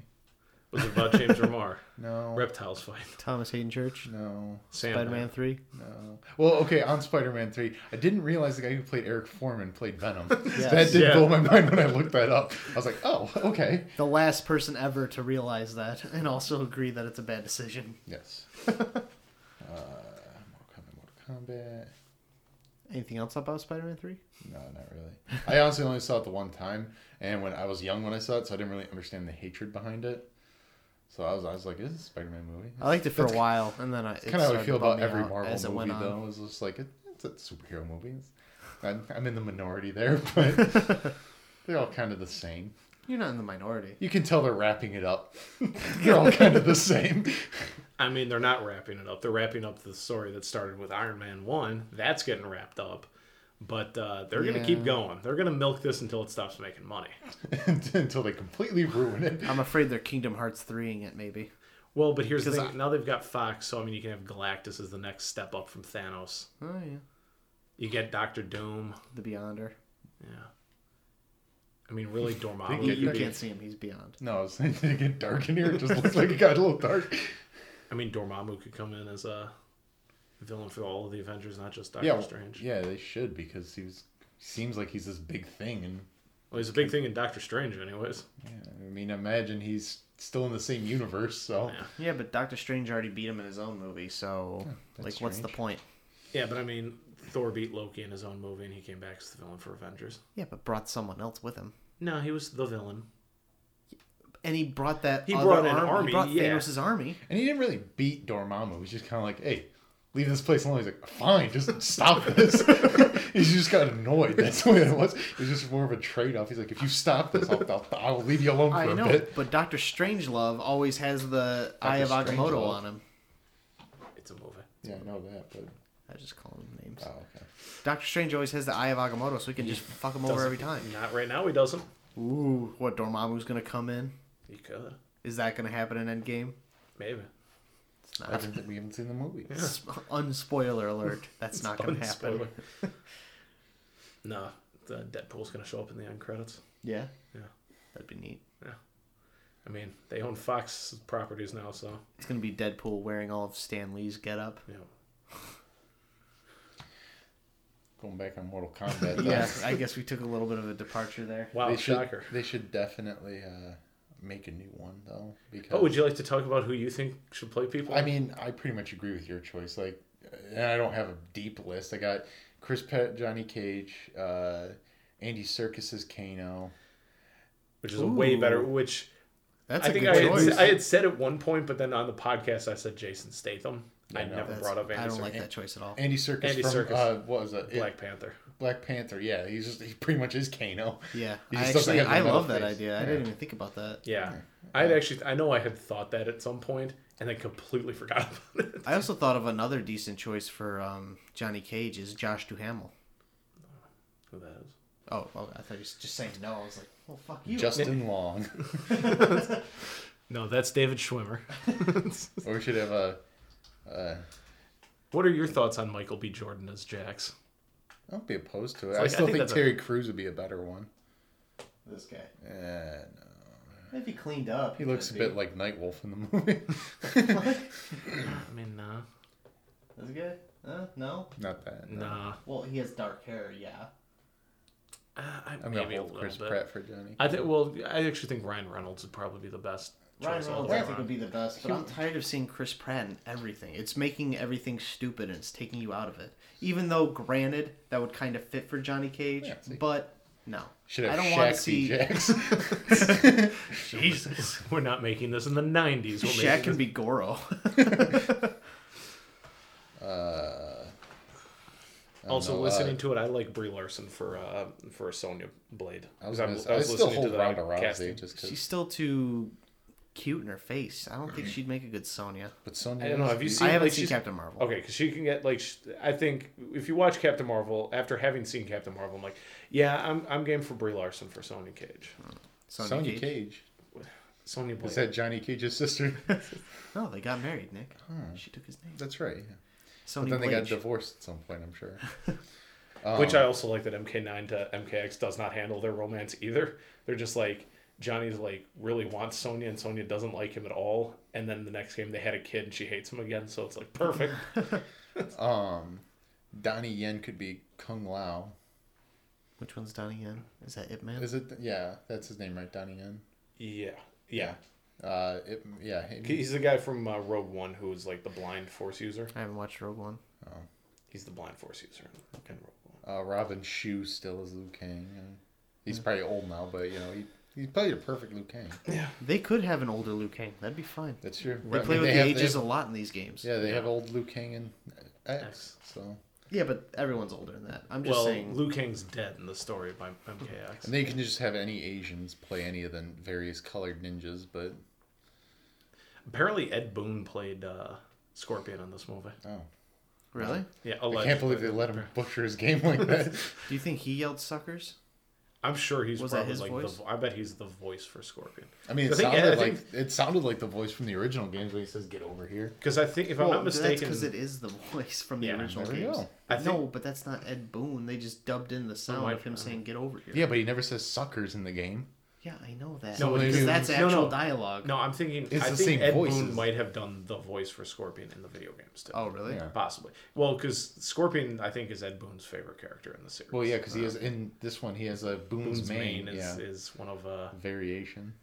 [SPEAKER 11] Was it about James Remar?
[SPEAKER 10] No,
[SPEAKER 11] Reptiles fight.
[SPEAKER 9] Thomas Hayden Church.
[SPEAKER 10] no,
[SPEAKER 11] Sandman.
[SPEAKER 9] Spider-Man Three.
[SPEAKER 10] no. Well, okay. On Spider-Man Three, I didn't realize the guy who played Eric Foreman played Venom. That did
[SPEAKER 11] Yeah.
[SPEAKER 10] blow my mind when I looked that up. I was like, oh, okay.
[SPEAKER 9] The last person ever to realize that and also agree that it's a bad decision.
[SPEAKER 10] Yes. uh, Mortal Kombat. Mortal Kombat.
[SPEAKER 9] Anything else about Spider-Man Three?
[SPEAKER 10] No, not really. I honestly only saw it the one time, and when I was young when I saw it, so I didn't really understand the hatred behind it. So I was, I was like, "This is a Spider-Man movie."
[SPEAKER 9] I liked it for a while, and then I
[SPEAKER 10] That's kind of how I
[SPEAKER 9] started
[SPEAKER 10] feel
[SPEAKER 9] to bum
[SPEAKER 10] about
[SPEAKER 9] me
[SPEAKER 10] every
[SPEAKER 9] out
[SPEAKER 10] Marvel
[SPEAKER 9] as it
[SPEAKER 10] movie,
[SPEAKER 9] went on.
[SPEAKER 10] though. It's just like it, it's a superhero movie. It's- I'm, I'm in the minority there, but they're all kind of the same.
[SPEAKER 9] You're not in the minority.
[SPEAKER 10] You can tell they're wrapping it up. they're all kind of the same.
[SPEAKER 11] I mean, they're not wrapping it up. They're wrapping up the story that started with Iron Man 1. That's getting wrapped up. But uh, they're going to keep
[SPEAKER 9] Yeah.
[SPEAKER 11] going. They're going to milk this until it stops making money.
[SPEAKER 10] Until they completely ruin it.
[SPEAKER 9] I'm afraid they're Kingdom Hearts 3ing it, maybe.
[SPEAKER 11] Well, but here's the
[SPEAKER 9] 'Cause
[SPEAKER 11] thing.
[SPEAKER 9] I-
[SPEAKER 11] Now they've got Fox, so I mean, you can have Galactus as the next step up from Thanos.
[SPEAKER 9] Oh, yeah.
[SPEAKER 11] You get Doctor Doom.
[SPEAKER 9] The Beyonder.
[SPEAKER 11] Yeah. I mean, really, Dormammu.
[SPEAKER 10] You-
[SPEAKER 9] You,
[SPEAKER 10] you
[SPEAKER 11] could be-
[SPEAKER 9] can't see him, he's beyond.
[SPEAKER 10] No, I was saying, did it get dark in here? It just looks like it got a little dark.
[SPEAKER 11] I mean, Dormammu could come in as a villain for all of the Avengers, not just Doctor
[SPEAKER 10] Yeah,
[SPEAKER 11] Strange.
[SPEAKER 10] yeah, they should because he was seems like he's this big thing, and
[SPEAKER 11] Well, he's a big thing in Doctor Strange, anyways.
[SPEAKER 10] yeah, I mean, imagine he's still in the same universe. So
[SPEAKER 11] Yeah.
[SPEAKER 9] Yeah, but Doctor Strange already beat him in his own movie, so,
[SPEAKER 10] that's
[SPEAKER 9] like, what's the
[SPEAKER 10] strange.
[SPEAKER 9] point?
[SPEAKER 11] Yeah, but I mean, Thor beat Loki in his own movie, and he came back as the villain for Avengers.
[SPEAKER 9] Yeah, but brought someone else with him.
[SPEAKER 11] No, he was the villain.
[SPEAKER 9] And he brought that.
[SPEAKER 11] He
[SPEAKER 9] other
[SPEAKER 11] brought an
[SPEAKER 9] army.
[SPEAKER 11] army,
[SPEAKER 9] He brought
[SPEAKER 11] yeah.
[SPEAKER 9] Thanos' army.
[SPEAKER 10] And he didn't really beat Dormammu. He's just kind of like, hey, leave this place alone. He's like, fine, just stop this. he just got annoyed. That's what it was. It was just more of a trade off. He's like, if you stop this, I'll, I'll, I'll leave you alone for
[SPEAKER 9] I
[SPEAKER 10] a
[SPEAKER 9] know,
[SPEAKER 10] bit.
[SPEAKER 9] but Doctor Strangelove always has the Eye of
[SPEAKER 10] Strangelove.
[SPEAKER 9] Agamotto on him.
[SPEAKER 11] It's a movie.
[SPEAKER 10] Yeah, I know that, but.
[SPEAKER 9] I just call him names.
[SPEAKER 10] Oh, okay.
[SPEAKER 9] Doctor Strange always has the Eye of Agamotto, so we can just fuck him over
[SPEAKER 11] Doesn't-
[SPEAKER 9] every time.
[SPEAKER 11] Not right now. He doesn't.
[SPEAKER 9] Ooh, what, Dormammu's gonna come in?
[SPEAKER 11] He could.
[SPEAKER 9] Is that gonna happen in Endgame?
[SPEAKER 11] Maybe.
[SPEAKER 9] It's
[SPEAKER 10] I
[SPEAKER 9] not.
[SPEAKER 10] haven't, we haven't seen the movie.
[SPEAKER 9] Sp- unspoiler alert. That's not going to happen.
[SPEAKER 11] Spoiler. nah, the Deadpool's gonna show up in the end credits.
[SPEAKER 9] Yeah.
[SPEAKER 11] Yeah.
[SPEAKER 9] That'd be neat.
[SPEAKER 11] I mean, they own Fox properties now, so
[SPEAKER 9] It's going to be Deadpool wearing all of Stan Lee's getup.
[SPEAKER 11] you know.
[SPEAKER 10] Going back on Mortal Kombat. though.
[SPEAKER 9] Yeah, I guess we took a little bit of a departure there.
[SPEAKER 11] Wow,
[SPEAKER 10] They should,
[SPEAKER 11] Oh, shocker.
[SPEAKER 10] they should definitely uh, make a new one, though. Because
[SPEAKER 11] But Oh, would you like to talk about who you think should play people?
[SPEAKER 10] I mean, I pretty much agree with your choice. Like, and I don't have a deep list. I got Chris Pett, Johnny Cage, uh, Andy Serkis's Kano.
[SPEAKER 11] which is a way better. Which
[SPEAKER 9] That's
[SPEAKER 11] I
[SPEAKER 9] a
[SPEAKER 11] think
[SPEAKER 9] good
[SPEAKER 11] I had,
[SPEAKER 9] choice.
[SPEAKER 11] I had said at one point, but then on the podcast I said Jason Statham. I,
[SPEAKER 10] no,
[SPEAKER 11] never
[SPEAKER 9] That's-
[SPEAKER 11] brought up Andy
[SPEAKER 9] I don't
[SPEAKER 11] Serkis.
[SPEAKER 9] like that choice at all.
[SPEAKER 10] Andy Circus
[SPEAKER 11] Andy
[SPEAKER 10] from
[SPEAKER 11] Serkis.
[SPEAKER 10] Uh, what was it?
[SPEAKER 11] Black
[SPEAKER 10] It-
[SPEAKER 11] Panther.
[SPEAKER 10] Black Panther. Yeah, he's just he pretty much is Kano.
[SPEAKER 9] Yeah,
[SPEAKER 10] He
[SPEAKER 9] I
[SPEAKER 10] just doesn't
[SPEAKER 9] actually
[SPEAKER 10] have the
[SPEAKER 9] I
[SPEAKER 10] metal
[SPEAKER 9] love that
[SPEAKER 10] face.
[SPEAKER 9] idea. I didn't even think about that.
[SPEAKER 11] Yeah, I had actually I know I had thought that at some point and then completely forgot about it.
[SPEAKER 9] I also thought of another decent choice for um, Johnny Cage is Josh Duhamel.
[SPEAKER 11] Who that is?
[SPEAKER 9] Oh, well, I thought you were just saying no. I was like, well, fuck you.
[SPEAKER 10] Justin Long.
[SPEAKER 11] No, that's David Schwimmer.
[SPEAKER 10] or we should have a. Uh,
[SPEAKER 11] what are your thoughts on Michael B. Jordan as Jax?
[SPEAKER 10] I will be opposed to it.
[SPEAKER 11] like-
[SPEAKER 10] I
[SPEAKER 11] I
[SPEAKER 10] still
[SPEAKER 11] think
[SPEAKER 10] think,
[SPEAKER 11] that's a-
[SPEAKER 10] Terry Crews would be a better one.
[SPEAKER 9] this guy.
[SPEAKER 10] Eh, no.
[SPEAKER 9] If he cleaned up,
[SPEAKER 10] He looks a
[SPEAKER 9] could
[SPEAKER 10] bit
[SPEAKER 9] be.
[SPEAKER 10] like Nightwolf in the movie.
[SPEAKER 11] I mean, nah,
[SPEAKER 9] This guy? Uh, no.
[SPEAKER 10] Not that. No.
[SPEAKER 11] nah.
[SPEAKER 9] Well, he has dark hair. Yeah.
[SPEAKER 11] Uh, I,
[SPEAKER 10] I'm
[SPEAKER 11] maybe
[SPEAKER 10] gonna
[SPEAKER 11] a
[SPEAKER 10] hold
[SPEAKER 11] little
[SPEAKER 10] Chris
[SPEAKER 11] bit.
[SPEAKER 10] Pratt for Johnny.
[SPEAKER 11] I think. Well, I actually think Ryan Reynolds would probably be the best.
[SPEAKER 9] Ryan
[SPEAKER 11] choice
[SPEAKER 9] Reynolds,
[SPEAKER 11] all
[SPEAKER 9] I
[SPEAKER 11] the
[SPEAKER 9] think,
[SPEAKER 11] way
[SPEAKER 9] would be the best, but I'm tired of seeing Chris Pratt in everything. It's making everything stupid and it's taking you out of it. Even though, granted, that would kind of fit for Johnny Cage,
[SPEAKER 10] Yeah, see.
[SPEAKER 9] but no.
[SPEAKER 10] Should have
[SPEAKER 9] I don't
[SPEAKER 10] Shaq
[SPEAKER 9] want to
[SPEAKER 10] be
[SPEAKER 9] see
[SPEAKER 10] Jax.
[SPEAKER 11] around. Jesus, we're not making this in the '90s. We're
[SPEAKER 9] Shaq
[SPEAKER 11] making
[SPEAKER 9] can be Goro.
[SPEAKER 11] this- also
[SPEAKER 10] know, uh,
[SPEAKER 11] listening to it. I like Brie Larson for uh, for Sonya Blade.
[SPEAKER 10] I was,
[SPEAKER 11] I'm-
[SPEAKER 10] gonna, I was still hold
[SPEAKER 11] that
[SPEAKER 10] Ronda Rousey
[SPEAKER 11] casting.
[SPEAKER 10] just 'cause-
[SPEAKER 9] She's still too cute in her face. I don't think she'd make a good Sonya.
[SPEAKER 10] But Sonya.
[SPEAKER 11] I don't know. Have you
[SPEAKER 10] is-
[SPEAKER 11] seen?
[SPEAKER 9] I haven't
[SPEAKER 11] like,
[SPEAKER 9] seen
[SPEAKER 11] she's-
[SPEAKER 9] Captain Marvel.
[SPEAKER 10] Oh,
[SPEAKER 11] Okay, because she can get like sh- I think if you watch Captain Marvel after having seen Captain Marvel, I'm like, yeah, I'm I'm game for Brie Larson for Sonya Cage,
[SPEAKER 9] Sonya,
[SPEAKER 10] Sonya
[SPEAKER 9] Cage.
[SPEAKER 10] Cage.
[SPEAKER 11] Sonya Blade.
[SPEAKER 10] Is that Johnny Cage's sister?
[SPEAKER 9] No, they got married, Nick. She took his name.
[SPEAKER 10] That's right. Yeah. But
[SPEAKER 9] Sonya
[SPEAKER 10] then they got
[SPEAKER 9] Blade.
[SPEAKER 10] divorced at some point, I'm sure.
[SPEAKER 11] Which
[SPEAKER 10] Um,
[SPEAKER 11] I also like that MK9 to MKX does not handle their romance either. They're just like Johnny's like really wants Sonya and Sonya doesn't like him at all. And then the next game they had a kid and she hates him again, so it's like perfect.
[SPEAKER 10] Donnie Yen could be Kung Lao.
[SPEAKER 9] Which one's Donnie Yen? Is that Ip Man?
[SPEAKER 10] Is it? Yeah, that's his name, right? Donnie Yen.
[SPEAKER 11] yeah, yeah.
[SPEAKER 10] Uh, it, yeah. him-
[SPEAKER 11] He's the guy from uh, Rogue One who is like the blind force user.
[SPEAKER 9] I haven't watched Rogue One.
[SPEAKER 11] He's the blind force user in Rogue One.
[SPEAKER 10] Uh, Robin Shu still is Liu Kang. Uh, He's probably old now, but you know he he played a perfect Liu Kang.
[SPEAKER 9] They could have an older Liu Kang. That'd be fine.
[SPEAKER 10] That's true.
[SPEAKER 9] They play with the ages a lot in these games.
[SPEAKER 10] Yeah, they have old Liu Kang and X. So
[SPEAKER 9] Yeah, but everyone's older than that. I'm just
[SPEAKER 11] well,
[SPEAKER 9] saying.
[SPEAKER 11] Liu Kang's dead in the story by MKX.
[SPEAKER 10] and then you can just have any Asians play any of the various colored ninjas. But
[SPEAKER 11] Apparently, Ed Boon played uh, Scorpion in this movie.
[SPEAKER 10] oh,
[SPEAKER 9] really?
[SPEAKER 11] Yeah,
[SPEAKER 10] I can't believe they
[SPEAKER 11] allegedly.
[SPEAKER 10] let him butcher his game like that.
[SPEAKER 9] Do you think he yelled suckers?
[SPEAKER 11] I'm sure he's
[SPEAKER 9] Was that
[SPEAKER 11] probably
[SPEAKER 9] his
[SPEAKER 11] like
[SPEAKER 9] voice?
[SPEAKER 11] the. I bet he's the voice for Scorpion.
[SPEAKER 10] I mean, it
[SPEAKER 11] I think- I
[SPEAKER 10] sounded like
[SPEAKER 11] think-
[SPEAKER 10] it sounded like the voice from the original games when he says "Get over here."
[SPEAKER 11] Because I think, if I'm
[SPEAKER 9] Well,
[SPEAKER 11] not
[SPEAKER 9] Oh, that's
[SPEAKER 11] mistaken,
[SPEAKER 9] because it is the voice from the
[SPEAKER 11] Yeah,
[SPEAKER 9] original
[SPEAKER 10] there we
[SPEAKER 9] games.
[SPEAKER 10] go.
[SPEAKER 11] I think-
[SPEAKER 9] No, but that's not Ed Boon. They just dubbed in the sound
[SPEAKER 11] I-
[SPEAKER 9] of him saying "Get over here."
[SPEAKER 10] Yeah, but he never says "suckers" in the game.
[SPEAKER 9] Yeah, I know that.
[SPEAKER 11] No,
[SPEAKER 9] No,
[SPEAKER 11] but
[SPEAKER 9] because
[SPEAKER 11] he-
[SPEAKER 9] that's
[SPEAKER 11] no,
[SPEAKER 9] actual
[SPEAKER 11] no.
[SPEAKER 9] dialogue.
[SPEAKER 11] no, I'm thinking.
[SPEAKER 10] It's
[SPEAKER 11] I
[SPEAKER 10] the
[SPEAKER 11] think
[SPEAKER 10] same
[SPEAKER 11] Ed Boon
[SPEAKER 10] voices.
[SPEAKER 11] might have done the voice for Scorpion in the video games too.
[SPEAKER 9] Oh, really?
[SPEAKER 10] Yeah.
[SPEAKER 11] possibly. Well, because Scorpion, I think, is Ed Boon's favorite character in the series. Uh,
[SPEAKER 10] Well, yeah, because he has in this one he has a Uh, Boone's,
[SPEAKER 11] Boon's
[SPEAKER 10] main,
[SPEAKER 11] main is,
[SPEAKER 10] yeah.
[SPEAKER 11] is one of uh
[SPEAKER 10] variation.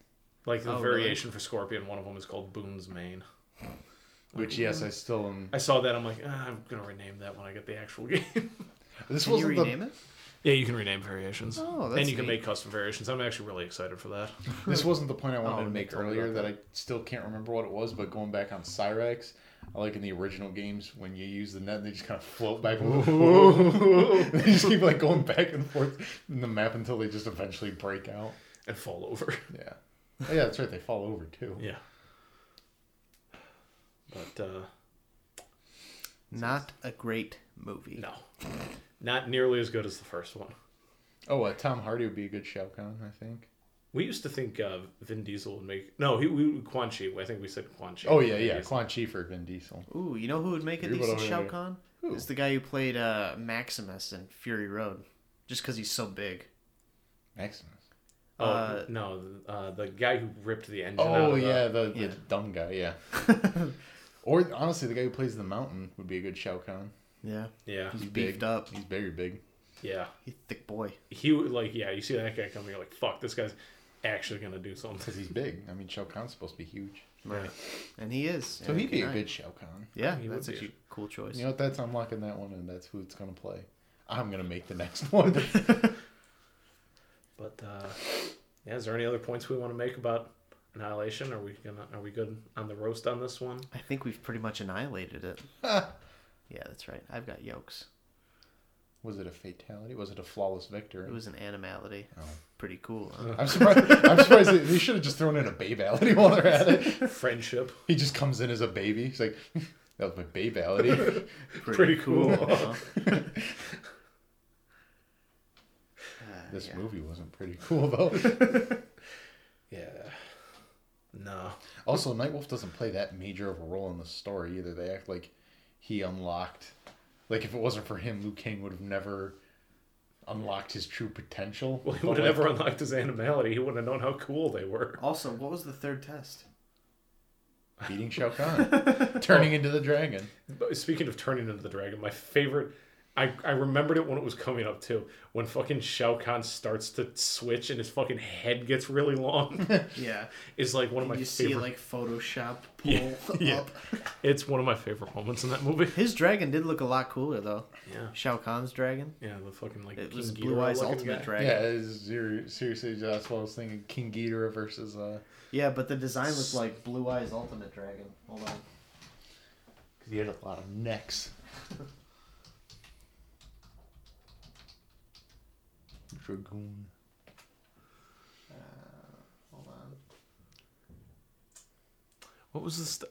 [SPEAKER 11] like
[SPEAKER 9] Oh,
[SPEAKER 11] the
[SPEAKER 9] really?
[SPEAKER 11] variation for Scorpion. One of them is called Boon's main.
[SPEAKER 10] Which yes, I still am.
[SPEAKER 11] I saw that. I'm like, ah, I'm gonna rename that when I get the actual game.
[SPEAKER 10] This
[SPEAKER 9] Can you
[SPEAKER 10] wasn't
[SPEAKER 9] rename
[SPEAKER 10] the,
[SPEAKER 9] it?
[SPEAKER 11] yeah, you can rename variations.
[SPEAKER 9] Oh,
[SPEAKER 11] and
[SPEAKER 9] that's
[SPEAKER 11] you can
[SPEAKER 9] neat.
[SPEAKER 11] make custom variations. I'm actually really excited for that.
[SPEAKER 10] this wasn't the point I wanted
[SPEAKER 11] Oh,
[SPEAKER 10] to make
[SPEAKER 11] Nick, I'll
[SPEAKER 10] earlier
[SPEAKER 11] drop
[SPEAKER 10] that I still can't remember what it was. But going back on Cyrex, I like in the original games when you use the net, they just kind of float back. and forth. they just keep like going back and forth in the map until they just eventually break out.
[SPEAKER 11] And fall over.
[SPEAKER 10] Yeah, oh, yeah, that's right. They fall over too.
[SPEAKER 11] yeah. But uh,
[SPEAKER 9] Not a great movie.
[SPEAKER 11] no, not nearly as good as the first one.
[SPEAKER 10] Oh, uh, Tom Hardy would be a good Shao Kahn, I think.
[SPEAKER 11] We used to think uh, Vin Diesel would make no. He we Quan Chi. I think we said Quan Chi.
[SPEAKER 10] Oh yeah, yeah,
[SPEAKER 11] Yes.
[SPEAKER 10] Quan Chi for Vin Diesel.
[SPEAKER 9] Ooh, you know who would make a
[SPEAKER 10] You're
[SPEAKER 9] decent
[SPEAKER 10] about
[SPEAKER 9] Shao
[SPEAKER 10] to-
[SPEAKER 9] Kahn? Is the guy who played uh, Maximus in Fury Road, just because he's so big.
[SPEAKER 10] Maximus.
[SPEAKER 11] Oh,
[SPEAKER 9] uh,
[SPEAKER 11] no, uh, the guy who ripped the engine. out
[SPEAKER 10] Oh
[SPEAKER 11] of the-
[SPEAKER 10] yeah, the, the dumb guy. Yeah. or honestly, the guy who plays the mountain would be a good Shao Kahn.
[SPEAKER 9] Yeah,
[SPEAKER 11] yeah,
[SPEAKER 9] he's beefed up.
[SPEAKER 10] He's very big.
[SPEAKER 11] yeah.
[SPEAKER 9] He's a thick boy.
[SPEAKER 11] He would like yeah. You see that guy coming, you're like, fuck, this guy's actually gonna do something.
[SPEAKER 10] Because he's big. I mean, Shao Kahn's supposed to be huge.
[SPEAKER 9] Right. And he is.
[SPEAKER 10] So he'd be a
[SPEAKER 9] Yeah,
[SPEAKER 10] good Shao Kahn.
[SPEAKER 9] Yeah,
[SPEAKER 11] would
[SPEAKER 9] that's
[SPEAKER 11] be
[SPEAKER 9] a
[SPEAKER 11] a-
[SPEAKER 9] cute, cool choice.
[SPEAKER 10] You know what? That's unlocking that one, and that's who it's going to play. I'm going to make the next one.
[SPEAKER 11] But uh, yeah, is there any other points we want to make about Annihilation. Are we gonna? Are we good on the roast on this one?
[SPEAKER 9] I think we've pretty much annihilated it. yeah, that's right. I've got yolks.
[SPEAKER 10] Was it a fatality? Was it a flawless victory?
[SPEAKER 9] It was an animality.
[SPEAKER 11] Oh.
[SPEAKER 9] Pretty cool. Huh?
[SPEAKER 10] I'm surprised. I'm surprised they, they should have just thrown in a babality while they're at it.
[SPEAKER 11] Friendship.
[SPEAKER 10] He just comes in as a baby. He's like, "That was my babality."
[SPEAKER 9] Pretty,
[SPEAKER 11] Pretty cool.
[SPEAKER 9] huh?
[SPEAKER 10] this movie wasn't pretty cool though.
[SPEAKER 11] Yeah. No.
[SPEAKER 10] Also, Nightwolf doesn't play that major of a role in the story either. They act like he unlocked, like if it wasn't for him, Luke King would have never unlocked his true potential.
[SPEAKER 11] Well, he would have never unlocked his animality. He wouldn't have known how cool they were.
[SPEAKER 9] also, what was the third test?
[SPEAKER 10] beating Shao Kahn, turning into the dragon.
[SPEAKER 11] But speaking of turning into the dragon, my favorite. I, I remembered it when it was coming up too. When fucking Shao Kahn starts to switch and his fucking head gets really long,
[SPEAKER 9] Yeah.
[SPEAKER 11] is like one of my
[SPEAKER 9] you see
[SPEAKER 11] favorite.
[SPEAKER 9] like Photoshop pull
[SPEAKER 11] Yeah, yeah.
[SPEAKER 9] up.
[SPEAKER 11] It's one of my favorite moments in that movie.
[SPEAKER 9] His dragon did look a lot cooler though.
[SPEAKER 11] Yeah.
[SPEAKER 9] Shao Kahn's dragon.
[SPEAKER 11] Yeah, the fucking like
[SPEAKER 9] It
[SPEAKER 11] King
[SPEAKER 9] was
[SPEAKER 11] Ghidorah
[SPEAKER 9] Blue Eyes
[SPEAKER 11] looking
[SPEAKER 9] Ultimate
[SPEAKER 11] guy.
[SPEAKER 9] Dragon.
[SPEAKER 10] Yeah,
[SPEAKER 9] Yeah.
[SPEAKER 10] it's ser- seriously, that's what I was thinking. King Ghidorah versus uh,
[SPEAKER 9] but the design was like Blue Eyes Ultimate Dragon. Hold on.
[SPEAKER 10] he had a lot of necks. Dragoon.
[SPEAKER 9] Hold on.
[SPEAKER 11] What was this?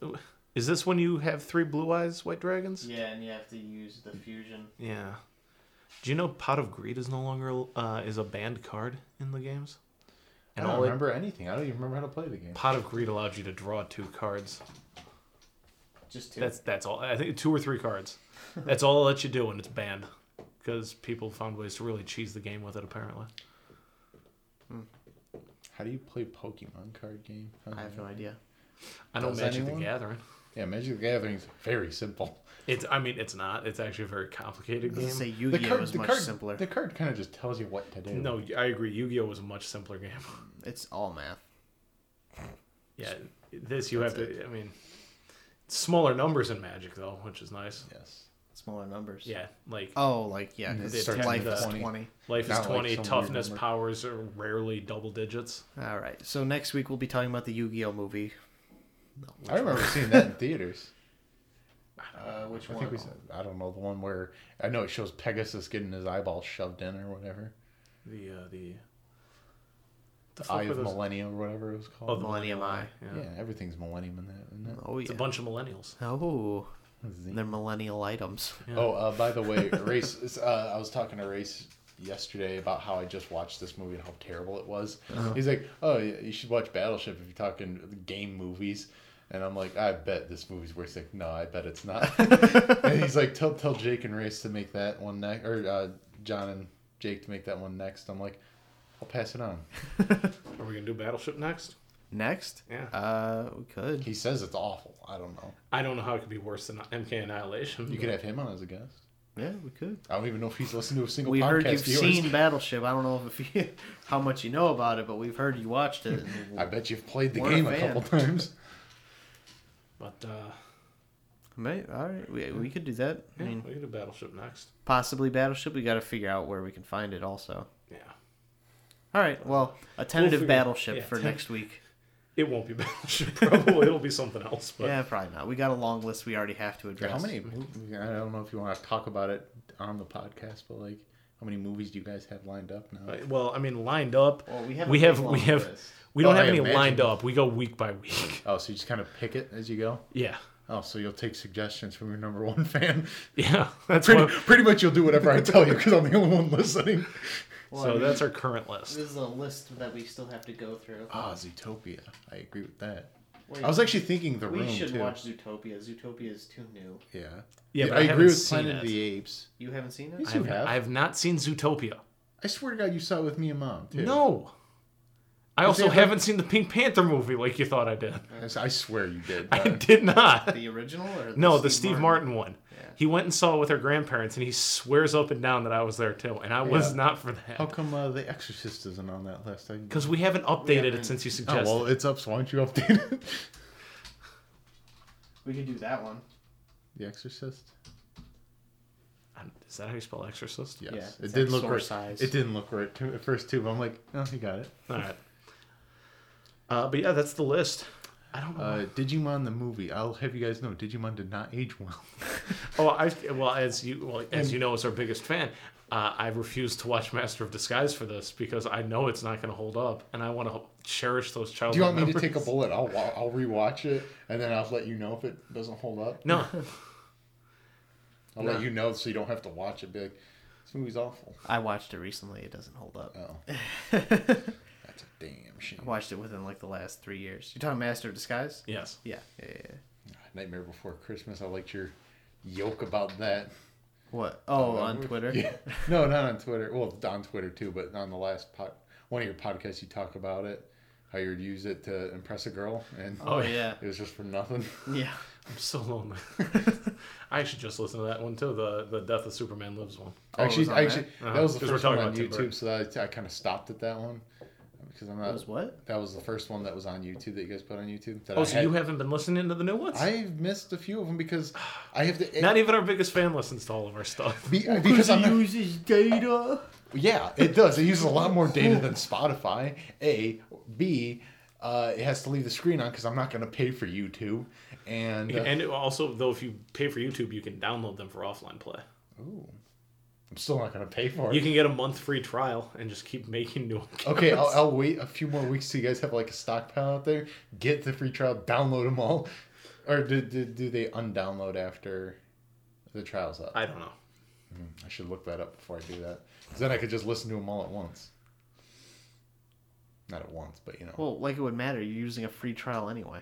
[SPEAKER 11] Is this when you have three blue eyes, white dragons?
[SPEAKER 9] Yeah, and you have to use the fusion.
[SPEAKER 11] Yeah. Do you know Pot of Greed is no longer uh, is a banned card in the games?
[SPEAKER 10] I
[SPEAKER 11] And
[SPEAKER 10] don't
[SPEAKER 11] all it-
[SPEAKER 10] remember anything. I don't even remember how to play the game.
[SPEAKER 11] Pot of Greed allowed you to draw two cards.
[SPEAKER 9] Just two.
[SPEAKER 11] That's that's all. I think two or three cards. That's all it lets you do, and it's banned because people found ways to really cheese the game with it. Apparently,
[SPEAKER 10] How do you play Pokemon card game?
[SPEAKER 9] I have
[SPEAKER 11] Mm.
[SPEAKER 9] no idea.
[SPEAKER 11] I know
[SPEAKER 10] Does
[SPEAKER 11] Magic
[SPEAKER 10] anyone?
[SPEAKER 11] the Gathering.
[SPEAKER 10] Yeah, Magic the Gathering is very simple.
[SPEAKER 11] It's. I mean, it's not. It's actually a very complicated
[SPEAKER 9] Let's
[SPEAKER 11] game.
[SPEAKER 9] say Yu-Gi-Oh is much
[SPEAKER 10] card,
[SPEAKER 9] simpler.
[SPEAKER 10] The card kind of just tells you what to do.
[SPEAKER 11] No, I agree. Yu-Gi-Oh was a much simpler game.
[SPEAKER 9] It's all math.
[SPEAKER 11] Yeah, this you have to. I mean, smaller numbers in Magic though, which is nice.
[SPEAKER 10] Yes.
[SPEAKER 9] Smaller numbers.
[SPEAKER 11] Yeah, Mm. like
[SPEAKER 9] Oh, like yeah,
[SPEAKER 10] It
[SPEAKER 9] 'cause
[SPEAKER 11] starts with
[SPEAKER 9] life
[SPEAKER 11] the
[SPEAKER 9] is
[SPEAKER 11] 20.
[SPEAKER 9] 20.
[SPEAKER 11] life is
[SPEAKER 10] not like
[SPEAKER 11] twenty.
[SPEAKER 10] some weird
[SPEAKER 11] toughness
[SPEAKER 10] number.
[SPEAKER 11] powers are rarely double digits.
[SPEAKER 9] All right. So next week we'll be talking about the Yu-Gi-Oh movie.
[SPEAKER 10] I remember seeing that in theaters.
[SPEAKER 9] Uh, which
[SPEAKER 10] I think we said, I don't know, the one where I know it shows Pegasus getting his eyeball shoved in or whatever.
[SPEAKER 11] The uh, the the
[SPEAKER 10] Eye
[SPEAKER 11] were
[SPEAKER 10] of
[SPEAKER 11] those-
[SPEAKER 10] Millennium or whatever it was called.
[SPEAKER 11] Oh, the
[SPEAKER 9] Millennium Eye.
[SPEAKER 11] Yeah.
[SPEAKER 10] yeah, everything's Millennium in that, isn't it?
[SPEAKER 9] Oh yeah.
[SPEAKER 11] It's a bunch of millennials.
[SPEAKER 9] Oh,
[SPEAKER 10] Z.
[SPEAKER 9] they're millennial items.
[SPEAKER 10] Oh, uh, by the way, race. Uh, I was talking to race yesterday about how I just watched this movie and how terrible it was. He's like, "Oh, yeah, you should watch Battleship if you're talking game movies." And I'm like, "I bet this movie's worse." Like, no, I bet it's not. and he's like, "Tell tell Jake and Race to make that one next, or uh, John and Jake to make that one next." I'm like, "I'll pass it on."
[SPEAKER 11] Are we gonna do Battleship next?
[SPEAKER 9] Next.
[SPEAKER 11] Yeah.
[SPEAKER 9] Uh, we could.
[SPEAKER 10] He says it's awful. I don't know.
[SPEAKER 11] I don't know how it could be worse than MK Annihilation.
[SPEAKER 10] You could have him on as a guest.
[SPEAKER 9] Yeah, we could.
[SPEAKER 10] I don't even know if he's listened to a single
[SPEAKER 9] We
[SPEAKER 10] podcast.
[SPEAKER 9] heard you've
[SPEAKER 10] of yours.
[SPEAKER 9] seen Battleship. I don't know if you, how much you know about it, but we've heard you watched it. and
[SPEAKER 10] I bet you've played the
[SPEAKER 9] We're a
[SPEAKER 10] game a
[SPEAKER 9] fan.
[SPEAKER 10] couple times.
[SPEAKER 11] but uh,
[SPEAKER 9] May- all right, we, we could do that. I
[SPEAKER 11] yeah,
[SPEAKER 9] mean,
[SPEAKER 11] we can do Battleship next.
[SPEAKER 9] possibly Battleship. We got to figure out where we can find it. Also.
[SPEAKER 11] Yeah.
[SPEAKER 9] All right. Well, a tentative
[SPEAKER 11] figure-
[SPEAKER 9] Battleship
[SPEAKER 11] yeah,
[SPEAKER 9] for
[SPEAKER 11] ten-
[SPEAKER 9] next week.
[SPEAKER 11] It won't be Battleship. Probably it'll be something else. But
[SPEAKER 9] yeah, probably not. We got a long list. We already have to address.
[SPEAKER 10] How many? mov- I don't know if you want to talk about it on the podcast, but like, how many movies do you guys have lined up now?
[SPEAKER 11] Uh, Well, I mean, lined up.
[SPEAKER 9] Well, we
[SPEAKER 11] we
[SPEAKER 9] have
[SPEAKER 11] have
[SPEAKER 9] a
[SPEAKER 11] we
[SPEAKER 9] big
[SPEAKER 11] have
[SPEAKER 9] long
[SPEAKER 11] we, have,
[SPEAKER 9] list.
[SPEAKER 11] we don't
[SPEAKER 10] Oh,
[SPEAKER 11] have
[SPEAKER 10] I
[SPEAKER 11] any
[SPEAKER 10] imagine.
[SPEAKER 11] lined up. We go week by week.
[SPEAKER 10] Oh, so you just kind of pick it as you go.
[SPEAKER 11] Yeah,
[SPEAKER 10] Oh, so you'll take suggestions from your number one fan.
[SPEAKER 11] yeah. That's
[SPEAKER 10] Pretty,
[SPEAKER 11] what,
[SPEAKER 10] pretty much, you'll do whatever I tell you because I'm the only one listening.
[SPEAKER 11] so. that's our current list.
[SPEAKER 9] This is a list that we still have to go through.
[SPEAKER 10] Ah, Zootopia. I agree with that.
[SPEAKER 9] Wait.
[SPEAKER 10] I was actually thinking the
[SPEAKER 9] We
[SPEAKER 10] room
[SPEAKER 9] should
[SPEAKER 10] too.
[SPEAKER 9] watch Zootopia. Zootopia is too new.
[SPEAKER 10] Yeah.
[SPEAKER 11] Yeah, but I
[SPEAKER 10] I,
[SPEAKER 11] haven't
[SPEAKER 10] agree with
[SPEAKER 11] seen
[SPEAKER 10] Planet
[SPEAKER 11] it.
[SPEAKER 10] of the Apes.
[SPEAKER 9] You haven't seen it?
[SPEAKER 10] Yes, you
[SPEAKER 11] I've-
[SPEAKER 10] have.
[SPEAKER 11] I have not seen Zootopia.
[SPEAKER 10] I swear to God, you saw it with me and mom too.
[SPEAKER 11] No. I also
[SPEAKER 10] they have-
[SPEAKER 11] haven't seen the Pink Panther movie like you thought I did.
[SPEAKER 10] I s- I swear you did.
[SPEAKER 11] I
[SPEAKER 10] Brian.
[SPEAKER 11] did not.
[SPEAKER 9] The original or
[SPEAKER 11] No, the Steve Martin, one. He went and saw it with her grandparents, and he swears up and down that I was there too, and I was
[SPEAKER 10] Yeah.
[SPEAKER 11] not for
[SPEAKER 10] How
[SPEAKER 11] that.
[SPEAKER 10] come uh, The Exorcist isn't on that list? I...
[SPEAKER 11] Because we haven't updated it since you
[SPEAKER 10] Oh,
[SPEAKER 11] suggested.
[SPEAKER 10] well, it's up, so why don't you update it?
[SPEAKER 9] We could do that one.
[SPEAKER 10] The Exorcist.
[SPEAKER 11] Um, Is that how you spell Exorcist?
[SPEAKER 10] Yes,
[SPEAKER 9] Yeah,
[SPEAKER 10] it
[SPEAKER 9] it's
[SPEAKER 10] did
[SPEAKER 9] like
[SPEAKER 10] look
[SPEAKER 9] sore
[SPEAKER 10] right.
[SPEAKER 9] size.
[SPEAKER 10] It didn't look right to, at first too. But I'm like, oh, he got it.
[SPEAKER 11] All right. Uh, but yeah, that's the list. I don't know.
[SPEAKER 10] Uh, Digimon the movie. I'll have you guys know Digimon did not age well.
[SPEAKER 11] Oh, I well as you well as you know as our biggest fan, uh, I refuse to watch Master of Disguise for this because I know it's not going to hold up, and I want to cherish those childhood.
[SPEAKER 10] Do you want me to
[SPEAKER 11] memories.
[SPEAKER 10] take a bullet? I'll wa- I'll rewatch it and then I'll let you know if it doesn't hold up.
[SPEAKER 11] No,
[SPEAKER 10] I'll let you know so you don't have to watch it. Be like, this movie's awful.
[SPEAKER 9] I watched it recently. It doesn't hold up.
[SPEAKER 10] Oh, that's a damn shame.
[SPEAKER 9] I watched it within like the last three years. You're talking Master of Disguise?
[SPEAKER 11] yes,
[SPEAKER 9] Yeah. Yeah. yeah, yeah.
[SPEAKER 10] Nightmare Before Christmas. I liked your yoke about that.
[SPEAKER 9] What? Oh, on Twitter?
[SPEAKER 10] Yeah. No, not on Twitter. Well, on Twitter too, but on the last pod, one of your podcasts, you talk about it, how you'd use it to impress a girl, and
[SPEAKER 9] Oh, yeah.
[SPEAKER 10] it was just for nothing.
[SPEAKER 11] Oh,
[SPEAKER 9] Yeah.
[SPEAKER 11] I'm so lonely. I should just listen to that one too. The the Death of Superman Lives one.
[SPEAKER 9] it
[SPEAKER 10] actually,
[SPEAKER 9] was on
[SPEAKER 10] actually,
[SPEAKER 11] that?
[SPEAKER 10] that was the
[SPEAKER 11] Uh-huh. 'Cause we're
[SPEAKER 10] first one
[SPEAKER 11] talking
[SPEAKER 10] on
[SPEAKER 11] about Tim Burton.
[SPEAKER 10] YouTube, so I, I kind of stopped at that one because I'm not.
[SPEAKER 9] was what?
[SPEAKER 10] That was the first one that was on YouTube that you guys put on YouTube. That
[SPEAKER 11] Oh,
[SPEAKER 10] I
[SPEAKER 11] so you haven't been listening to the new ones?
[SPEAKER 10] I've missed a few of them because I have to.
[SPEAKER 11] Not even our biggest fan listens to all of our stuff.
[SPEAKER 10] be, because I'm not-
[SPEAKER 9] uses data.
[SPEAKER 10] Yeah, it does. It uses a lot more data than Spotify. A, B, uh, it has to leave the screen on because I'm not going to pay for YouTube. And, uh,
[SPEAKER 11] And it also, though, if you pay for YouTube, you can download them for offline play.
[SPEAKER 10] I'm still not going to pay for it.
[SPEAKER 11] You can get a month free trial and just keep making new. Accounts.
[SPEAKER 10] okay, I'll, I'll wait a few more weeks so you guys have like a stockpile out there. Get the free trial, download them all. Or do, do, do they undownload after the trial's up? I,
[SPEAKER 11] I don't know.
[SPEAKER 10] should look that up before I do that. 'Cause then I could just listen to them all at once. Not at once, but you know.
[SPEAKER 9] Well, like it would matter. You're using a free trial anyway.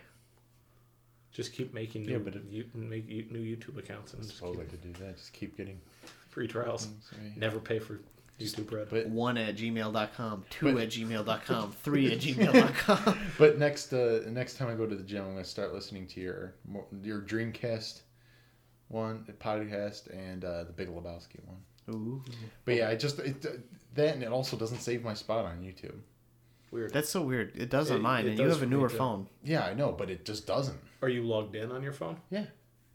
[SPEAKER 11] Just keep making new,
[SPEAKER 10] Yeah, but if-
[SPEAKER 11] you, make you- new YouTube accounts and just
[SPEAKER 10] suppose I
[SPEAKER 11] keep
[SPEAKER 10] could do that. Just keep getting.
[SPEAKER 11] free trials. Never pay for YouTube Red.
[SPEAKER 10] but-
[SPEAKER 9] One at gmail.com, two at gmail.com, three at gmail.com.
[SPEAKER 10] But next, uh, next time I go to the gym, I'm gonna start listening to your mo- your Dreamcast one uh, podcast and uh, the Big Lebowski one.
[SPEAKER 9] Ooh.
[SPEAKER 10] But yeah, I just it, that and it also doesn't save my spot on YouTube.
[SPEAKER 11] Weird.
[SPEAKER 9] That's so weird. It does on
[SPEAKER 11] It-
[SPEAKER 9] mine,
[SPEAKER 11] it
[SPEAKER 9] and you
[SPEAKER 11] does
[SPEAKER 9] have a
[SPEAKER 11] for me,
[SPEAKER 9] newer
[SPEAKER 11] too.
[SPEAKER 9] phone.
[SPEAKER 10] Yeah, I know, but it just doesn't.
[SPEAKER 11] Are you logged in on your phone?
[SPEAKER 10] Yeah.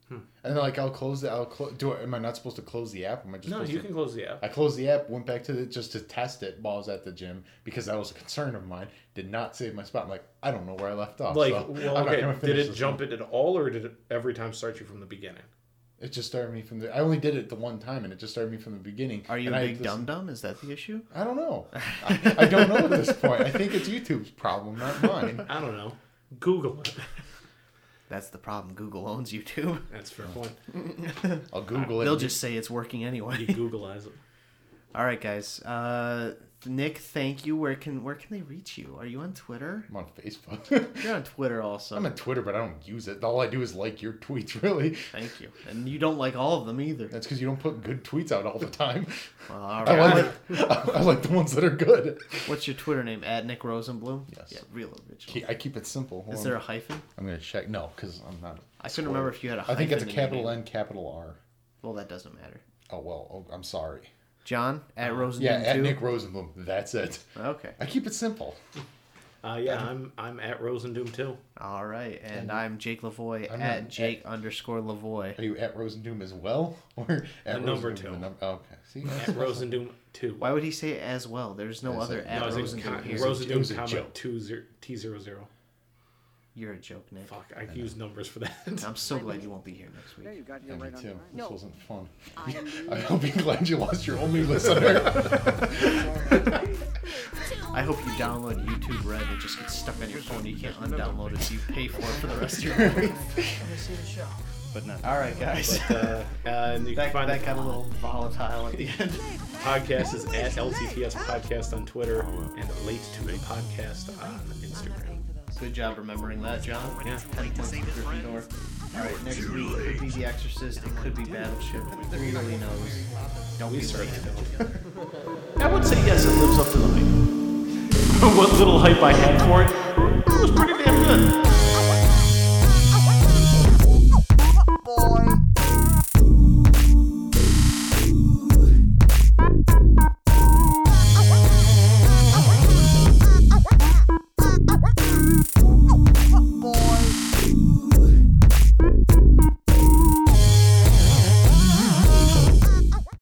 [SPEAKER 11] Hmm.
[SPEAKER 10] And then, like I'll close the I'll clo- do I, am I not supposed to close the app? Am I just
[SPEAKER 11] No,
[SPEAKER 10] supposed
[SPEAKER 11] you
[SPEAKER 10] to-
[SPEAKER 11] can close the app.
[SPEAKER 10] I closed the app, went back to the just to test it while I was at the gym because that was a concern of mine. Did not save my spot. I'm like I don't know where I left off.
[SPEAKER 11] Like,
[SPEAKER 10] so
[SPEAKER 11] well,
[SPEAKER 10] I'm not
[SPEAKER 11] okay,
[SPEAKER 10] gonna
[SPEAKER 11] did
[SPEAKER 10] finish
[SPEAKER 11] it
[SPEAKER 10] this
[SPEAKER 11] jump
[SPEAKER 10] one.
[SPEAKER 11] it at all, or did it every time start you from the beginning?
[SPEAKER 10] It just started me from the. I only did it the one time, and it just started me from the beginning.
[SPEAKER 9] Are you
[SPEAKER 10] and
[SPEAKER 9] a
[SPEAKER 10] I
[SPEAKER 9] big
[SPEAKER 10] listened-
[SPEAKER 9] dum dum? Is that the issue?
[SPEAKER 10] I don't know. I, I don't know at this point. I think it's YouTube's problem, not mine.
[SPEAKER 11] I don't know. Google it.
[SPEAKER 9] That's the problem. Google owns YouTube.
[SPEAKER 11] That's fair point.
[SPEAKER 10] I'll Google it.
[SPEAKER 9] They'll just say it's working
[SPEAKER 11] You
[SPEAKER 9] anyway.
[SPEAKER 11] Googleize it.
[SPEAKER 9] All right, guys. Uh, Nick, thank you. Where can where can they reach you? Are you on Twitter?
[SPEAKER 10] I'm on Facebook.
[SPEAKER 9] You're on Twitter also.
[SPEAKER 10] I'm on Twitter, but I don't use it. All I do is like your tweets. Really,
[SPEAKER 9] Thank you. And you don't like all of them either.
[SPEAKER 10] that's because you don't put good tweets out all the time.
[SPEAKER 9] Well, all
[SPEAKER 10] I
[SPEAKER 9] right.
[SPEAKER 10] like I like the ones that are good.
[SPEAKER 9] What's your Twitter name? At Nick Rosenblum.
[SPEAKER 10] Yes.
[SPEAKER 9] Yeah, real original.
[SPEAKER 10] Ke- I keep it simple. Hold
[SPEAKER 9] Is
[SPEAKER 10] on.
[SPEAKER 9] there a hyphen?
[SPEAKER 10] I'm gonna check. No, because I'm not.
[SPEAKER 9] I couldn't remember if you had a
[SPEAKER 10] I
[SPEAKER 9] hyphen.
[SPEAKER 10] think it's a
[SPEAKER 9] in your
[SPEAKER 10] capital
[SPEAKER 9] name.
[SPEAKER 10] N, capital R.
[SPEAKER 9] Well, that doesn't matter.
[SPEAKER 10] Oh well. Oh, I'm sorry.
[SPEAKER 9] John at
[SPEAKER 11] Uh-huh.
[SPEAKER 9] Rosenblum.
[SPEAKER 10] Yeah, at
[SPEAKER 9] too?
[SPEAKER 10] Nick Rosenblum. That's it.
[SPEAKER 9] Okay.
[SPEAKER 10] I keep it simple.
[SPEAKER 11] Uh, yeah, I'm I'm at Rosendoom too.
[SPEAKER 9] All right, and, I'm Jake Lavoy
[SPEAKER 10] I'm
[SPEAKER 9] at
[SPEAKER 10] not-
[SPEAKER 9] Jake underscore Lavoy.
[SPEAKER 10] Are you at Rosendoom as well, or at
[SPEAKER 11] number
[SPEAKER 10] Rosendoom,
[SPEAKER 11] two.
[SPEAKER 10] the num- oh, okay. See,
[SPEAKER 11] At Rosendoom two.
[SPEAKER 9] Why would he say it as well? There's no
[SPEAKER 10] That's
[SPEAKER 9] other
[SPEAKER 10] it.
[SPEAKER 9] at
[SPEAKER 11] No, it's
[SPEAKER 9] Rosenblum
[SPEAKER 11] a con-
[SPEAKER 9] here.
[SPEAKER 10] It was a
[SPEAKER 11] Rosendoom comma
[SPEAKER 10] joke.
[SPEAKER 11] two zero T zero zero.
[SPEAKER 9] You're a joke, Nick.
[SPEAKER 11] Fuck, I use numbers for that.
[SPEAKER 9] I'm so glad you won't be here next
[SPEAKER 2] Yeah,
[SPEAKER 9] week.
[SPEAKER 2] you got here
[SPEAKER 10] Yeah, me
[SPEAKER 2] right on
[SPEAKER 10] too.
[SPEAKER 2] time.
[SPEAKER 10] This wasn't fun.
[SPEAKER 1] I'm
[SPEAKER 10] I'll be glad you lost your only listener.
[SPEAKER 9] I hope you download YouTube Red. It just gets stuck on your phone. You can't undownload it, so you pay for it for the rest of your life.
[SPEAKER 6] Let me see the show.
[SPEAKER 11] but not.
[SPEAKER 9] All right, guys.
[SPEAKER 11] Uh, uh, and you can
[SPEAKER 9] That,
[SPEAKER 11] find
[SPEAKER 9] that
[SPEAKER 11] that
[SPEAKER 9] got a little volatile at the end.
[SPEAKER 11] podcast is at LTTS Podcast on Twitter and Late to a Podcast on Instagram.
[SPEAKER 9] Good job remembering that, John.
[SPEAKER 11] Yeah.
[SPEAKER 9] Ten points for Gryffindor. All right, next week it could be The Exorcist. It could be Battleship. Who really knows? Don't be
[SPEAKER 11] certainly
[SPEAKER 9] late.
[SPEAKER 5] I would say yes, it lives up to the hype. what little hype I had for it, it was pretty damn good.